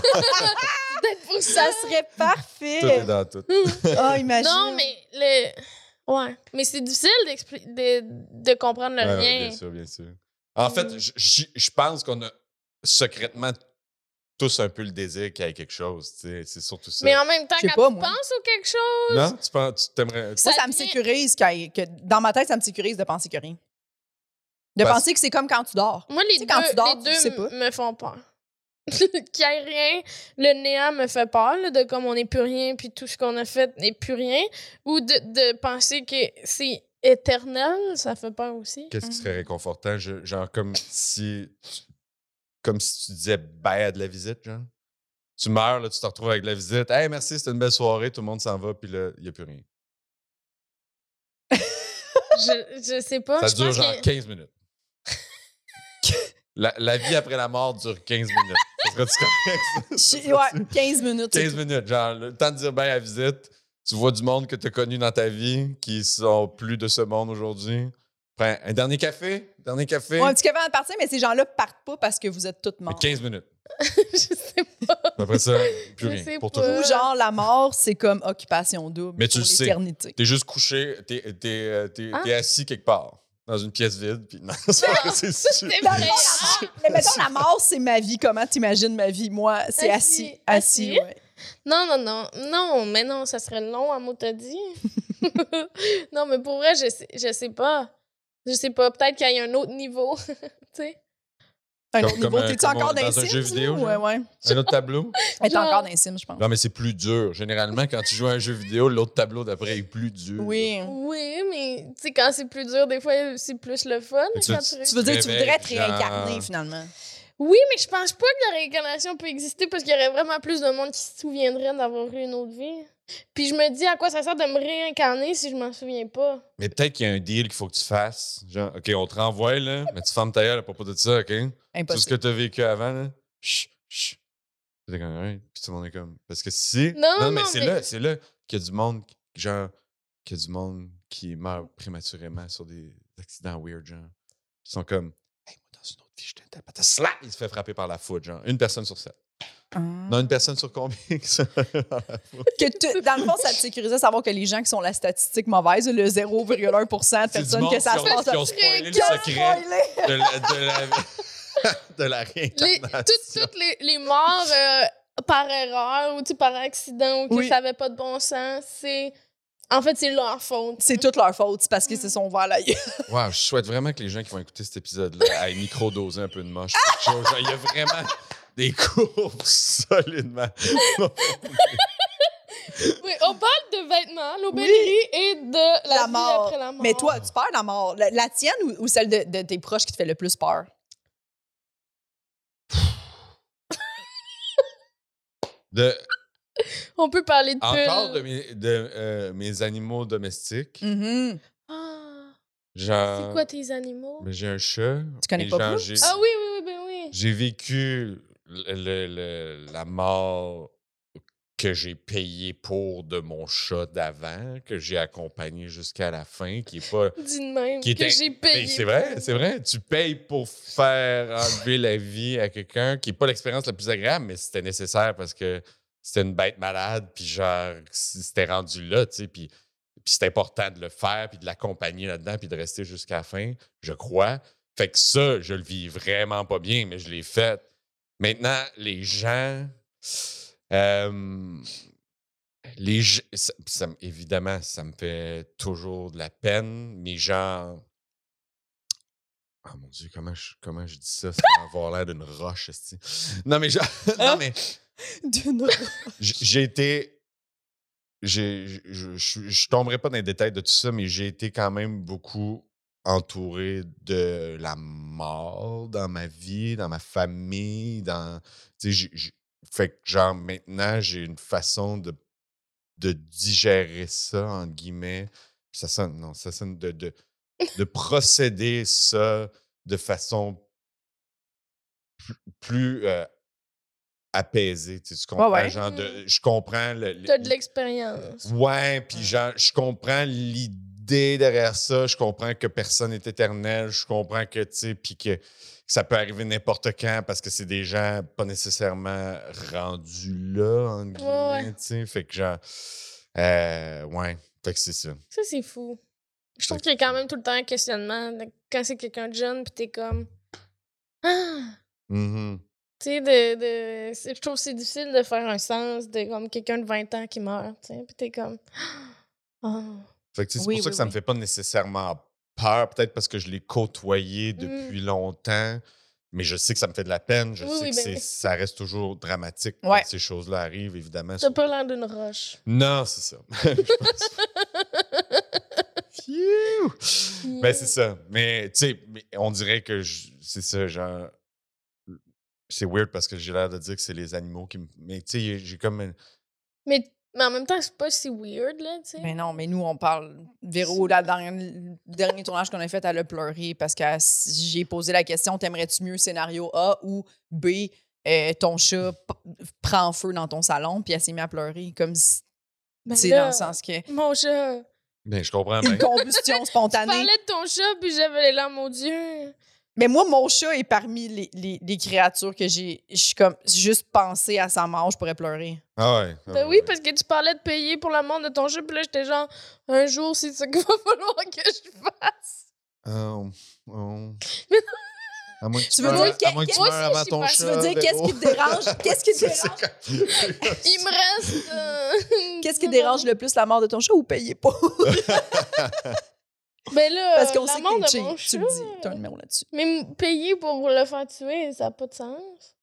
[SPEAKER 3] peut-être pour ça.
[SPEAKER 2] ça serait
[SPEAKER 4] Tout est
[SPEAKER 2] parfait!
[SPEAKER 4] dans tout.
[SPEAKER 2] Oh, imagine!
[SPEAKER 3] Non, mais le. Ouais. Mais c'est difficile d'expli- de, de comprendre le
[SPEAKER 4] Ouais, ouais,
[SPEAKER 3] lien.
[SPEAKER 4] bien sûr, bien sûr. En fait, je- je je pense qu'on a secrètement tous un peu le désir qu'il y ait quelque chose. tu sais. C'est surtout ça.
[SPEAKER 3] mais en même temps,
[SPEAKER 2] Je sais
[SPEAKER 3] quand
[SPEAKER 2] pas,
[SPEAKER 3] tu
[SPEAKER 2] moi.
[SPEAKER 3] penses au quelque chose,
[SPEAKER 4] Non? Tu penses, tu t'aimerais.
[SPEAKER 2] Ça, ça me
[SPEAKER 3] devient-
[SPEAKER 2] sécurise. Que, que- dans ma tête, ça me sécurise de penser que rien. De
[SPEAKER 4] Parce-
[SPEAKER 2] penser que c'est comme quand tu dors.
[SPEAKER 3] moi, les
[SPEAKER 2] Tu sais,
[SPEAKER 3] deux,
[SPEAKER 2] quand tu dors,
[SPEAKER 3] les
[SPEAKER 2] tu
[SPEAKER 3] deux
[SPEAKER 2] sais pas.
[SPEAKER 3] m- me font peur. Qu'il n'y ait rien, le néant me fait peur, là, de comme on n'est plus rien, puis tout ce qu'on a fait n'est plus rien. Ou de, de penser que c'est éternel, ça fait peur aussi.
[SPEAKER 4] Qu'est-ce qui serait réconfortant? Je- genre, comme si. tu- Comme si tu disais bye à de la visite, genre. Tu meurs, là, tu te retrouves avec de la visite. Hey, merci, c'était une belle soirée, tout le monde s'en va, puis là, il n'y a plus rien.
[SPEAKER 3] Je, je sais pas.
[SPEAKER 4] Ça
[SPEAKER 3] je
[SPEAKER 4] dure
[SPEAKER 3] pense
[SPEAKER 4] genre
[SPEAKER 3] que-
[SPEAKER 4] 15 minutes. la, la vie après la mort dure 15 minutes. Ça serait-tu correct, ça? Ça
[SPEAKER 2] Je-
[SPEAKER 4] serait-tu-
[SPEAKER 2] ouais, 15 minutes.
[SPEAKER 4] 15 minutes, genre, le temps de dire bye à la visite. Tu vois du monde que tu as connu dans ta vie qui sont plus de ce monde aujourd'hui. Prends un dernier café, dernier café.
[SPEAKER 2] Ouais, un petit café avant de partir, mais ces gens-là partent pas parce que vous êtes toutes morts.
[SPEAKER 4] 15 minutes.
[SPEAKER 3] je sais pas.
[SPEAKER 4] Après ça,
[SPEAKER 3] Je
[SPEAKER 4] plus rien.
[SPEAKER 3] sais
[SPEAKER 4] Pour
[SPEAKER 3] pas.
[SPEAKER 4] toujours.
[SPEAKER 2] Ou genre, la mort, c'est comme occupation double
[SPEAKER 4] Mais tu
[SPEAKER 2] pour
[SPEAKER 4] le sais.
[SPEAKER 2] l'éternité.
[SPEAKER 4] T'es juste couché, t'es t'es, euh, t'es-
[SPEAKER 3] Ah.
[SPEAKER 4] t'es assis quelque part, dans une pièce vide, puis non, c'est pas vrai, c'est sûr.
[SPEAKER 3] C'est
[SPEAKER 2] Non,
[SPEAKER 3] vrai.
[SPEAKER 2] mais la mort- Mais mettons, la mort, c'est ma vie. Comment t'imagines ma vie? Moi, c'est assis.
[SPEAKER 3] Assis.
[SPEAKER 2] Assis, ouais.
[SPEAKER 3] Non, non, non. Non, mais non, ça serait long à mot t'as dit. non, mais pour vrai, je sais, je sais pas. Je sais pas. Peut-être qu'il y a un autre niveau. tu sais.
[SPEAKER 2] Un
[SPEAKER 4] Comme-
[SPEAKER 2] autre niveau.
[SPEAKER 4] comme un-
[SPEAKER 2] T'es-tu
[SPEAKER 4] comme on
[SPEAKER 2] encore
[SPEAKER 4] est
[SPEAKER 2] dans les
[SPEAKER 4] dans un
[SPEAKER 2] Sims?
[SPEAKER 4] jeu vidéo,
[SPEAKER 2] là?
[SPEAKER 4] genre.
[SPEAKER 2] Ouais, ouais.
[SPEAKER 4] Un autre tableau?
[SPEAKER 2] T'es
[SPEAKER 3] Genre-
[SPEAKER 2] encore dans les Sims, je pense.
[SPEAKER 4] Non, mais c'est plus dur. Généralement, quand tu joues à un jeu vidéo, l'autre tableau d'après est plus dur.
[SPEAKER 2] Oui.
[SPEAKER 3] Oui, mais tu sais, quand c'est plus dur, des fois, c'est plus le fun.
[SPEAKER 4] Mais tu-
[SPEAKER 3] quand
[SPEAKER 4] tu-
[SPEAKER 3] tu-
[SPEAKER 2] Tu veux dire que tu
[SPEAKER 4] Réveil,
[SPEAKER 2] voudrais te
[SPEAKER 4] genre.
[SPEAKER 2] réincarner, finalement.
[SPEAKER 3] Oui, mais je pense pas que la réincarnation peut exister parce qu'il y aurait vraiment plus de monde qui se souviendrait d'avoir eu une autre vie. Puis je me dis à quoi ça sert de me réincarner si je m'en souviens pas.
[SPEAKER 4] Mais peut-être qu'il y a un deal qu'il faut que tu fasses. Genre, OK, on te renvoie, là, mais tu fermes ta gueule à propos de ça, OK? Tout ce
[SPEAKER 2] Impossible.
[SPEAKER 4] que t'as vécu avant, là. Chut, chut. Puis t'es comme, ouais. Puis tout le monde est comme. Parce que si.
[SPEAKER 3] Non, non,
[SPEAKER 4] mais
[SPEAKER 3] non,
[SPEAKER 4] c'est
[SPEAKER 3] mais-
[SPEAKER 4] là, c'est là qu'il y a du monde, genre, qu'il y a du monde qui meurt prématurément sur des accidents weird, genre. Ils sont comme, hey, moi, dans une autre vie, j'étais un patate. Slap! Il se fait frapper par la foudre, genre. Une personne sur sept.
[SPEAKER 2] Ah.
[SPEAKER 4] Non, une personne sur combien que ça?
[SPEAKER 2] que tu- dans le fond, ça te sécurisait de savoir que les gens qui sont la statistique mauvaise, le 0,1 de
[SPEAKER 4] C'est du
[SPEAKER 2] personnes
[SPEAKER 4] monde
[SPEAKER 2] que ça
[SPEAKER 4] qui
[SPEAKER 2] se
[SPEAKER 4] ont-
[SPEAKER 2] passe.
[SPEAKER 4] qui ont spoilé le secret de la, de la, de la
[SPEAKER 3] Les-
[SPEAKER 4] réincarnation.
[SPEAKER 3] toutes, toutes les, les morts euh, par erreur ou tu sais, par accident ou qui
[SPEAKER 2] Oui.
[SPEAKER 3] savaient pas de bon sens, c'est. En fait, c'est leur faute.
[SPEAKER 2] C'est toute leur faute, c'est parce qu'ils se sont ouverts la gueule.
[SPEAKER 4] Wow, je souhaite vraiment que les gens qui vont écouter cet épisode-là aillent micro-doser un peu de moche. quelque chose. Il y a vraiment des courbes solidement.
[SPEAKER 3] Oui, on parle de vêtements, l'aubainerie et de la,
[SPEAKER 2] La
[SPEAKER 3] vie
[SPEAKER 2] mort.
[SPEAKER 3] après la mort.
[SPEAKER 2] Mais toi, tu peurs la mort. La, la tienne ou, ou celle de, de tes proches qui te fait le plus peur?
[SPEAKER 4] De,
[SPEAKER 3] on peut parler de
[SPEAKER 4] encore de,
[SPEAKER 3] pulls.
[SPEAKER 4] mes, de, euh, mes animaux domestiques.
[SPEAKER 2] Mhm.
[SPEAKER 3] Ah,
[SPEAKER 4] Genre,
[SPEAKER 3] c'est quoi tes animaux?
[SPEAKER 4] Euh, mais J'ai un chat.
[SPEAKER 2] Tu connais
[SPEAKER 4] et
[SPEAKER 2] pas
[SPEAKER 4] genre,
[SPEAKER 2] Blue?
[SPEAKER 4] j'ai-
[SPEAKER 3] Ah oui, oui, oui, ben oui.
[SPEAKER 4] J'ai vécu le- le- le- la mort que j'ai payée pour de mon chat d'avant, que j'ai accompagné jusqu'à la fin, qui est pas
[SPEAKER 3] Dis de même
[SPEAKER 4] Qui
[SPEAKER 3] que
[SPEAKER 4] était-
[SPEAKER 3] j'ai
[SPEAKER 4] Mais
[SPEAKER 3] payé.
[SPEAKER 4] c'est vrai,
[SPEAKER 3] pour.
[SPEAKER 4] c'est vrai. Tu payes pour faire enlever la vie à quelqu'un qui n'est pas l'expérience la plus agréable, mais c'était nécessaire parce que c'était une bête malade, puis genre, si- c'était rendu là, tu sais, puis, puis c'est important de le faire, puis de l'accompagner là-dedans, puis de rester jusqu'à la fin, je crois. Fait que ça, je le vis vraiment pas bien, mais je l'ai fait. Maintenant, les gens. euh, les gens- ça- ça me- évidemment, ça me fait toujours de la peine, mais genre. Ah mon Dieu, comment je, comment je dis ça sans avoir l'air d'une roche, esti. Non, mais genre. Non,
[SPEAKER 2] Hein?
[SPEAKER 4] mais
[SPEAKER 2] D'une-
[SPEAKER 4] j- j'ai été. j'ai- Je je- je- je tomberai pas dans les détails de tout ça, mais j'ai été quand même beaucoup entouré de la mort dans ma vie, dans ma famille, dans. Tu sais, j'ai- j'ai- fait que, genre, maintenant, j'ai une façon de, de digérer ça, entre guillemets. Ça sonne, non, ça sonne de, de, de procéder ça de façon plus, plus, euh, apaisée. Tu, sais, tu comprends?
[SPEAKER 2] ouais.
[SPEAKER 4] Genre, de, je comprends le. le-
[SPEAKER 3] T'as de l'expérience.
[SPEAKER 4] Ouais, puis genre, je comprends l'idée derrière ça. Je comprends que personne n'est éternel. Je comprends que, tu sais, puis que ça peut arriver n'importe quand parce que c'est des gens pas nécessairement rendus là, en
[SPEAKER 3] ouais.
[SPEAKER 4] guillemets, tu sais. Fait que genre, euh, ouais, fait que c'est ça.
[SPEAKER 3] Ça, c'est fou. Je trouve qu'il y a quand même tout le temps un questionnement. de- Quand c'est quelqu'un de jeune, puis t'es comme. Ah!
[SPEAKER 4] Mhm.
[SPEAKER 3] Tu sais, de, de- c'est- je trouve que c'est difficile de faire un sens de comme quelqu'un de 20 ans qui meurt, tu sais. Puis t'es comme. Ah.
[SPEAKER 4] Fait que tu sais, c'est
[SPEAKER 2] Oui,
[SPEAKER 4] pour ça
[SPEAKER 2] oui,
[SPEAKER 4] que ça me
[SPEAKER 2] oui.
[SPEAKER 4] fait pas nécessairement peur, peut-être parce que je l'ai
[SPEAKER 3] Mm.
[SPEAKER 4] côtoyé depuis longtemps, mais je sais que ça me fait de la peine. Je
[SPEAKER 3] Oui,
[SPEAKER 4] sais
[SPEAKER 3] oui,
[SPEAKER 4] que
[SPEAKER 3] ben
[SPEAKER 4] c'est-
[SPEAKER 3] oui.
[SPEAKER 4] ça reste toujours dramatique
[SPEAKER 2] Ouais.
[SPEAKER 4] quand ces choses-là arrivent, évidemment.
[SPEAKER 3] T'as pas l'air d'une roche.
[SPEAKER 4] Non, c'est ça. Je pense. Phew! ben, c'est ça. Mais, tu sais, mais on dirait que je- c'est ça, genre. C'est weird parce que j'ai l'air de dire que c'est les animaux qui me. Mais, tu sais, j'ai comme. une-
[SPEAKER 3] Mais, mais en même temps, c'est pas si weird, là, tu sais.
[SPEAKER 2] Mais non, mais nous, on parle. Véro, la dernière- le dernier tournage qu'on a fait, elle a pleuré parce que elle s- j'ai posé la question t'aimerais-tu mieux scénario A ou B, euh, ton chat p- prend feu dans ton salon, puis elle s'est mise à pleurer, comme si.
[SPEAKER 3] Ben
[SPEAKER 2] c'est
[SPEAKER 3] là,
[SPEAKER 2] dans le sens que.
[SPEAKER 3] Mon chat.
[SPEAKER 4] Ben, je comprends bien.
[SPEAKER 2] Une combustion
[SPEAKER 3] Tu
[SPEAKER 2] spontanée.
[SPEAKER 3] parlais de ton chat, puis j'avais les larmes, mon Dieu.
[SPEAKER 2] Mais moi, mon chat est parmi les, les- les créatures que j'ai. Je suis comme. Juste penser à sa mort, je pourrais pleurer.
[SPEAKER 4] Ah ouais. ah
[SPEAKER 3] Ben
[SPEAKER 4] ouais,
[SPEAKER 3] oui,
[SPEAKER 4] ouais.
[SPEAKER 3] parce que tu parlais de payer pour la mort de ton chat, puis là, j'étais genre, un jour, c'est ça qu'il va falloir que je fasse.
[SPEAKER 4] Oh, oh.
[SPEAKER 3] Mais
[SPEAKER 4] À moins que tu,
[SPEAKER 2] Tu veux
[SPEAKER 4] meures-
[SPEAKER 2] dire que-
[SPEAKER 4] à moins que tu
[SPEAKER 3] moi
[SPEAKER 4] meures
[SPEAKER 3] aussi,
[SPEAKER 4] avant
[SPEAKER 3] je
[SPEAKER 4] ton
[SPEAKER 2] Ah,
[SPEAKER 3] pense-
[SPEAKER 2] Tu
[SPEAKER 4] chat. oh.
[SPEAKER 2] veux dire, qu'est-ce qui te dérange? Qu'est-ce qui te dérange?
[SPEAKER 4] dérange?
[SPEAKER 3] Il me reste. euh,
[SPEAKER 2] Qu'est-ce qui dérange le plus la mort de ton chat ou payez pas?
[SPEAKER 3] Mais Ben là,
[SPEAKER 2] Parce qu'on
[SPEAKER 3] la
[SPEAKER 2] sait
[SPEAKER 3] mort
[SPEAKER 2] que
[SPEAKER 3] de
[SPEAKER 2] t'es
[SPEAKER 3] mon
[SPEAKER 2] cheap. Tu me
[SPEAKER 3] chat.
[SPEAKER 2] dis, t'as un numéro là-dessus.
[SPEAKER 3] Mais m- payer pour le faire tuer, ça n'a pas de sens.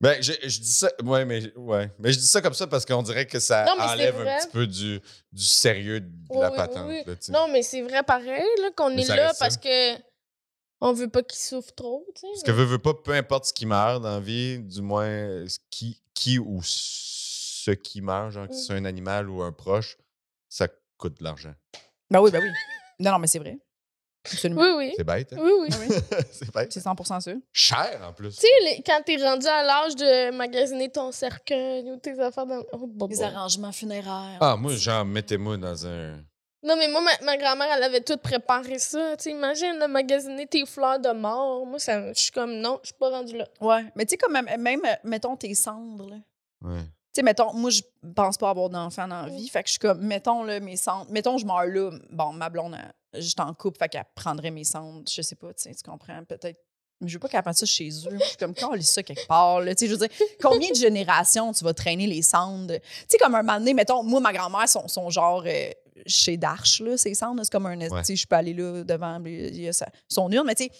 [SPEAKER 4] Ben, je, je dis ça, ouais, mais, ouais. mais je dis ça comme ça parce qu'on dirait que ça
[SPEAKER 3] Non, mais c'est
[SPEAKER 4] enlève
[SPEAKER 3] vrai.
[SPEAKER 4] un petit peu du, du sérieux de
[SPEAKER 3] Oui,
[SPEAKER 4] la
[SPEAKER 3] oui,
[SPEAKER 4] patente.
[SPEAKER 3] oui.
[SPEAKER 4] là, tu sais.
[SPEAKER 3] Non, mais c'est vrai pareil, là, qu'on
[SPEAKER 4] Mais
[SPEAKER 3] est
[SPEAKER 4] ça
[SPEAKER 3] là
[SPEAKER 4] reste ça.
[SPEAKER 3] parce que on veut pas qu'il souffre trop, tu
[SPEAKER 4] Parce
[SPEAKER 3] sais.
[SPEAKER 4] que veut, veut pas, peu importe ce qui meurt dans la vie, du moins euh, ce qui, qui ou ce qui meurt, genre que
[SPEAKER 3] Mm.
[SPEAKER 4] c'est un animal ou un proche, ça coûte de l'argent.
[SPEAKER 2] Ben oui, ben oui. Non, non, mais c'est vrai. Absolument.
[SPEAKER 3] Oui, oui.
[SPEAKER 4] C'est bête, hein?
[SPEAKER 3] Oui, oui.
[SPEAKER 4] c'est bête.
[SPEAKER 2] C'est 100 sûr.
[SPEAKER 4] Cher en plus.
[SPEAKER 3] Tu sais, les- quand t'es rendu à l'âge de magasiner ton cercueil ou tes affaires dans. Oh, bon,
[SPEAKER 2] Les
[SPEAKER 3] bon.
[SPEAKER 2] arrangements funéraires.
[SPEAKER 4] Ah, moi, genre, mettez-moi dans un.
[SPEAKER 3] Non, mais moi, ma, ma grand-mère, elle avait tout préparé ça. Tu sais, imagine, là, magasiner tes fleurs de mort. Moi, ça, je suis comme, non, je suis pas rendue là.
[SPEAKER 2] Ouais. Mais tu sais, comme même- même, mettons tes cendres, là.
[SPEAKER 4] Ouais.
[SPEAKER 2] Tu sais, mettons, moi, je pense pas avoir d'enfant dans la vie. Fait que je suis comme, mettons, là, mes cendres. Mettons, je meurs là. Bon, ma blonde, elle- je t'en coupe, fait qu'elle prendrait mes cendres. Je sais pas, tu sais, tu comprends? Peut-être. Mais je veux pas qu'elle fasse ça chez eux. Moi, Je suis comme, quand ça quelque part, là. Tu sais, je veux dire, combien de générations tu vas traîner les cendres? de- Tu sais, comme un moment donné, mettons, moi, ma grand-mère, son, son genre. euh, chez Darche, là, ses cendres, c'est comme un. Tu sais, je suis pas allée là devant ben, il y a sa- son urne, mais tu sais,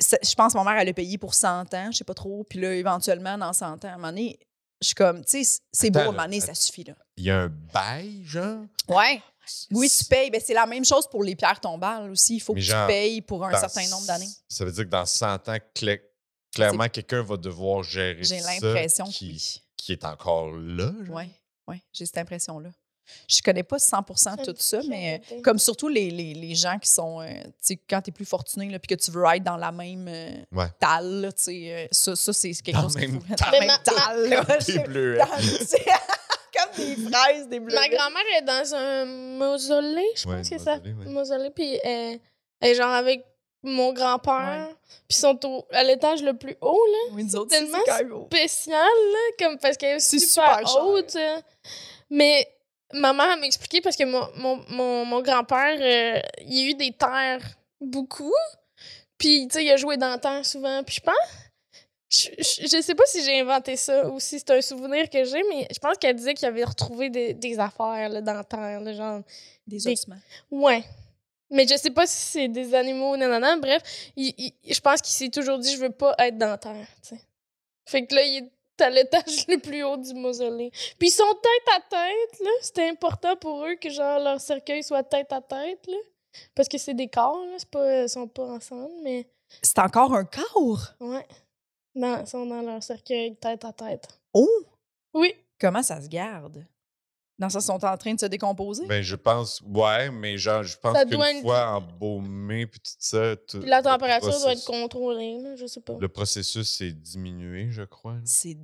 [SPEAKER 2] ça- je pense que ma mère, elle a payé pour 100 ans, je sais pas trop. Puis là, éventuellement, dans 100 ans, à un moment donné, je suis comme, tu sais, c'est beau, à un
[SPEAKER 4] Attends,
[SPEAKER 2] moment donné,
[SPEAKER 4] là.
[SPEAKER 2] ça suffit, là.
[SPEAKER 4] Il y a un bail, genre?
[SPEAKER 2] Ouais. Oui, tu payes. Ben, c'est la même chose pour les pierres tombales aussi. Il faut
[SPEAKER 4] Mais
[SPEAKER 2] que
[SPEAKER 4] genre,
[SPEAKER 2] tu payes pour un
[SPEAKER 4] Dans-
[SPEAKER 2] certain nombre d'années.
[SPEAKER 4] Ça veut dire que dans 100 ans, cla- clairement, quelqu'un va devoir gérer
[SPEAKER 2] J'ai
[SPEAKER 4] ça
[SPEAKER 2] l'impression que
[SPEAKER 4] qui, Mmh.
[SPEAKER 2] oui.
[SPEAKER 4] qui est encore là. genre.
[SPEAKER 2] Oui, ouais, j'ai cette impression-là. Je connais pas 100
[SPEAKER 3] me
[SPEAKER 2] Ah, tout
[SPEAKER 3] dit
[SPEAKER 2] ça,
[SPEAKER 3] quelque
[SPEAKER 2] mais
[SPEAKER 3] chose.
[SPEAKER 2] euh, comme surtout les, les- les gens qui sont, euh, tu sais, quand tu es plus fortuné, là, puis que tu veux être dans la même euh,
[SPEAKER 4] Ouais.
[SPEAKER 2] talle, là, tu sais, euh, ça, ça, c'est quelque
[SPEAKER 4] Dans
[SPEAKER 2] chose qu'il
[SPEAKER 4] même
[SPEAKER 2] faut-
[SPEAKER 4] talle.
[SPEAKER 2] dans la
[SPEAKER 3] Mais
[SPEAKER 2] même
[SPEAKER 3] ma-
[SPEAKER 2] talle. là.
[SPEAKER 4] Des bleus. hein?
[SPEAKER 2] Dans- c'est- comme des fraises, des bleus.
[SPEAKER 3] Ma grand-mère est dans un mausolée, je
[SPEAKER 4] Ouais,
[SPEAKER 3] pense que ça. Mm-hmm.
[SPEAKER 4] mausolée, ouais.
[SPEAKER 3] Mausolée, puis elle elle est genre avec mon grand-père. Puis ils sont au- à l'étage le plus haut, là.
[SPEAKER 2] Oui, nous autres, c'est
[SPEAKER 3] tellement
[SPEAKER 2] quand même haut.
[SPEAKER 3] spécial, là, comme parce qu'elle est
[SPEAKER 2] C'est
[SPEAKER 3] super,
[SPEAKER 2] super cher.
[SPEAKER 3] haute. euh. Mais ma mère elle m'a expliqué parce que mon, mon, mon, mon grand-père, euh, il a eu des terres beaucoup. Puis, tu sais, il a joué dans le temps souvent. Puis, je pense. Je, je, je sais pas si j'ai inventé ça ou si c'est un souvenir que j'ai, mais je pense qu'elle disait qu'il avait retrouvé des, des affaires là, dans le terre, là, genre
[SPEAKER 2] Des
[SPEAKER 3] Des-
[SPEAKER 2] ossements.
[SPEAKER 3] Ouais. Mais je sais pas si c'est des animaux, nanana. Bref, il- il- je pense qu'il s'est toujours dit je veux pas être dans la terre. tu sais. Fait que là, il est à l'étage le plus haut du mausolée. Puis ils sont tête à tête, là. C'était important pour eux que genre leur cercueil soit tête à tête, là. Parce que c'est des corps, là, c'est pas, ils sont pas ensemble, mais
[SPEAKER 2] C'est encore un corps?
[SPEAKER 3] ouais. Dans, ils sont dans leur cercueil tête à tête.
[SPEAKER 2] Oh!
[SPEAKER 3] Oui.
[SPEAKER 2] Comment ça se garde? Dans ça, ils sont en train de se décomposer?
[SPEAKER 4] Ben, je pense, ouais, mais genre, je pense
[SPEAKER 3] Ça
[SPEAKER 4] qu'une
[SPEAKER 3] doit être-
[SPEAKER 4] fois embaumé, puis tout ça. tout-
[SPEAKER 3] Puis la
[SPEAKER 4] le
[SPEAKER 3] température doit être
[SPEAKER 4] processus-
[SPEAKER 3] contrôlée, là, je sais pas.
[SPEAKER 4] Le processus est diminué, je crois. là.
[SPEAKER 2] C'est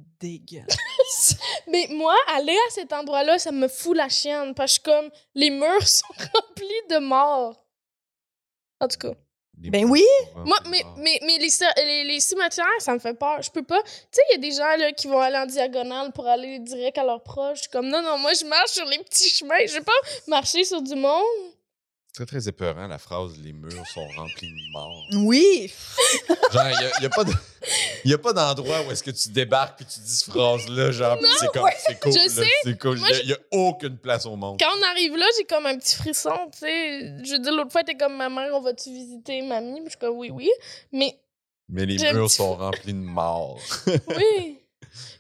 [SPEAKER 2] dégueulasse.
[SPEAKER 3] Mais moi, aller à cet endroit-là, ça me fout la chienne. Parce que je suis comme, les murs sont remplis de morts. En tout cas.
[SPEAKER 4] Les
[SPEAKER 2] Ben
[SPEAKER 4] morts
[SPEAKER 2] oui!
[SPEAKER 4] sont
[SPEAKER 3] Moi,
[SPEAKER 4] vraiment
[SPEAKER 3] mais,
[SPEAKER 4] morts.
[SPEAKER 3] mais, mais les, cer- les, les cimetières, ça me fait peur. Je peux pas. Tu sais, il y a des gens là, qui vont aller en diagonale pour aller direct à leurs proches. Je suis comme, non, non, moi, je marche sur les petits chemins. Je vais pas marcher sur du monde.
[SPEAKER 4] C'est très, très épeurant, la phrase Les murs sont remplis de morts.
[SPEAKER 2] oui!
[SPEAKER 4] Genre, il n'y a, pas de- y a pas d'endroit où est-ce que tu débarques puis tu dis cette phrase-là, genre, puis c'est comme, c'est cool,
[SPEAKER 3] je
[SPEAKER 4] là,
[SPEAKER 3] sais.
[SPEAKER 4] c'est cool.
[SPEAKER 3] Moi,
[SPEAKER 4] Il n'y a, aucune place au monde.
[SPEAKER 3] Quand on arrive là, j'ai comme un petit frisson. Tu sais, je veux dire, l'autre fois, t'es comme, maman, on va-tu visiter mamie? Puis Je suis comme, oui, oui. Mais
[SPEAKER 4] Mais les
[SPEAKER 3] J'ai un
[SPEAKER 4] murs
[SPEAKER 3] petit-
[SPEAKER 4] sont remplis de morts.
[SPEAKER 3] Oui.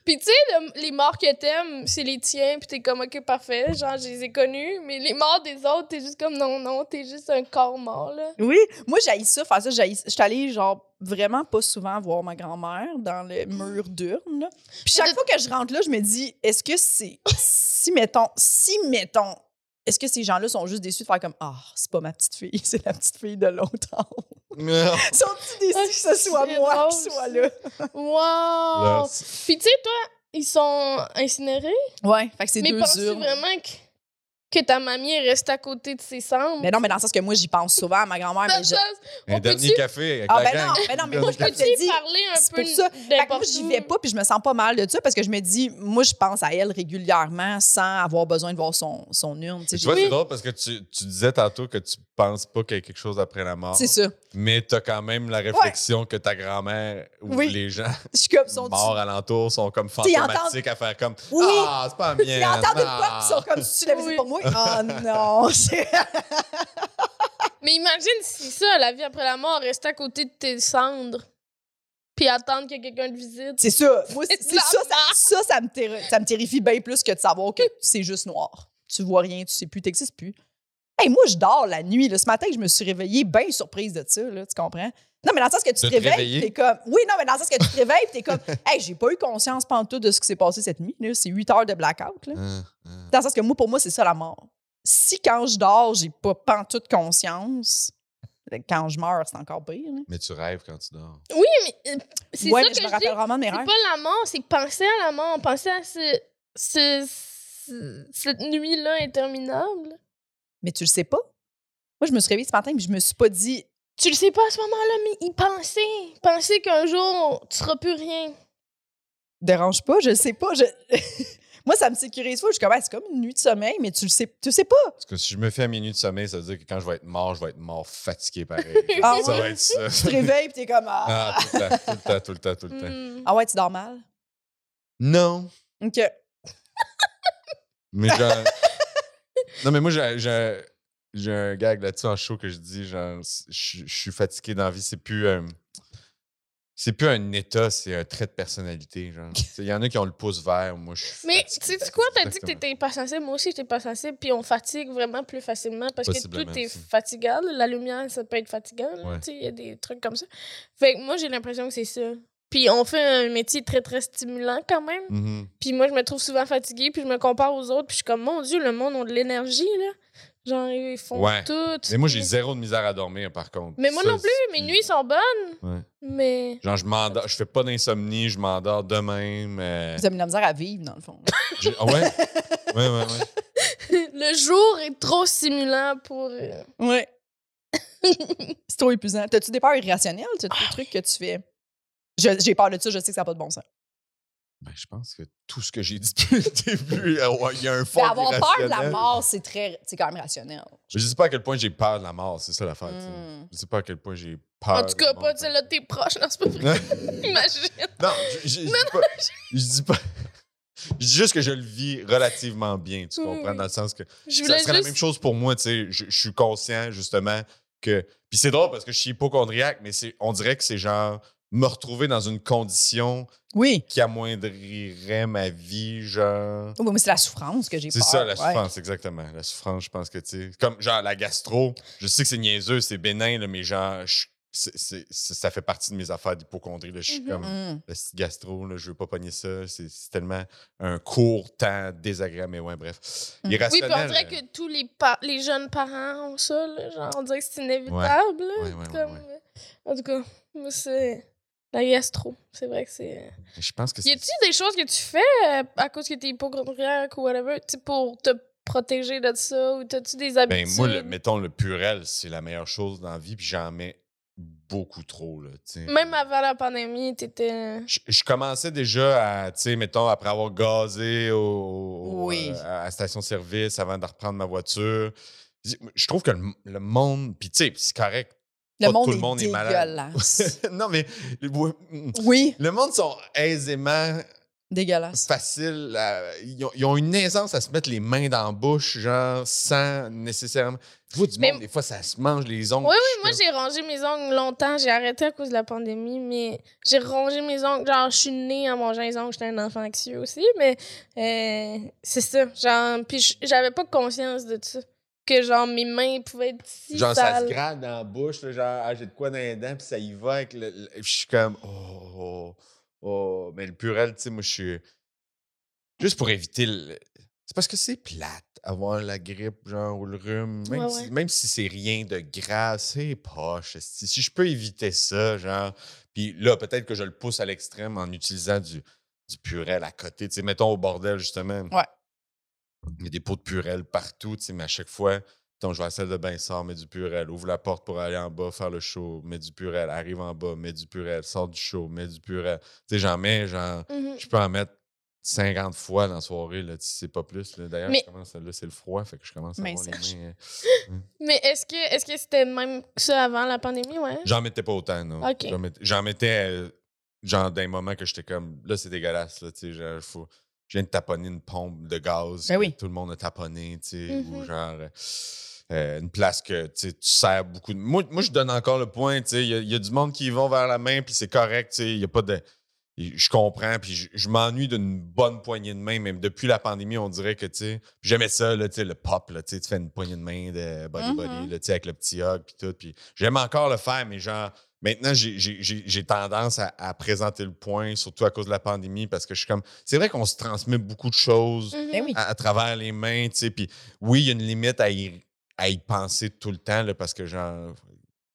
[SPEAKER 3] Puis tu sais, le- les morts que t'aimes, c'est les tiens, puis t'es comme, ok, parfait, genre, je les ai connus, mais les morts des autres, t'es juste comme, non, non, t'es juste un corps mort, là.
[SPEAKER 2] Oui, moi j'ai ça, faire ça, j'haïs- j'étais allée genre vraiment pas souvent voir ma grand-mère dans le mur d'urne. là. Puis chaque
[SPEAKER 3] de-
[SPEAKER 2] fois que je rentre là, je me dis est-ce que c'est si mettons si mettons est-ce que ces gens-là sont juste déçus de faire comme ah, c'est pas ma petite fille, c'est la petite fille de l'autre en haut. Sont-ils déçus
[SPEAKER 3] Ah,
[SPEAKER 2] que ce soit
[SPEAKER 3] c'est
[SPEAKER 2] moi qui
[SPEAKER 3] drôle,
[SPEAKER 2] soit
[SPEAKER 3] ça.
[SPEAKER 2] là
[SPEAKER 3] Wow!
[SPEAKER 4] Là, c'est-
[SPEAKER 3] Puis tu sais, toi, ils sont incinérés,
[SPEAKER 2] Ouais, fait que c'est
[SPEAKER 3] mais
[SPEAKER 2] deux
[SPEAKER 3] penses-tu
[SPEAKER 2] urnes.
[SPEAKER 3] vraiment que, que ta mamie elle reste à côté de ses cendres?
[SPEAKER 2] Mais non, mais dans le sens que moi j'y pense souvent à ma grand-mère
[SPEAKER 3] Ça
[SPEAKER 2] mais je...
[SPEAKER 3] passe.
[SPEAKER 4] Un
[SPEAKER 3] On
[SPEAKER 4] dernier
[SPEAKER 3] peut-tu-
[SPEAKER 4] café avec
[SPEAKER 2] Ah
[SPEAKER 4] la
[SPEAKER 2] ben non,
[SPEAKER 4] gang.
[SPEAKER 2] ben non, mais
[SPEAKER 4] Un
[SPEAKER 2] moi,
[SPEAKER 4] dernier
[SPEAKER 2] je te
[SPEAKER 4] café.
[SPEAKER 2] dis,
[SPEAKER 3] Peux-tu parler un
[SPEAKER 2] C'est
[SPEAKER 3] peu
[SPEAKER 2] pour ça. Fait que moi,
[SPEAKER 3] n'importe
[SPEAKER 2] j'y
[SPEAKER 3] où?
[SPEAKER 2] vais pas, puis je me sens pas mal de ça parce que je me dis, moi, je pense à elle régulièrement sans avoir besoin de voir son, son urne. tu sais,
[SPEAKER 4] Tu vois,
[SPEAKER 2] j'ai-
[SPEAKER 4] c'est drôle parce que tu, tu disais tantôt que tu penses pas qu'il y ait quelque chose après la mort.
[SPEAKER 2] C'est ça.
[SPEAKER 4] Mais t'as quand même la réflexion que ta grand-mère ou
[SPEAKER 2] Oui.
[SPEAKER 4] les gens
[SPEAKER 2] Je suis comme son.
[SPEAKER 4] morts alentour sont comme
[SPEAKER 2] sais, ils
[SPEAKER 4] fantomatiques à faire comme
[SPEAKER 2] Oui.
[SPEAKER 4] Ah, c'est pas bien.
[SPEAKER 2] Ils entendent une porte, ils sont comme si tu l'avais
[SPEAKER 3] Oui.
[SPEAKER 2] pour moi. Oh non. c'est-
[SPEAKER 3] Mais imagine si ça, la vie après la mort, reste à côté de tes cendres, puis attendre que quelqu'un te visite.
[SPEAKER 2] C'est ça. Moi, c'est
[SPEAKER 3] C'est
[SPEAKER 2] c'est
[SPEAKER 3] la
[SPEAKER 2] ça, ça, ça, ça me terri- ça me terrifie bien plus que de savoir que c'est juste noir. Tu vois rien, tu sais plus, t'existes plus. Hey, moi, je dors la nuit. là. Ce matin, je me suis réveillée bien surprise de ça, là, tu comprends? Non, mais dans le sens que tu
[SPEAKER 4] De
[SPEAKER 2] te
[SPEAKER 4] te
[SPEAKER 2] réveilles,
[SPEAKER 4] réveiller?
[SPEAKER 2] t'es comme. Oui, non, mais dans le sens que tu te réveilles, t'es comme. Hey, j'ai pas eu conscience pantoute de ce qui s'est passé cette nuit. là. C'est 8 heures de blackout. Là.
[SPEAKER 4] Hein, hein.
[SPEAKER 2] Dans le sens que moi, pour moi, c'est ça la mort. Si quand je dors, j'ai pas pantoute conscience, ben, quand je meurs, c'est encore pire. là.
[SPEAKER 4] Mais tu rêves quand tu dors.
[SPEAKER 3] Mais, euh, C'est
[SPEAKER 2] Ouais,
[SPEAKER 3] ça
[SPEAKER 2] mais je
[SPEAKER 3] que
[SPEAKER 2] me
[SPEAKER 3] je dis.
[SPEAKER 2] rappelle vraiment de mes
[SPEAKER 3] C'est
[SPEAKER 2] rêves.
[SPEAKER 3] pas la mort, c'est penser à la mort, penser à ce, ce- ce- cette nuit-là interminable.
[SPEAKER 2] Mais tu le sais pas. Moi, je me suis réveillée ce matin, mais je me suis pas dit.
[SPEAKER 3] Tu le sais pas à ce moment-là, mais y penser. Penser qu'un jour, tu seras plus rien.
[SPEAKER 2] dérange pas, je le sais pas. je- Moi, ça me sécurise pas. Je suis comme, Ah, c'est comme une nuit de sommeil, mais tu le sais, tu le sais pas.
[SPEAKER 4] Parce que si je me fais à minuit de sommeil, ça veut dire que quand je vais être mort, je vais être mort fatigué pareil.
[SPEAKER 2] Ah
[SPEAKER 4] ça
[SPEAKER 2] ouais.
[SPEAKER 4] va être ça.
[SPEAKER 2] Tu te réveilles puis t'es comme, ah.
[SPEAKER 4] Ah, tout le temps, tout le temps, tout le temps, tout le temps.
[SPEAKER 3] Hmm.
[SPEAKER 2] ah ouais, tu dors mal.
[SPEAKER 4] Non.
[SPEAKER 2] OK.
[SPEAKER 4] Mais genre. non, mais moi, j'ai- j'ai j'ai un gag là-dessus en show que je dis genre, je je suis fatigué dans la vie. C'est plus. euh, c'est plus un état, c'est un trait de personnalité. genre. Tu sais, Il y en a qui ont le pouce vert. Moi, je suis.
[SPEAKER 3] Mais tu
[SPEAKER 4] fatigué.
[SPEAKER 3] sais quoi, t'as dit que
[SPEAKER 4] ben, Exactement.
[SPEAKER 3] t'étais pas sensible, moi aussi j'étais pas sensible, puis on fatigue vraiment plus facilement parce que
[SPEAKER 4] Possiblement
[SPEAKER 3] tout est
[SPEAKER 4] aussi.
[SPEAKER 3] fatigant, là. la lumière ça peut être fatigant, là,
[SPEAKER 4] Ouais.
[SPEAKER 3] tu sais, il y a des trucs comme ça. Fait que moi j'ai l'impression que c'est ça. Puis on fait un métier très très stimulant quand même.
[SPEAKER 4] Mhm.
[SPEAKER 3] Puis moi, je me trouve souvent fatiguée, puis je me compare aux autres, puis je suis comme, mon Dieu, le monde a de l'énergie, là. Genre, ils font
[SPEAKER 4] Ouais.
[SPEAKER 3] tout.
[SPEAKER 4] Mais moi, j'ai zéro de misère à dormir, par contre.
[SPEAKER 3] Mais moi
[SPEAKER 4] Ça,
[SPEAKER 3] non plus,
[SPEAKER 4] c'est-
[SPEAKER 3] mes nuits sont bonnes.
[SPEAKER 4] Ouais.
[SPEAKER 3] Mais.
[SPEAKER 4] Genre, je m'endors, je fais pas d'insomnie, je m'endors de même. euh,
[SPEAKER 2] Vous avez de la misère à vivre, dans le fond.
[SPEAKER 4] j'ai- ah ouais? Ouais, ouais, ouais.
[SPEAKER 3] le jour est trop stimulant pour. euh,
[SPEAKER 2] ouais. c'est trop épuisant. T'as-tu des peurs irrationnelles? T'as des trucs que tu fais? Je- J'ai peur de ça, je sais que ça n'a pas de bon sens.
[SPEAKER 4] Ben, je pense que tout ce que j'ai dit depuis le début, euh, ouais, il y a un fond.
[SPEAKER 2] Mais avoir peur de la
[SPEAKER 4] irrationnel.
[SPEAKER 2] mort, c'est très, c'est quand même rationnel.
[SPEAKER 4] Je sais pas à quel point j'ai peur de la mort, c'est ça l'affaire. tu sais.
[SPEAKER 2] Mm.
[SPEAKER 4] Je sais pas à quel point j'ai peur.
[SPEAKER 3] En tout
[SPEAKER 4] de la
[SPEAKER 3] cas,
[SPEAKER 4] mort.
[SPEAKER 3] pas de celle-là de tes proches, non, c'est pas vrai. Imagine.
[SPEAKER 4] non, je- je je dis pas. Je dis pas. Je dis juste que je le vis relativement bien, tu
[SPEAKER 3] Oui,
[SPEAKER 4] comprends?
[SPEAKER 3] oui.
[SPEAKER 4] Dans le sens que
[SPEAKER 3] Je
[SPEAKER 4] ça
[SPEAKER 3] voulais ben,
[SPEAKER 4] serait
[SPEAKER 3] juste.
[SPEAKER 4] la même chose pour moi, tu sais. Je, je suis conscient, justement, que. Puis c'est drôle parce que je suis hypochondriaque, mais c'est- on dirait que c'est genre. me retrouver dans une condition
[SPEAKER 2] Oui.
[SPEAKER 4] qui amoindrirait ma vie, genre.
[SPEAKER 2] Oui, Oh, mais c'est la souffrance que j'ai
[SPEAKER 4] C'est
[SPEAKER 2] peur.
[SPEAKER 4] ça, la
[SPEAKER 2] ouais.
[SPEAKER 4] souffrance, exactement. La souffrance, je pense que, tu sais, comme genre la gastro, je sais que c'est niaiseux, c'est bénin, là, mais genre, je- c'est- c'est- c'est- ça fait partie de mes affaires d'hypocondrie. là. Je suis
[SPEAKER 3] Mhm.
[SPEAKER 4] comme,
[SPEAKER 2] Mm.
[SPEAKER 4] le site gastro, là, je veux pas pogner ça. C'est c'est tellement un court temps désagréable, mais ouais, bref.
[SPEAKER 2] Mm.
[SPEAKER 3] Oui, puis on
[SPEAKER 4] Irrationnel. euh,
[SPEAKER 3] dirait que tous les, pa- les jeunes parents ont ça, là, genre, on dirait que c'est inévitable. là,
[SPEAKER 4] Ouais, ouais, ouais,
[SPEAKER 3] comme, euh, En tout cas, moi, c'est la gastro. C'est vrai que c'est. euh,
[SPEAKER 4] Je pense que
[SPEAKER 3] Y
[SPEAKER 4] c'est.
[SPEAKER 3] a-tu des choses que tu fais euh, à cause que t'es hypochondriaque ou whatever, tu sais, pour te protéger de ça ou t'as-tu des
[SPEAKER 4] Ben,
[SPEAKER 3] habitudes?
[SPEAKER 4] moi, le- mettons, le purel, c'est la meilleure chose dans la vie, puis j'en mets beaucoup trop, là, tu sais.
[SPEAKER 3] Même avant la pandémie, t'étais.
[SPEAKER 4] je, je commençais déjà à, tu sais, mettons, après avoir gazé au, au-
[SPEAKER 2] Oui.
[SPEAKER 4] euh, à, à station-service avant de reprendre ma voiture. Je trouve que le, le monde, puis tu sais, c'est correct.
[SPEAKER 2] Le
[SPEAKER 4] Pas
[SPEAKER 2] monde,
[SPEAKER 4] tout le
[SPEAKER 2] est
[SPEAKER 4] monde est malade.
[SPEAKER 2] dégueulasse.
[SPEAKER 4] non, mais le,
[SPEAKER 2] oui,
[SPEAKER 4] le monde sont aisément
[SPEAKER 2] dégueulasse.
[SPEAKER 4] faciles. à- ils, ont, ils ont une aisance à se mettre les mains dans la bouche, genre, sans nécessairement. Tu vois, du
[SPEAKER 3] Mais-
[SPEAKER 4] monde, des fois, ça se mange les ongles.
[SPEAKER 3] Oui,
[SPEAKER 4] Je
[SPEAKER 3] oui, moi
[SPEAKER 4] suis
[SPEAKER 3] j'ai rongé mes ongles longtemps. J'ai arrêté à cause de la pandémie, mais j'ai rongé mes ongles. Genre, je suis née en mangeant les ongles. J'étais un enfant anxieux aussi, mais euh, c'est ça. Genre, puis j- j'avais pas conscience de ça. Que genre, mes mains pouvaient être si
[SPEAKER 4] Genre, ça
[SPEAKER 3] sales.
[SPEAKER 4] se gratte dans la bouche, là, genre, ah, j'ai de quoi dans les dents, puis ça y va avec le. le- puis je suis comme, oh, oh, oh. Mais le purel, tu sais, moi, je suis. Juste pour éviter le. C'est parce que c'est plate, avoir la grippe, genre, ou le rhume. Même
[SPEAKER 3] Ouais,
[SPEAKER 4] si,
[SPEAKER 3] ouais.
[SPEAKER 4] même si c'est rien de grave, c'est poche. esti. Si je peux éviter ça, genre. Puis là, peut-être que je le pousse à l'extrême en utilisant du, du purel à côté. Tu sais, mettons au bordel, justement.
[SPEAKER 2] Ouais.
[SPEAKER 4] Il y a des pots de purel partout, tu sais, mais à chaque fois. Donc, je vais à la salle de bain, sors, mets du purel. Ouvre la porte pour aller en bas, faire le show, mets du purel. Arrive en bas, mets du purel. Sors du show, mets du purel. Tu sais, j'en mets, genre,
[SPEAKER 3] Mhm.
[SPEAKER 4] je peux en mettre 50 fois dans la soirée, là, si c'est pas plus. là. D'ailleurs,
[SPEAKER 3] Mais-
[SPEAKER 4] je commence, là, c'est le froid, fait que je commence à
[SPEAKER 2] Mais
[SPEAKER 4] avoir les
[SPEAKER 2] Serge.
[SPEAKER 4] mains, euh,
[SPEAKER 3] Mais est-ce que est-ce que c'était même ça avant la pandémie, ouais?
[SPEAKER 4] J'en mettais pas autant, non.
[SPEAKER 3] Ok.
[SPEAKER 4] J'en mettais, j'en mettais, euh, genre, d'un moment que j'étais comme, là, c'est dégueulasse, là, tu sais, genre, faut- je viens de taponner une pompe de gaz
[SPEAKER 2] Ben
[SPEAKER 4] que
[SPEAKER 2] oui. Mm-hmm.
[SPEAKER 4] tout le monde a taponné, tu sais, ou
[SPEAKER 3] Mhm.
[SPEAKER 4] genre... euh, euh, une place que tu sais, tu sers beaucoup. De... Moi, moi, je donne encore le point. tu sais, Il y, a- il y a du monde qui y vont vers la main, puis c'est correct. tu sais, Il y a pas de. Je comprends, puis je, je m'ennuie d'une bonne poignée de main. Même depuis la pandémie, on dirait que, tu sais, puis j'aimais ça, là, tu sais, le pop, là, tu sais, tu fais une poignée de main de body-body,
[SPEAKER 2] Mhm.
[SPEAKER 4] là, tu sais, avec le petit hug, puis tout. Puis j'aime encore le faire, mais genre, maintenant, j'ai- j'ai j'ai- j'ai tendance à, à présenter le point, surtout à cause de la pandémie, parce que je suis comme. C'est vrai qu'on se transmet beaucoup de choses
[SPEAKER 3] Mhm.
[SPEAKER 2] Ben oui.
[SPEAKER 4] à, à travers les mains, tu sais. Puis oui, il y a une limite à y, à y penser tout le temps, là, parce que genre,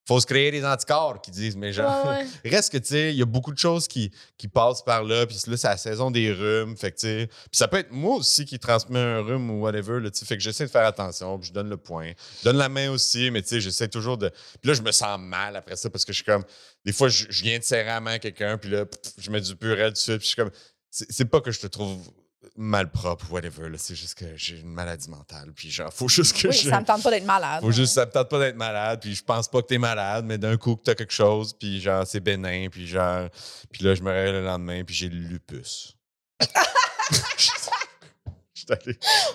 [SPEAKER 4] faut se créer des anticorps qui disent, mais genre,
[SPEAKER 3] Ouais, ouais.
[SPEAKER 4] reste que tu sais, il y a beaucoup de choses qui, qui passent par là. Puis là, c'est la saison des rhumes, fait que tu sais. Puis ça peut être moi aussi qui transmets un rhume ou whatever, là, tu sais. Fait que j'essaie de faire attention, puis je donne le point. Je donne la main aussi, mais tu sais, j'essaie toujours de. Puis là, je me sens mal après ça parce que je suis comme. Des fois, je, je viens de serrer la main à quelqu'un, puis là, pff, je mets du purel dessus, puis je suis comme. C'est c'est pas que je te trouve mal propre, whatever. là, C'est juste que j'ai une maladie mentale. Puis genre, faut juste que
[SPEAKER 2] Oui,
[SPEAKER 4] je.
[SPEAKER 2] ça me tente pas d'être malade.
[SPEAKER 4] Faut
[SPEAKER 2] Ah ouais.
[SPEAKER 4] juste, ça me tente pas d'être malade, puis je pense pas que t'es malade, mais d'un coup que t'as quelque chose, puis genre, c'est bénin, puis genre, puis là, je me réveille le lendemain, puis j'ai le lupus. Je suis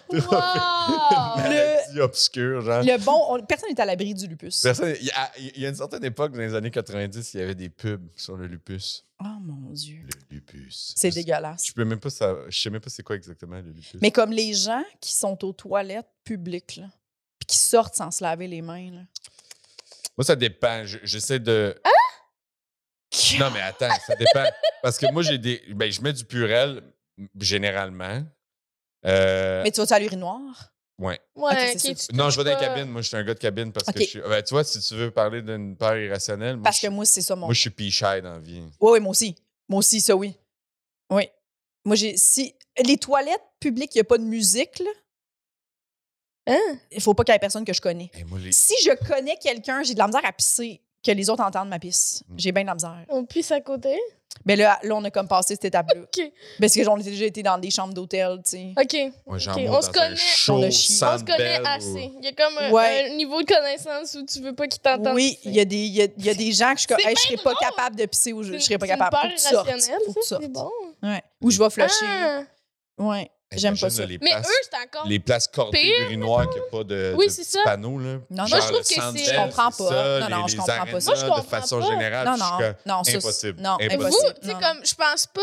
[SPEAKER 4] allé
[SPEAKER 3] Wow!
[SPEAKER 4] maladie obscure, genre.
[SPEAKER 2] Le bon, on- personne n'est à l'abri du lupus.
[SPEAKER 4] Personne- il y a- il y a une certaine époque, dans les années 90, il y avait des pubs sur le lupus.
[SPEAKER 2] Oh mon Dieu.
[SPEAKER 4] Le lupus.
[SPEAKER 2] C'est
[SPEAKER 4] Je-
[SPEAKER 2] dégueulasse.
[SPEAKER 4] Je peux même pas, sa- je sais même pas c'est quoi exactement le lupus.
[SPEAKER 2] Mais comme les gens qui sont aux toilettes publiques, là, puis qui sortent sans se laver les mains, là.
[SPEAKER 4] Moi, ça dépend. Je- J'essaie de. Non, mais attends, ça dépend. Parce que moi, j'ai des. Ben, je mets du purel, m- généralement. Euh,
[SPEAKER 2] Mais tu vas-tu à l'urinoir?
[SPEAKER 4] ouais.
[SPEAKER 3] Ouais,
[SPEAKER 2] Ok, c'est
[SPEAKER 3] ok,
[SPEAKER 2] ça.
[SPEAKER 3] tu
[SPEAKER 4] Non, je vais dans
[SPEAKER 3] trouves
[SPEAKER 4] les
[SPEAKER 3] pas-
[SPEAKER 4] cabines. Moi, je suis un gars de cabine parce
[SPEAKER 2] Ok.
[SPEAKER 4] que je suis. Ben, tu vois, si tu veux parler d'une peur irrationnelle, moi,
[SPEAKER 2] Parce que
[SPEAKER 4] je,
[SPEAKER 2] moi, c'est ça mon.
[SPEAKER 4] moi, je suis pichaille dans la vie.
[SPEAKER 2] Oui, oui, moi aussi. Moi aussi, ça, oui. Oui. Moi, j'ai. Si. Les toilettes publiques, il n'y a pas de musique, là.
[SPEAKER 3] Hein?
[SPEAKER 2] Il faut pas qu'il y ait personne que je connais.
[SPEAKER 4] Et moi, les-
[SPEAKER 2] Si je connais quelqu'un, j'ai de la misère à pisser, que les autres entendent ma pisse.
[SPEAKER 4] Mm.
[SPEAKER 2] J'ai bien de la misère.
[SPEAKER 3] On pisse à côté?
[SPEAKER 2] Mais là, là, on a comme passé cette étape-là.
[SPEAKER 3] OK.
[SPEAKER 2] Parce que j'en ai déjà été dans des chambres d'hôtel, tu sais.
[SPEAKER 3] OK.
[SPEAKER 4] moi,
[SPEAKER 3] Ok,
[SPEAKER 4] j'en
[SPEAKER 3] on
[SPEAKER 4] monte
[SPEAKER 3] se
[SPEAKER 4] dans
[SPEAKER 3] connaît.
[SPEAKER 4] un show
[SPEAKER 2] On a chié.
[SPEAKER 4] sans
[SPEAKER 3] On se connaît
[SPEAKER 4] belle ou-
[SPEAKER 3] assez. Il y a comme un,
[SPEAKER 2] Ouais.
[SPEAKER 3] un niveau de connaissance où tu veux pas qu'ils t'entendent.
[SPEAKER 2] Oui, il y, a des- il y a, il y a des gens que je suis comme,
[SPEAKER 3] C'est
[SPEAKER 2] Hey, je serais pas capable de pisser ou je, je serais pas capable. Faut que tu sortes. Faut que tu
[SPEAKER 3] C'est
[SPEAKER 2] sortes.
[SPEAKER 3] bon.
[SPEAKER 2] Ouais. Ou je vais flusher.
[SPEAKER 3] Ah,
[SPEAKER 2] Ouais. J'aime pas
[SPEAKER 4] Imagine,
[SPEAKER 2] ça.
[SPEAKER 4] là, Les
[SPEAKER 3] Mais
[SPEAKER 4] places,
[SPEAKER 3] eux, c'est encore.
[SPEAKER 4] les places cordées
[SPEAKER 3] pire,
[SPEAKER 4] urinoires qu'il n'y a pas de,
[SPEAKER 3] Oui,
[SPEAKER 4] de
[SPEAKER 3] c'est
[SPEAKER 4] petits
[SPEAKER 3] ça.
[SPEAKER 4] panneaux. Là.
[SPEAKER 2] Non,
[SPEAKER 4] Genre
[SPEAKER 2] non, je
[SPEAKER 3] trouve
[SPEAKER 4] le
[SPEAKER 3] que
[SPEAKER 4] Centre
[SPEAKER 3] c'est-
[SPEAKER 4] Bell,
[SPEAKER 3] Je
[SPEAKER 2] comprends
[SPEAKER 4] c'est
[SPEAKER 2] pas.
[SPEAKER 4] ça,
[SPEAKER 2] Non, non,
[SPEAKER 4] les-
[SPEAKER 2] je
[SPEAKER 4] les
[SPEAKER 2] comprends pas
[SPEAKER 4] arénas
[SPEAKER 2] ça.
[SPEAKER 3] Moi, je comprends
[SPEAKER 4] de façon
[SPEAKER 3] pas.
[SPEAKER 4] générale,
[SPEAKER 2] Non,
[SPEAKER 4] je suis
[SPEAKER 2] non,
[SPEAKER 4] comme,
[SPEAKER 2] non, ça, c'est-
[SPEAKER 4] impossible.
[SPEAKER 2] non,
[SPEAKER 3] Mais vous,
[SPEAKER 4] impossible.
[SPEAKER 2] impossible.
[SPEAKER 3] tu sais,
[SPEAKER 2] Non,
[SPEAKER 3] comme, je pense pas.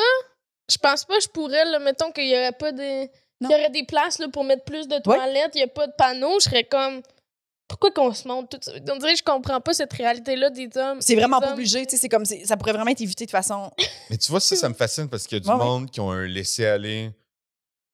[SPEAKER 3] Je pense pas, je pourrais, là, mettons qu'il y aurait pas des.
[SPEAKER 2] Non.
[SPEAKER 3] qu'il y aurait des places là, pour mettre plus de toilettes, il n'y a pas de panneaux, je serais comme. Pourquoi qu'on se montre tout ça? On dirait que je comprends pas cette réalité-là des hommes.
[SPEAKER 2] C'est vraiment
[SPEAKER 3] des
[SPEAKER 2] pas
[SPEAKER 3] hommes.
[SPEAKER 2] obligé, tu sais, c'est comme c'est- ça pourrait vraiment être évité de façon.
[SPEAKER 4] Mais tu vois, ça, ça me fascine parce qu'il y a du
[SPEAKER 2] Ouais, ouais.
[SPEAKER 4] monde qui ont un laissé-aller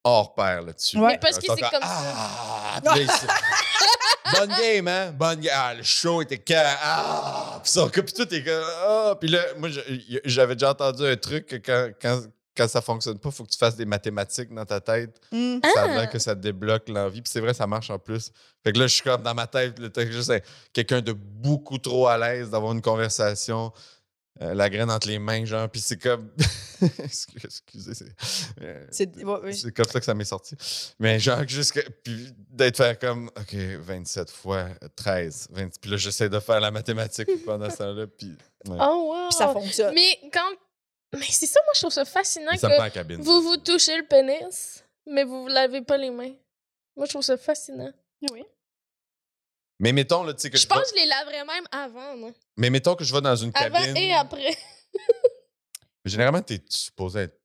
[SPEAKER 4] hors pair là-dessus.
[SPEAKER 2] Ouais.
[SPEAKER 3] Mais parce que
[SPEAKER 4] Ils sont
[SPEAKER 3] c'est comme ça.
[SPEAKER 4] Ah! puis là, ils se- Bonne game, hein? Bonne game. Ah, le show était quand? Ah! Puis, ils sont comme- puis tout est comme. Ah! Puis là, moi, je- j'avais déjà entendu un truc que quand, quand, quand ça fonctionne pas, faut que tu fasses des mathématiques dans ta tête.
[SPEAKER 2] Hmm.
[SPEAKER 4] Ça
[SPEAKER 3] Ah!
[SPEAKER 4] a l'air que ça débloque l'envie. Puis c'est vrai, ça marche en plus. Fait que là, je suis comme dans ma tête, le texte, juste hein, quelqu'un de beaucoup trop à l'aise d'avoir une conversation, euh, la graine entre les mains, genre. Puis c'est comme. Excuse- Excusez, c'est. euh,
[SPEAKER 2] C'est ouais, ouais.
[SPEAKER 4] c'est comme ça que ça m'est sorti. Mais genre, juste que- puis d'être faire comme, OK, 27 fois 13. 20, puis là, j'essaie de faire la mathématique pendant ce temps-là. Puis
[SPEAKER 3] Oh, wow.
[SPEAKER 2] Puis ça fonctionne.
[SPEAKER 3] Mais quand. Mais c'est ça, moi, je trouve ça fascinant
[SPEAKER 4] puis
[SPEAKER 3] que
[SPEAKER 4] Euh. ça me prend en cabine.
[SPEAKER 3] vous vous touchez le pénis, mais vous vous lavez pas les mains. Moi, je trouve ça fascinant.
[SPEAKER 4] Mais mettons, là, tu sais que
[SPEAKER 3] Je
[SPEAKER 4] je,
[SPEAKER 3] pense
[SPEAKER 4] vais-
[SPEAKER 3] que je les laverais même avant, moi.
[SPEAKER 4] Mais mettons que je vais dans une
[SPEAKER 3] Avant
[SPEAKER 4] cabine.
[SPEAKER 3] et après.
[SPEAKER 4] Généralement, t'es supposé être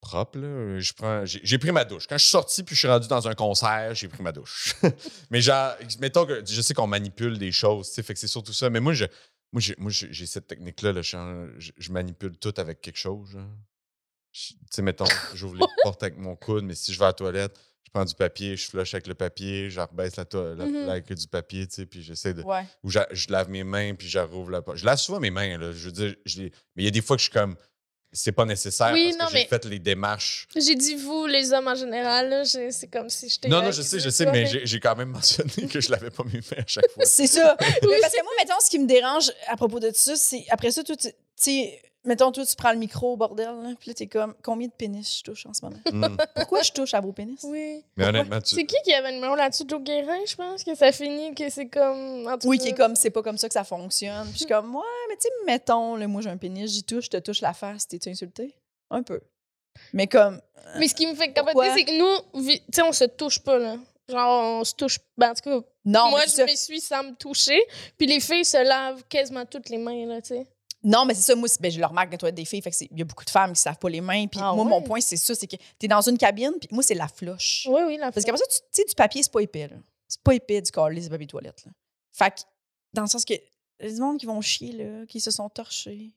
[SPEAKER 4] propre, là. Je prends, j'ai, j'ai pris ma douche. Quand je suis sorti puis je suis rendu dans un concert, j'ai pris ma douche. mais genre, mettons que je sais qu'on manipule des choses, tu sais, fait que c'est surtout ça. Mais moi, je, moi, j'ai, moi, j'ai- j'ai cette technique-là, là, je, suis en- je- je manipule tout avec quelque chose. genre. Je- Tu sais, mettons, j'ouvre les portes avec mon coude, mais si je vais à la toilette, je prends du papier, je flush avec le papier, je rebaisse la, to- la-
[SPEAKER 3] Mhm.
[SPEAKER 4] la queue du papier, tu sais, puis j'essaie de
[SPEAKER 2] Ouais.
[SPEAKER 4] où j'a- je, lave mes mains puis je rouvre la porte. Je lave souvent mes mains, là. Je veux dire, je les- mais il y a des fois que je suis comme, c'est pas nécessaire
[SPEAKER 3] Oui,
[SPEAKER 4] parce
[SPEAKER 3] non,
[SPEAKER 4] que j'ai
[SPEAKER 3] mais-
[SPEAKER 4] fait les démarches.
[SPEAKER 3] J'ai dit vous, les hommes en général, là, j'ai- c'est comme si j'étais.
[SPEAKER 4] Non, non, je sais, je sais, mais j'ai j'ai quand même mentionné que je lavais pas mes mains à chaque fois.
[SPEAKER 2] C'est ça. Mais parce que moi, mettons, ce qui me dérange à propos de ça, c'est après ça, toi, tu tu sais, mettons, toi, tu prends le micro, bordel, là, puis là, t'es comme, combien de pénis je touche en ce moment?
[SPEAKER 4] Mm.
[SPEAKER 2] Pourquoi je touche à vos pénis?
[SPEAKER 3] Oui.
[SPEAKER 4] Mais honnêtement, tu.
[SPEAKER 3] C'est qui qui avait le numéro là-dessus? Joe Guérin, je pense, que ça finit, que c'est comme. en tout
[SPEAKER 2] Oui,
[SPEAKER 3] cas.
[SPEAKER 2] qui est comme, c'est pas comme ça que ça fonctionne. Puis je suis comme, ouais, mais tu sais, mettons, là, moi, j'ai un pénis, j'y touche, je te touche la face, t'es-tu insulté? Un peu. Mais comme,
[SPEAKER 3] Mais ce qui me fait
[SPEAKER 2] euh, Pourquoi?
[SPEAKER 3] capoter, c'est que nous, vi- tu sais, on se touche pas, là. Genre, on se touche. Ben, en tout cas,
[SPEAKER 2] non,
[SPEAKER 3] moi,
[SPEAKER 2] mais
[SPEAKER 3] je
[SPEAKER 2] c'est ça.
[SPEAKER 3] m'essuie sans me toucher. Puis les filles se lavent quasiment toutes les mains, là, tu sais.
[SPEAKER 2] Non, mais c'est ça, moi, c'est- ben, je le remarque dans toi des filles, fait que c'est- il y a beaucoup de femmes qui savent pas les mains. Puis
[SPEAKER 3] Ah
[SPEAKER 2] moi,
[SPEAKER 3] ouais?
[SPEAKER 2] mon point, c'est ça, c'est que t'es dans une cabine, puis moi, c'est la floche.
[SPEAKER 3] Oui, oui, la
[SPEAKER 2] Parce
[SPEAKER 3] fille.
[SPEAKER 2] qu'après ça, tu tu sais, du papier, c'est pas épais. là. C'est pas épais du colis, c'est papier toilette. Là. Fait que, dans le sens que, il y a du monde qui vont chier, là, qui se sont torchés.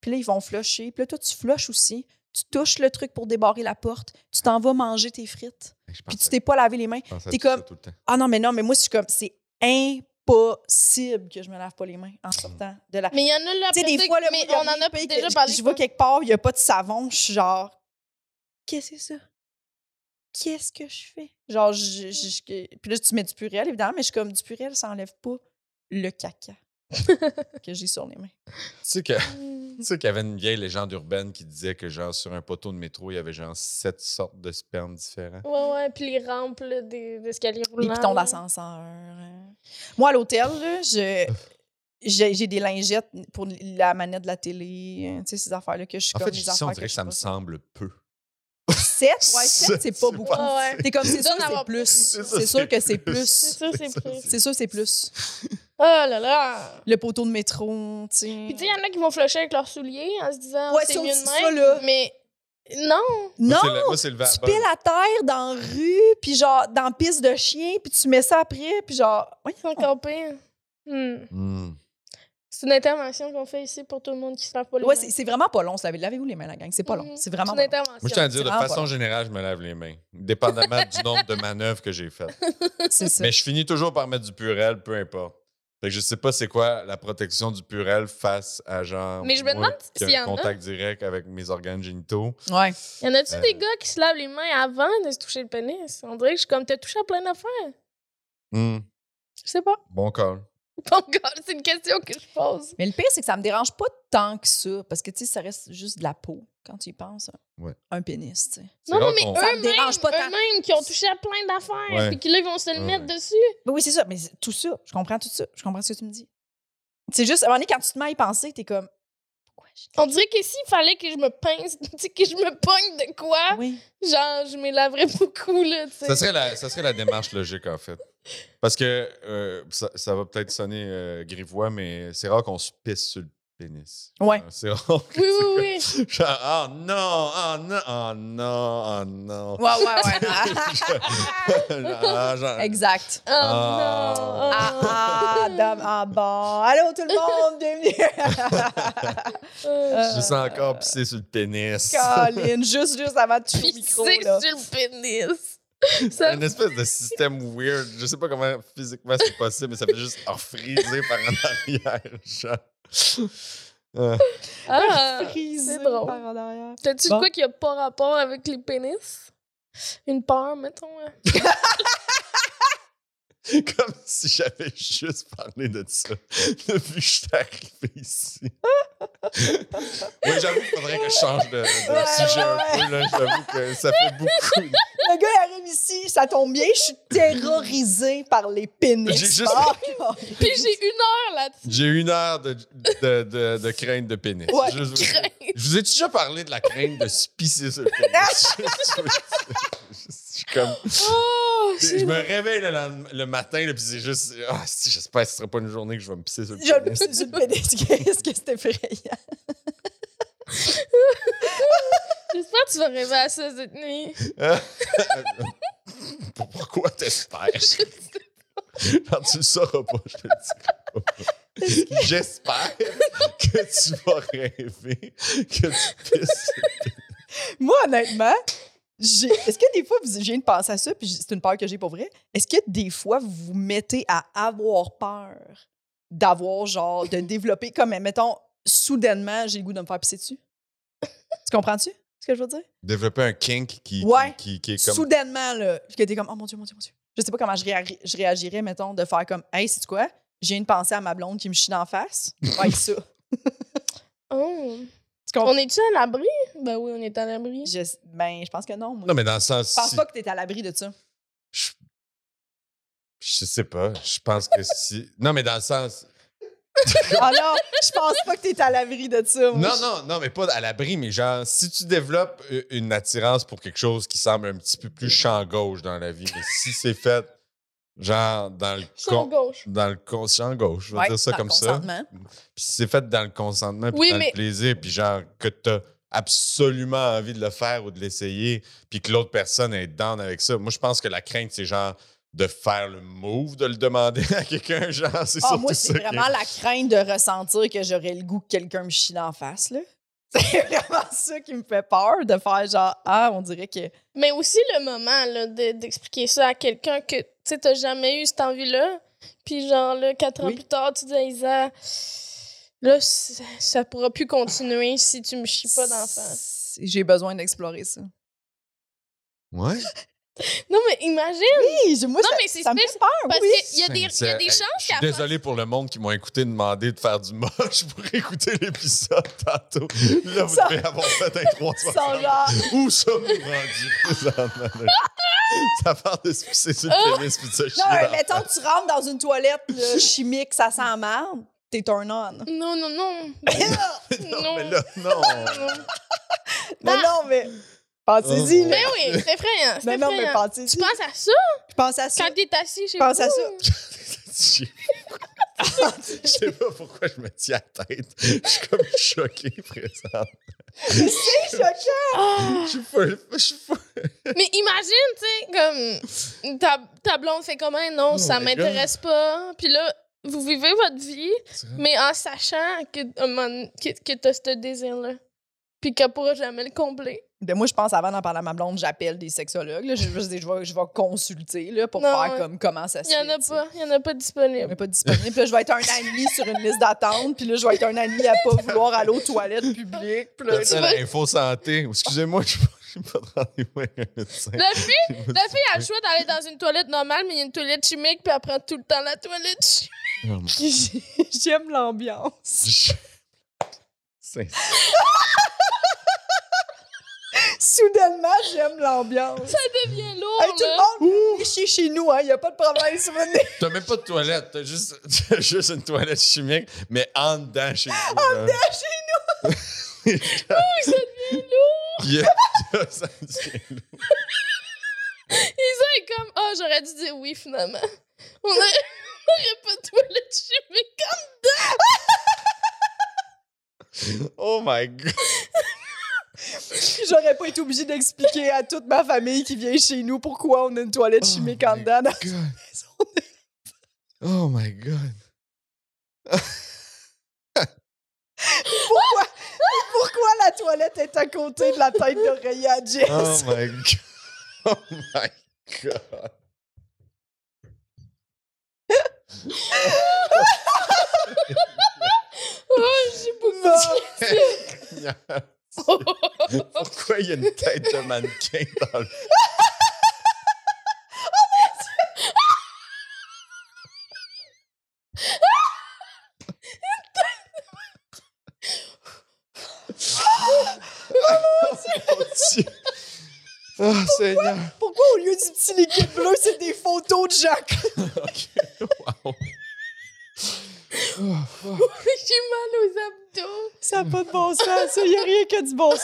[SPEAKER 2] Puis là, ils vont flusher. Puis là, toi, tu flushes aussi. Tu touches le truc pour débarrer la porte. Tu t'en vas manger tes frites.
[SPEAKER 4] Je
[SPEAKER 2] Puis
[SPEAKER 4] pensais-
[SPEAKER 2] tu t'es pas lavé les mains.
[SPEAKER 4] je pensais
[SPEAKER 2] t'es
[SPEAKER 4] à tout ça
[SPEAKER 2] comme-
[SPEAKER 4] tout le temps.
[SPEAKER 2] Ah non, mais non, mais moi, je suis comme, c'est impossible que je me lave pas les mains en sortant de la.
[SPEAKER 3] Mais il y en a là,
[SPEAKER 2] Tu sais, des
[SPEAKER 3] peut-être,
[SPEAKER 2] fois, là,
[SPEAKER 3] mais
[SPEAKER 2] moi,
[SPEAKER 3] on en a
[SPEAKER 2] pays que
[SPEAKER 3] déjà
[SPEAKER 2] je-
[SPEAKER 3] parlé.
[SPEAKER 2] Je vois quelque part, il n'y a pas de savon, je suis genre, qu'est-ce que c'est ça? Qu'est-ce que je fais? Genre, je, je- je- que- puis là, tu mets du purel, évidemment, mais je suis comme, du purel, ça enlève pas le caca que j'ai sur les mains.
[SPEAKER 4] Tu sais que-
[SPEAKER 3] Hmm.
[SPEAKER 4] tu sais qu'il y avait une vieille légende urbaine qui disait que, genre, sur un poteau de métro, il y avait, genre, sept sortes de spermes différents.
[SPEAKER 3] Ouais, ouais, puis les rampes là, des d'escalier
[SPEAKER 2] Les
[SPEAKER 3] roulant.
[SPEAKER 2] pitons
[SPEAKER 3] là.
[SPEAKER 2] d'ascenseur. euh. Moi, à l'hôtel, là, je. J'ai j'ai des lingettes pour la manette de la télé, hein, tu sais, ces affaires-là que je suis
[SPEAKER 4] En
[SPEAKER 2] comme
[SPEAKER 4] fait, je
[SPEAKER 2] les
[SPEAKER 4] dis ça, on
[SPEAKER 2] affaires
[SPEAKER 4] dirait que
[SPEAKER 2] je
[SPEAKER 4] ça
[SPEAKER 2] fais
[SPEAKER 4] me
[SPEAKER 2] pas.
[SPEAKER 4] semble peu.
[SPEAKER 2] Sept? Ouais, sept, c'est pas
[SPEAKER 4] C'est
[SPEAKER 2] beaucoup.
[SPEAKER 3] pas- Ouais, ouais.
[SPEAKER 2] T'es comme, c'est
[SPEAKER 3] Donne
[SPEAKER 2] sûr que
[SPEAKER 3] avoir
[SPEAKER 2] c'est plus.
[SPEAKER 4] C'est ça,
[SPEAKER 2] C'est sûr que c'est
[SPEAKER 3] C'est
[SPEAKER 2] plus.
[SPEAKER 3] ça, c'est plus.
[SPEAKER 2] C'est sûr, c'est plus.
[SPEAKER 3] Oh là là!
[SPEAKER 2] Le poteau de métro, tu sais.
[SPEAKER 3] Puis tu sais, il y en a qui vont flusher avec leurs souliers en se disant
[SPEAKER 2] Ouais,
[SPEAKER 3] c'est
[SPEAKER 2] ça
[SPEAKER 3] mieux de
[SPEAKER 2] aussi,
[SPEAKER 3] même.
[SPEAKER 2] ça, là.
[SPEAKER 3] Mais non!
[SPEAKER 2] Non!
[SPEAKER 4] Moi, c'est le- moi, c'est le
[SPEAKER 2] Tu
[SPEAKER 4] vapeur.
[SPEAKER 2] piles à terre dans la rue, puis genre, dans la piste de chien, puis tu mets ça après, puis genre, oui,
[SPEAKER 3] C'est encore pire. Hmm.
[SPEAKER 4] Mm.
[SPEAKER 3] C'est une intervention qu'on fait ici pour tout le monde qui se lave pas les
[SPEAKER 2] Ouais,
[SPEAKER 3] mains.
[SPEAKER 2] c'est c'est vraiment pas long, se laver. Lavez-vous les mains, la gang. C'est pas long.
[SPEAKER 3] Mhm.
[SPEAKER 2] C'est
[SPEAKER 3] C'est
[SPEAKER 2] vraiment
[SPEAKER 3] une
[SPEAKER 2] pas long.
[SPEAKER 3] intervention.
[SPEAKER 4] Moi, je tiens à dire, de
[SPEAKER 2] Ah,
[SPEAKER 4] façon
[SPEAKER 2] voilà.
[SPEAKER 4] générale, je me lave les mains, dépendamment du nombre de manœuvres que j'ai faites.
[SPEAKER 2] C'est ça.
[SPEAKER 4] Mais je finis toujours par mettre du purel, peu importe. Fait que je sais pas c'est quoi la protection du purel face à genre.
[SPEAKER 3] Mais je me
[SPEAKER 4] moi
[SPEAKER 3] demande
[SPEAKER 4] qui ai
[SPEAKER 3] s'il y
[SPEAKER 4] un
[SPEAKER 3] en a.
[SPEAKER 4] contact direct avec mes organes génitaux.
[SPEAKER 2] Ouais.
[SPEAKER 3] Y en a-tu
[SPEAKER 4] Euh.
[SPEAKER 3] des gars qui se lavent les mains avant de se toucher le pénis? On dirait que je suis comme, t'as touché à plein d'affaires.
[SPEAKER 4] Hmm,
[SPEAKER 3] Je sais pas.
[SPEAKER 4] bon call.
[SPEAKER 3] Pas encore. C'est une question que je pose.
[SPEAKER 2] Mais le pire, c'est que ça me dérange pas tant que ça, parce que, tu sais, ça reste juste de la peau, quand tu y penses. hein.
[SPEAKER 4] Ouais.
[SPEAKER 2] Un pénis, tu sais.
[SPEAKER 4] C'est
[SPEAKER 3] Non, non,
[SPEAKER 4] rare
[SPEAKER 3] mais
[SPEAKER 4] qu'on-
[SPEAKER 2] Ça me
[SPEAKER 3] eux-mêmes,
[SPEAKER 2] dérange pas tant.
[SPEAKER 3] eux-mêmes qui ont touché à plein d'affaires,
[SPEAKER 4] Ouais.
[SPEAKER 3] puis qui là, ils vont se le
[SPEAKER 4] Ouais,
[SPEAKER 3] mettre
[SPEAKER 4] ouais.
[SPEAKER 3] dessus.
[SPEAKER 2] Ben oui, c'est ça. Mais c'est- tout ça, je comprends tout ça. Je comprends ce que tu me dis. C'est juste, à un moment donné, quand tu te mets à y penser, t'es comme, pourquoi
[SPEAKER 3] On dirait que s'il fallait que je me pince, tu sais, que je me pogne de quoi,
[SPEAKER 2] Oui.
[SPEAKER 3] genre, je m'élaverais beaucoup, là, tu sais.
[SPEAKER 4] Ça serait, la, ça serait la démarche logique, en fait. Parce que euh, ça, ça va peut-être sonner euh, grivois, mais c'est rare qu'on se pisse sur le pénis.
[SPEAKER 2] Ouais.
[SPEAKER 4] Euh, C'est rare.
[SPEAKER 3] Oui, oui, oui.
[SPEAKER 4] Genre, ah non, ah non, ah non, ah non.
[SPEAKER 2] Ouais, ouais, ouais.
[SPEAKER 4] Ah, genre,
[SPEAKER 2] exact.
[SPEAKER 3] Oh,
[SPEAKER 4] Ah.
[SPEAKER 3] non.
[SPEAKER 2] Ah, ah, dame, ah, bon. Allô, tout le monde, bienvenue. Ah.
[SPEAKER 3] Euh,
[SPEAKER 4] Je sens encore pisser sur le pénis.
[SPEAKER 2] Colin, juste, juste avant de tuer le micro,
[SPEAKER 3] Fixé sur
[SPEAKER 2] là.
[SPEAKER 3] le pénis. Ça
[SPEAKER 4] Une espèce de système weird. Je sais pas comment physiquement c'est possible, mais ça fait juste en friser par en arrière. genre. Euh,
[SPEAKER 3] Ah,
[SPEAKER 2] Frisé
[SPEAKER 3] c'est drôle.
[SPEAKER 2] par en arrière.
[SPEAKER 3] T'as-tu de
[SPEAKER 2] Bon.
[SPEAKER 3] quoi qui a pas rapport avec les pénis? Une peur, mettons. hein.
[SPEAKER 4] Comme si j'avais juste parlé de ça depuis que je suis arrivé ici. oui, j'avoue qu'il faudrait que je change de, de
[SPEAKER 2] Ouais,
[SPEAKER 4] sujet un
[SPEAKER 2] ouais.
[SPEAKER 4] peu. là. J'avoue que ça fait beaucoup.
[SPEAKER 2] Le gars, il arrive ici, ça tombe bien, je suis terrorisée par les pénis.
[SPEAKER 4] J'ai juste-
[SPEAKER 2] Ah, God.
[SPEAKER 3] Puis j'ai une heure là-dessus.
[SPEAKER 4] J'ai une heure de, de, de, de crainte de pénis.
[SPEAKER 2] Ouais,
[SPEAKER 4] Je- je,
[SPEAKER 3] Crainte.
[SPEAKER 4] je vous ai déjà parlé de la crainte de se pisser sur le pénis. Je- je- je- je suis comme...
[SPEAKER 3] Oh,
[SPEAKER 4] Puis Je
[SPEAKER 3] j'ai-
[SPEAKER 4] me réveille le, lendem- le matin, là, puis c'est juste. Ah, si, j'espère que ce sera pas une journée que je vais me pisser sur
[SPEAKER 2] Je
[SPEAKER 4] le
[SPEAKER 2] le
[SPEAKER 4] pénis.
[SPEAKER 2] pisse sur le pénis. Qu'est-ce que c'est effrayant?
[SPEAKER 3] J'espère que tu vas rêver à ça cette nuit.
[SPEAKER 4] Pourquoi t'espères? Non, tu le sauras pas, je te le dis. J'espère que tu vas rêver que tu pisses.
[SPEAKER 2] Moi, honnêtement, j'ai- est-ce que des fois, vous- j'ai une pensée à ça, puis c'est une peur que j'ai pour vrai. Est-ce que des fois, vous vous mettez à avoir peur d'avoir, genre, de développer, comme, mettons, soudainement, j'ai le goût de me faire pisser dessus? Tu comprends-tu ce que je veux dire?
[SPEAKER 4] Développer un kink qui,
[SPEAKER 2] Ouais.
[SPEAKER 4] qui, qui est comme.
[SPEAKER 2] Soudainement, là, que t'es comme, oh mon Dieu, mon Dieu, mon Dieu. Je sais pas comment je, réagi- je réagirais, mettons, de faire comme, hey, c'est quoi? J'ai une pensée à ma blonde qui me chie en face. Ouais, ça.
[SPEAKER 3] Oh.
[SPEAKER 2] Tu comprends?
[SPEAKER 3] On est-tu à l'abri? Ben oui, on est à l'abri.
[SPEAKER 2] Je, ben, je pense que non. Moi.
[SPEAKER 4] Non, mais dans le sens.
[SPEAKER 2] Je pense
[SPEAKER 4] si-
[SPEAKER 2] pas que t'es à l'abri de ça.
[SPEAKER 4] Je, je sais pas. Je pense que si. Non, mais dans le sens.
[SPEAKER 2] Ah non, je pense pas que t'es à l'abri de ça. moi.
[SPEAKER 4] Non, non, non, mais pas à l'abri, mais genre, si tu développes u- une attirance pour quelque chose qui semble un petit peu plus champ gauche dans la vie, mais si c'est fait, genre, dans le,
[SPEAKER 3] Champ
[SPEAKER 4] con-
[SPEAKER 3] gauche.
[SPEAKER 4] dans le con- champ gauche, je vais
[SPEAKER 2] Ouais,
[SPEAKER 4] dire ça
[SPEAKER 2] dans le
[SPEAKER 4] comme ça,
[SPEAKER 2] consentement. Ah,
[SPEAKER 4] puis si c'est fait dans le consentement, puis
[SPEAKER 3] Oui,
[SPEAKER 4] dans
[SPEAKER 3] mais-
[SPEAKER 4] le plaisir, puis genre, que t'as absolument envie de le faire ou de l'essayer, puis que l'autre personne est down avec ça. Moi, je pense que la crainte, c'est genre de faire le move, de le demander à quelqu'un, genre, c'est
[SPEAKER 2] Ah,
[SPEAKER 4] surtout
[SPEAKER 2] moi,
[SPEAKER 4] ça.
[SPEAKER 2] c'est
[SPEAKER 4] qui est-
[SPEAKER 2] vraiment la crainte de ressentir que j'aurais le goût que quelqu'un me chie en face, là. C'est vraiment ça qui me fait peur de faire genre, ah, on dirait que.
[SPEAKER 3] Mais aussi le moment là, de- d'expliquer ça à quelqu'un que tu sais, t'as jamais eu cette envie-là. Puis genre, là, quatre ans
[SPEAKER 2] Oui.
[SPEAKER 3] plus tard, tu dis à Isa, là, c- ça pourra plus continuer si tu me chies pas d'enfant.
[SPEAKER 2] J'ai besoin d'explorer ça.
[SPEAKER 4] Ouais.
[SPEAKER 3] Non, mais imagine!
[SPEAKER 2] Oui, je- moi,
[SPEAKER 3] Non,
[SPEAKER 2] ça-
[SPEAKER 3] mais c'est
[SPEAKER 2] ça me fait
[SPEAKER 3] spécial
[SPEAKER 2] peur,
[SPEAKER 3] Parce
[SPEAKER 2] Ah oui.
[SPEAKER 3] qu'il y a des, il y a
[SPEAKER 4] Sincère.
[SPEAKER 3] des
[SPEAKER 4] Hey,
[SPEAKER 3] chances
[SPEAKER 4] Je suis
[SPEAKER 3] qu'à
[SPEAKER 4] désolé pour le monde qui m'ont écouté demander de faire du moche pour écouter l'épisode tantôt. Là, vous
[SPEAKER 2] Ça-
[SPEAKER 4] devez avoir fait un 360.
[SPEAKER 2] Sans genre.
[SPEAKER 4] Où sommes-nous rendus présentement? là? Ça parle de se pisser sur le pénis puis de se chier.
[SPEAKER 2] Oh! Non, mais
[SPEAKER 4] dans-
[SPEAKER 2] mettons, tu rentres dans une toilette là, chimique, ça sent marde, t'es turn on.
[SPEAKER 3] Non, non, non.
[SPEAKER 4] non,
[SPEAKER 3] non.
[SPEAKER 4] mais là, non.
[SPEAKER 3] non.
[SPEAKER 2] Mais non, mais.
[SPEAKER 4] Oh,
[SPEAKER 2] Pensez-y, là.
[SPEAKER 3] Mais Ben oui, c'est effrayant. C'est
[SPEAKER 2] Ben Non, non, mais
[SPEAKER 3] effrayant.
[SPEAKER 2] pensez-y.
[SPEAKER 3] Tu penses à ça
[SPEAKER 2] Je pense à ça.
[SPEAKER 3] quand t'es assis
[SPEAKER 2] Je
[SPEAKER 3] chez
[SPEAKER 2] pense
[SPEAKER 3] vous?
[SPEAKER 2] à ça.
[SPEAKER 4] Je je sais pas pourquoi je me tiens à la tête. Je suis comme choqué présent.
[SPEAKER 2] C'est choquant.
[SPEAKER 4] Je suis full- je suis full-
[SPEAKER 3] Mais imagine, tu sais, comme ta, ta blonde fait comment non,
[SPEAKER 4] Oh
[SPEAKER 3] ça
[SPEAKER 4] my God.
[SPEAKER 3] m'intéresse pas. Puis là, vous vivez votre vie, mais en sachant que, un moment donné, que, que t'as ce désir-là. Puis qu'elle pourra jamais le combler.
[SPEAKER 2] Ben moi, je pense avant d'en parler à ma blonde, j'appelle des sexologues. là. Je, je, je vais, je vais consulter là, pour
[SPEAKER 3] Non,
[SPEAKER 2] faire
[SPEAKER 3] ouais.
[SPEAKER 2] comme comment ça se
[SPEAKER 3] Il y en
[SPEAKER 2] fait,
[SPEAKER 3] a
[SPEAKER 2] tu sais.
[SPEAKER 3] pas, il y en a pas
[SPEAKER 2] Elle
[SPEAKER 3] disponible.
[SPEAKER 2] n'est pas disponible. Puis là, je vais être un an et demi sur une liste d'attente. Puis là, je vais être un an et demi à pas vouloir aller aux toilettes publiques. Puis là,
[SPEAKER 4] Ça, l'info santé. Excusez-moi, je n'ai pas de rendez-vous avec un médecin.
[SPEAKER 3] La fille, la fille a le choix d'aller dans une toilette normale, mais il y a une toilette chimique, puis elle prend tout le temps la toilette chimique.
[SPEAKER 4] Oh mon
[SPEAKER 2] j'ai- j'aime l'ambiance.
[SPEAKER 4] Dieu. C'est-
[SPEAKER 2] Soudainement, j'aime l'ambiance.
[SPEAKER 3] devient lourd,
[SPEAKER 2] Hey, tout
[SPEAKER 3] là.
[SPEAKER 2] le monde, venez chier chez nous. Il n'y a pas de problème. si vous venez.
[SPEAKER 4] T'as même pas de toilette, t'as juste, t'as juste une toilette chimique, mais en dedans chez vous. là. Il y a- ça devient lourd.
[SPEAKER 3] Isa est comme, ah, j'aurais dû dire oui, finalement. On a- on aurait pas de toilette chimique.
[SPEAKER 4] Oh my god.
[SPEAKER 2] J'aurais pas été obligée d'expliquer à toute ma famille qui vient chez nous pourquoi on a une toilette chimique en
[SPEAKER 4] my
[SPEAKER 2] dedans. dans la
[SPEAKER 4] God.
[SPEAKER 2] maison.
[SPEAKER 4] Oh my god.
[SPEAKER 2] Pourquoi, pourquoi la toilette est à côté de la tête d'oreiller à Jess?
[SPEAKER 4] Oh my god. Oh my god.
[SPEAKER 2] Bon,
[SPEAKER 4] Pourquoi il y a une tête de mannequin dans le. Oh mon Dieu! Oh Seigneur!
[SPEAKER 2] pourquoi au lieu du petit liquide bleu, c'est des photos de Jacques?
[SPEAKER 4] Ok, wow!
[SPEAKER 3] J'ai mal aux abdos.
[SPEAKER 2] Ça n'a pas de bon sens, ça. Il n'y a rien que du bon
[SPEAKER 4] Oh,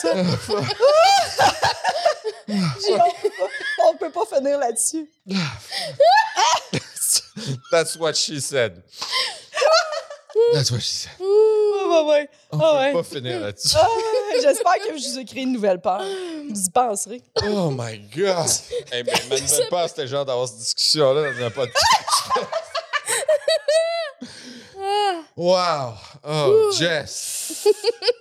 [SPEAKER 2] sens. Puis on peut pas- on peut pas finir là-dessus.
[SPEAKER 4] That's what she said. That's what she said.
[SPEAKER 2] Ouais, ouais, ouais.
[SPEAKER 4] On
[SPEAKER 2] Ah
[SPEAKER 4] peut
[SPEAKER 2] ouais.
[SPEAKER 4] pas finir là-dessus.
[SPEAKER 2] Ah, J'espère que je vous ai créé une nouvelle peur. Vous y penserez.
[SPEAKER 4] Oh my god! Eh ben, m'amène pas à ce genre d'avoir cette discussion-là dans un podcast.
[SPEAKER 3] Ah,
[SPEAKER 4] Wow! Oh, Jess!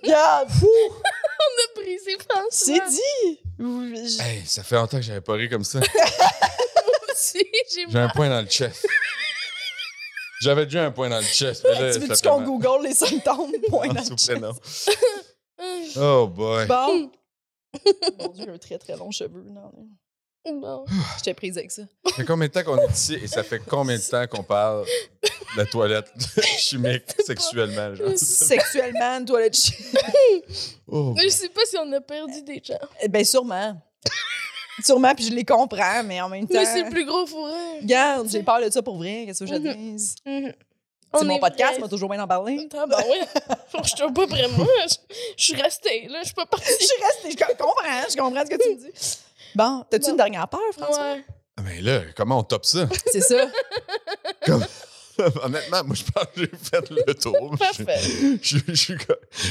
[SPEAKER 2] Regarde, fou,
[SPEAKER 3] on a brisé François.
[SPEAKER 2] c'est dit. Je-
[SPEAKER 4] Hey, ça fait longtemps que j'avais pas ri comme ça.
[SPEAKER 3] aussi. J'ai
[SPEAKER 4] J'ai un point dans le chest. J'avais déjà un point dans le chest, mais là,
[SPEAKER 2] Tu
[SPEAKER 4] ça
[SPEAKER 2] veux-tu
[SPEAKER 4] fait
[SPEAKER 2] qu'on
[SPEAKER 4] mal.
[SPEAKER 2] Google les symptômes? Point
[SPEAKER 4] Non,
[SPEAKER 2] dans le
[SPEAKER 4] s'il vous plaît,
[SPEAKER 2] chat.
[SPEAKER 4] non.
[SPEAKER 3] mal.
[SPEAKER 4] Oh boy.
[SPEAKER 2] Bon. Mon Dieu, un très très long cheveu. Non, non.
[SPEAKER 3] Bon.
[SPEAKER 2] Je t'ai prise avec ça.
[SPEAKER 4] Ça fait combien de temps qu'on est ici et ça fait combien de temps qu'on parle de la toilette chimique sexuellement, genre?
[SPEAKER 2] Sexuellement, une toilette chi-
[SPEAKER 4] Oh,
[SPEAKER 3] Je sais pas si on a perdu des gens.
[SPEAKER 2] Eh Ben sûrement. sûrement, puis je les comprends, mais en même temps.
[SPEAKER 3] Mais c'est le plus Mhm. gros fourrage.
[SPEAKER 2] Regarde, j'ai peur de ça pour vrai. Qu'est-ce que je te dise? Mhm. C'est mon podcast, m'a toujours bien d'en parler.
[SPEAKER 3] Attends, ben ouais. Faut que je te pas vraiment. Je- Je suis restée, là. Je suis pas
[SPEAKER 2] Je
[SPEAKER 3] partie.
[SPEAKER 2] suis restée, je comprends, je comprends ce que tu me dis. Bon, t'as-tu
[SPEAKER 3] Bon.
[SPEAKER 2] une dernière peur, François?
[SPEAKER 3] Ouais.
[SPEAKER 4] Ah, Mais là, comment on top ça?
[SPEAKER 2] C'est ça.
[SPEAKER 4] Honnêtement, moi, je pense que j'ai fait le tour.
[SPEAKER 3] Parfait.
[SPEAKER 4] Je, je, je-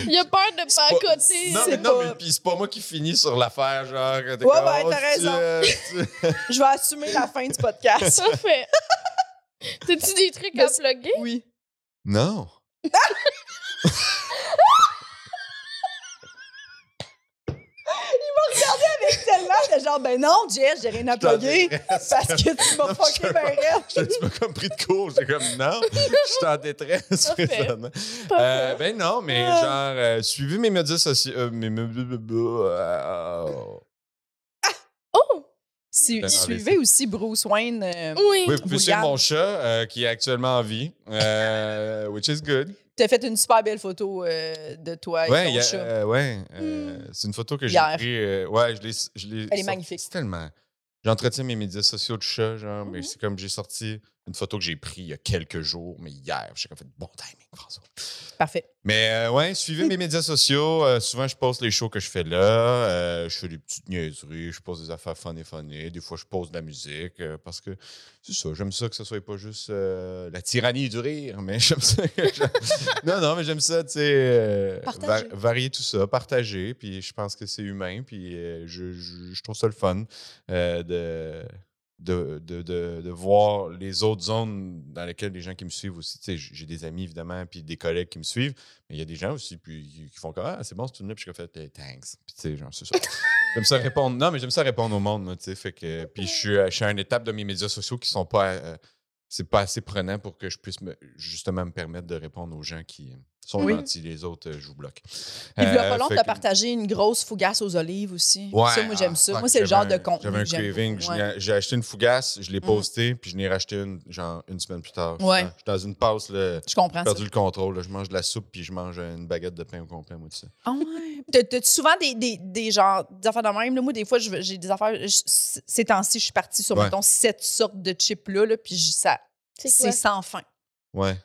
[SPEAKER 3] Il a peur de pas à
[SPEAKER 4] pas-
[SPEAKER 3] côté.
[SPEAKER 4] non, mais
[SPEAKER 2] C'est
[SPEAKER 4] non,
[SPEAKER 2] pas-
[SPEAKER 4] mais puis c'est pas moi qui finis sur l'affaire, genre. Ouais,
[SPEAKER 2] Ouais, ouais, t'as raison. Je vais assumer la fin du podcast.
[SPEAKER 3] Parfait. T'as-tu des trucs à
[SPEAKER 2] Mais c'est-
[SPEAKER 3] plugger?
[SPEAKER 2] Oui.
[SPEAKER 4] Non.
[SPEAKER 2] Tellement, j'étais genre, ben non, Jess, j'ai rien à
[SPEAKER 4] t'en
[SPEAKER 2] plugger
[SPEAKER 4] détresse.
[SPEAKER 2] parce que tu m'as
[SPEAKER 4] Non,
[SPEAKER 2] fucké
[SPEAKER 4] je-
[SPEAKER 2] ben raide.
[SPEAKER 4] J'étais un petit peu comme pris de court. J'étais comme, non, je suis en détresse
[SPEAKER 3] Parfait.
[SPEAKER 4] présentement.
[SPEAKER 3] Parfait.
[SPEAKER 4] Euh, ben non, mais
[SPEAKER 2] Ah.
[SPEAKER 4] genre, euh, suivez mes médias sociaux. euh, mes mé- blou- blou- blou- euh,
[SPEAKER 3] Oh! Mm.
[SPEAKER 2] Su-
[SPEAKER 4] Ben,
[SPEAKER 2] suivez aussi Bruce Wayne. euh,
[SPEAKER 3] Oui.
[SPEAKER 4] Oui, vous pouvez
[SPEAKER 2] Vous
[SPEAKER 4] suivre
[SPEAKER 2] regarde.
[SPEAKER 4] mon chat euh, qui est actuellement en vie, euh, which is good.
[SPEAKER 2] T'as fait une super belle photo euh, de toi et
[SPEAKER 4] Ouais,
[SPEAKER 2] ton
[SPEAKER 4] il y a-
[SPEAKER 2] chat.
[SPEAKER 4] euh, ouais euh, c'est une photo que j'ai
[SPEAKER 2] Hmm. Hier.
[SPEAKER 4] prise. euh, ouais, je l'ai. je l'ai
[SPEAKER 2] Elle est
[SPEAKER 4] sorti-
[SPEAKER 2] magnifique. Mmh
[SPEAKER 4] C'est tellement. J'entretiens mes médias sociaux de chat, genre, mais
[SPEAKER 3] Mhm.
[SPEAKER 4] c'est comme j'ai sorti une photo que j'ai prise il y a quelques jours, mais hier. J'ai comme fait bon timing, François.
[SPEAKER 2] Parfait.
[SPEAKER 4] Mais euh, ouais, suivez mes médias sociaux. Euh, souvent, je poste les shows que je fais là. Euh, je fais des petites niaiseries. Je poste des affaires funny funny. Des fois, je pose de la musique. euh, parce que c'est ça. J'aime ça que ce soit pas juste euh, la tyrannie du rire. Mais j'aime ça. que je- non, non, mais j'aime ça, tu sais. euh,
[SPEAKER 2] Partager.
[SPEAKER 4] va- varier tout ça, partager. Puis je pense que c'est humain. Puis euh, je, je- je trouve ça le fun euh, de. De, de, de, de voir les autres zones dans lesquelles les gens qui me suivent aussi. Tu sais, j'ai des amis, évidemment, puis des collègues qui me suivent. Mais il y a des gens aussi puis, qui- qui font comme Ah, c'est bon, c'est une là. Puis je fais Eh, Thanks. Puis tu sais, genre, c'est ça. j'aime ça répondre. Non, mais j'aime ça répondre au monde. là, Tu sais, fait que. Puis je suis, à- je suis à une étape de mes médias sociaux qui sont pas. euh, c'est pas assez prenant pour que je puisse me- justement me permettre de répondre aux gens qui euh, sont
[SPEAKER 2] Oui.
[SPEAKER 4] gentils. Les autres, euh, je vous bloque.
[SPEAKER 2] Puis il y a
[SPEAKER 4] Euh,
[SPEAKER 2] pas longtemps,
[SPEAKER 4] fait
[SPEAKER 2] t'as
[SPEAKER 4] que-
[SPEAKER 2] partagé une grosse fougasse aux olives aussi.
[SPEAKER 4] Ouais,
[SPEAKER 2] ça, moi,
[SPEAKER 4] ah,
[SPEAKER 2] j'aime ça.
[SPEAKER 4] fuck,
[SPEAKER 2] Moi, c'est le genre
[SPEAKER 4] j'avais
[SPEAKER 2] de
[SPEAKER 4] un-
[SPEAKER 2] contenu.
[SPEAKER 4] J'avais un
[SPEAKER 2] que j'aime.
[SPEAKER 4] craving. je
[SPEAKER 2] Ouais.
[SPEAKER 4] l'ai- J'ai acheté une fougasse, je l'ai
[SPEAKER 2] Mm.
[SPEAKER 4] postée, puis je n'ai racheté une, genre, une semaine plus tard.
[SPEAKER 2] Ouais. Ah,
[SPEAKER 4] Je suis dans une passe, là.
[SPEAKER 2] Je comprends
[SPEAKER 4] J'ai
[SPEAKER 2] ça.
[SPEAKER 4] perdu le contrôle. là. Je mange de la soupe, puis je mange une baguette de pain au complet, moi, de ça.
[SPEAKER 2] Ah ouais. T'as- T'as-tu souvent des, des, des, genre, des affaires de même? là? moi, des fois, je veux- j'ai des affaires. je- ces temps-ci, je suis partie sur,
[SPEAKER 4] Ouais.
[SPEAKER 2] mettons, cette sorte de chips-là, là, puis je- ça,
[SPEAKER 3] C'est
[SPEAKER 2] c'est
[SPEAKER 3] quoi?
[SPEAKER 2] sans fin.
[SPEAKER 4] Ouais.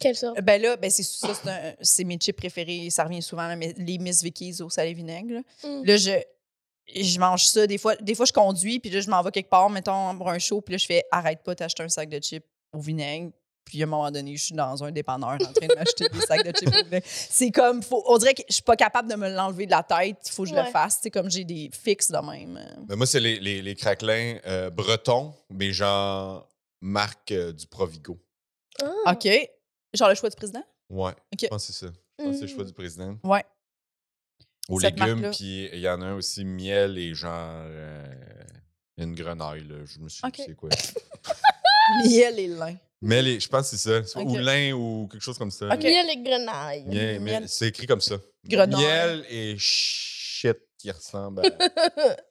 [SPEAKER 3] Quelle sorte?
[SPEAKER 2] Ben là, ben c'est ça, c'est un- c'est mes chips préférés. Ça revient souvent, là, mais les Miss Vickies au salé vinaigre. Là,
[SPEAKER 3] Mm.
[SPEAKER 2] Là, je, je mange ça. Des fois, des fois, je conduis, puis là, je m'en vais quelque part, mettons, pour un show, puis là, je fais arrête pas, t'acheter un sac de chips au vinaigre. Puis à un moment donné, je suis dans un dépanneur en train de m'acheter des sacs de chips au vinaigre. C'est comme, faut, on dirait que je suis pas capable de me l'enlever de la tête. Il faut que je
[SPEAKER 3] Ouais.
[SPEAKER 2] le fasse. C'est comme j'ai des fixes de même.
[SPEAKER 4] Mais Ben, moi, c'est les, les, les craquelins euh, bretons, mais genre marque euh, du Provigo.
[SPEAKER 3] Ah.
[SPEAKER 2] OK. Genre le choix du président?
[SPEAKER 4] Ouais, je
[SPEAKER 2] Ok.
[SPEAKER 4] pense que c'est ça. Je pense que ah, c'est le
[SPEAKER 3] Mm.
[SPEAKER 4] choix du président.
[SPEAKER 2] Ouais.
[SPEAKER 4] Aux
[SPEAKER 2] Cette
[SPEAKER 4] légumes,
[SPEAKER 2] marque-là.
[SPEAKER 4] puis il y en a un aussi miel et genre euh, une grenaille, là. Je me suis
[SPEAKER 2] Ok.
[SPEAKER 4] dit, c'est quoi.
[SPEAKER 2] Miel et lin.
[SPEAKER 4] Miel et, je pense que c'est ça. Soit- Ou
[SPEAKER 2] Ok.
[SPEAKER 4] lin ou quelque chose comme ça.
[SPEAKER 2] Ok.
[SPEAKER 3] Miel et grenaille.
[SPEAKER 4] Miel, miel.
[SPEAKER 2] Miel.
[SPEAKER 4] C'est écrit comme ça.
[SPEAKER 2] Grenaille.
[SPEAKER 4] Miel et shit qui ressemble à.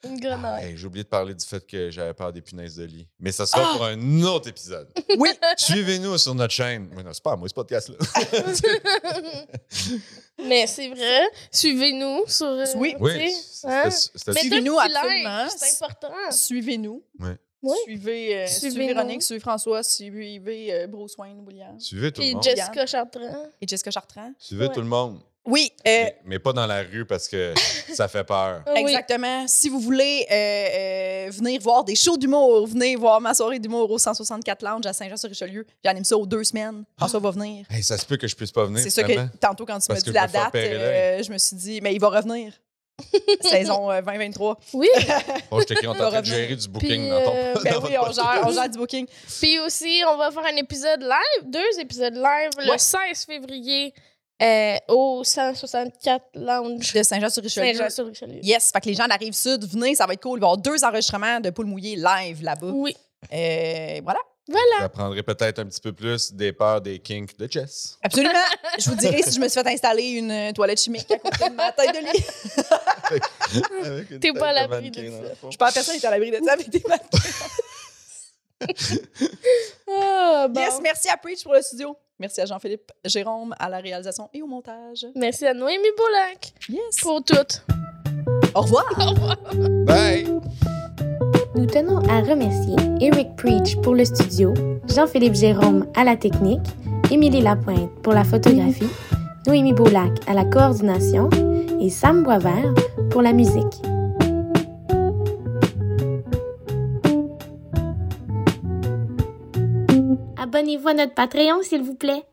[SPEAKER 3] Une grenaille.
[SPEAKER 4] Ah, hey, J'ai oublié de parler du fait que j'avais peur des punaises de lit. Mais ça sera
[SPEAKER 2] Ah!
[SPEAKER 4] pour un autre épisode.
[SPEAKER 2] Oui.
[SPEAKER 4] Suivez-nous sur notre chaîne. Mais non, c'est pas à moi ce podcast-là.
[SPEAKER 3] Mais c'est vrai. Suivez-nous sur. euh,
[SPEAKER 2] Oui.
[SPEAKER 3] tu
[SPEAKER 4] Oui.
[SPEAKER 3] sais,
[SPEAKER 4] c'était-
[SPEAKER 3] hein.
[SPEAKER 4] c'était-
[SPEAKER 3] Mettez
[SPEAKER 2] Suivez-nous
[SPEAKER 3] un petit
[SPEAKER 2] absolument.
[SPEAKER 3] like, C'est important.
[SPEAKER 2] Suivez-nous.
[SPEAKER 3] Oui.
[SPEAKER 2] Suivez, euh, suivez
[SPEAKER 3] Suivez-nous.
[SPEAKER 2] Véronique, suivez François, suivez euh, Bruce Wayne Williams.
[SPEAKER 4] Suivez tout le
[SPEAKER 3] Puis
[SPEAKER 4] monde.
[SPEAKER 3] Jessica Chartrand.
[SPEAKER 2] Et Jessica Chartrand.
[SPEAKER 4] Suivez
[SPEAKER 3] Ouais.
[SPEAKER 4] tout le monde.
[SPEAKER 2] Oui, euh,
[SPEAKER 4] Mais, mais pas dans la rue parce que ça fait peur.
[SPEAKER 3] Ah oui.
[SPEAKER 2] exactement. Si vous voulez euh, euh, venir voir des shows d'humour, venez voir ma soirée d'humour au 164 Lounge à Saint-Jean-sur-Richelieu. J'anime ça aux deux semaines.
[SPEAKER 4] Ah.
[SPEAKER 2] François va venir.
[SPEAKER 4] Hey, ça se peut que je puisse pas venir.
[SPEAKER 2] C'est ça
[SPEAKER 4] finalement.
[SPEAKER 2] que tantôt, quand tu m'as
[SPEAKER 4] Parce que
[SPEAKER 2] dit
[SPEAKER 4] je
[SPEAKER 2] la
[SPEAKER 4] me fais
[SPEAKER 2] date,
[SPEAKER 4] opérer
[SPEAKER 2] euh, je me suis dit, mais il va revenir. Saison euh, 2023.
[SPEAKER 3] Oui.
[SPEAKER 4] Bon, Oh, je t'écris, on t'a
[SPEAKER 2] va
[SPEAKER 4] en train de
[SPEAKER 2] revenir.
[SPEAKER 4] gérer du booking
[SPEAKER 3] Euh, Puis,
[SPEAKER 4] dans ton.
[SPEAKER 3] euh,
[SPEAKER 4] dans
[SPEAKER 2] Ben
[SPEAKER 4] votre
[SPEAKER 2] oui, on
[SPEAKER 4] podcast.
[SPEAKER 2] gère, on gère du booking.
[SPEAKER 3] Puis aussi, on va faire un épisode live, deux épisodes live, le
[SPEAKER 2] Ouais.
[SPEAKER 3] 16 février euh, au 164 Lounge
[SPEAKER 2] De Saint-Jean-sur-Richelieu.
[SPEAKER 3] Saint-Jean-sur-Richelieu.
[SPEAKER 2] Yes, fait que les gens de la rive sud, venez, ça va être cool. Il va y avoir deux enregistrements de poules mouillées live là-bas.
[SPEAKER 3] Oui.
[SPEAKER 2] Euh, voilà.
[SPEAKER 4] Vous apprendrez peut-être un petit peu plus des peurs des kinks de Jess.
[SPEAKER 2] Absolument. Je vous dirai si je me suis fait installer une euh, toilette chimique à côté de ma tête de lit.
[SPEAKER 4] Avec une
[SPEAKER 3] T'es
[SPEAKER 4] tête
[SPEAKER 3] pas à
[SPEAKER 4] de
[SPEAKER 3] l'abri de
[SPEAKER 4] mannequin dans
[SPEAKER 3] ça.
[SPEAKER 4] le fond.
[SPEAKER 2] Je pense que personne n'est à l'abri de ça avec des matelas.
[SPEAKER 3] Ah, bon.
[SPEAKER 2] Yes, merci à Preach pour le studio. Merci à Jean-Philippe Jérôme à la réalisation et au montage.
[SPEAKER 3] Merci à Noémie Boulac
[SPEAKER 2] Yes.
[SPEAKER 3] pour tout.
[SPEAKER 2] Au revoir.
[SPEAKER 4] Bye!
[SPEAKER 5] Nous tenons à remercier Eric Preach pour le studio, Jean-Philippe Jérôme à la technique, Émilie Lapointe pour la photographie, Noémie Boulac à la coordination et Sam Boisvert pour la musique. Abonnez-vous à notre Patreon, s'il vous plaît.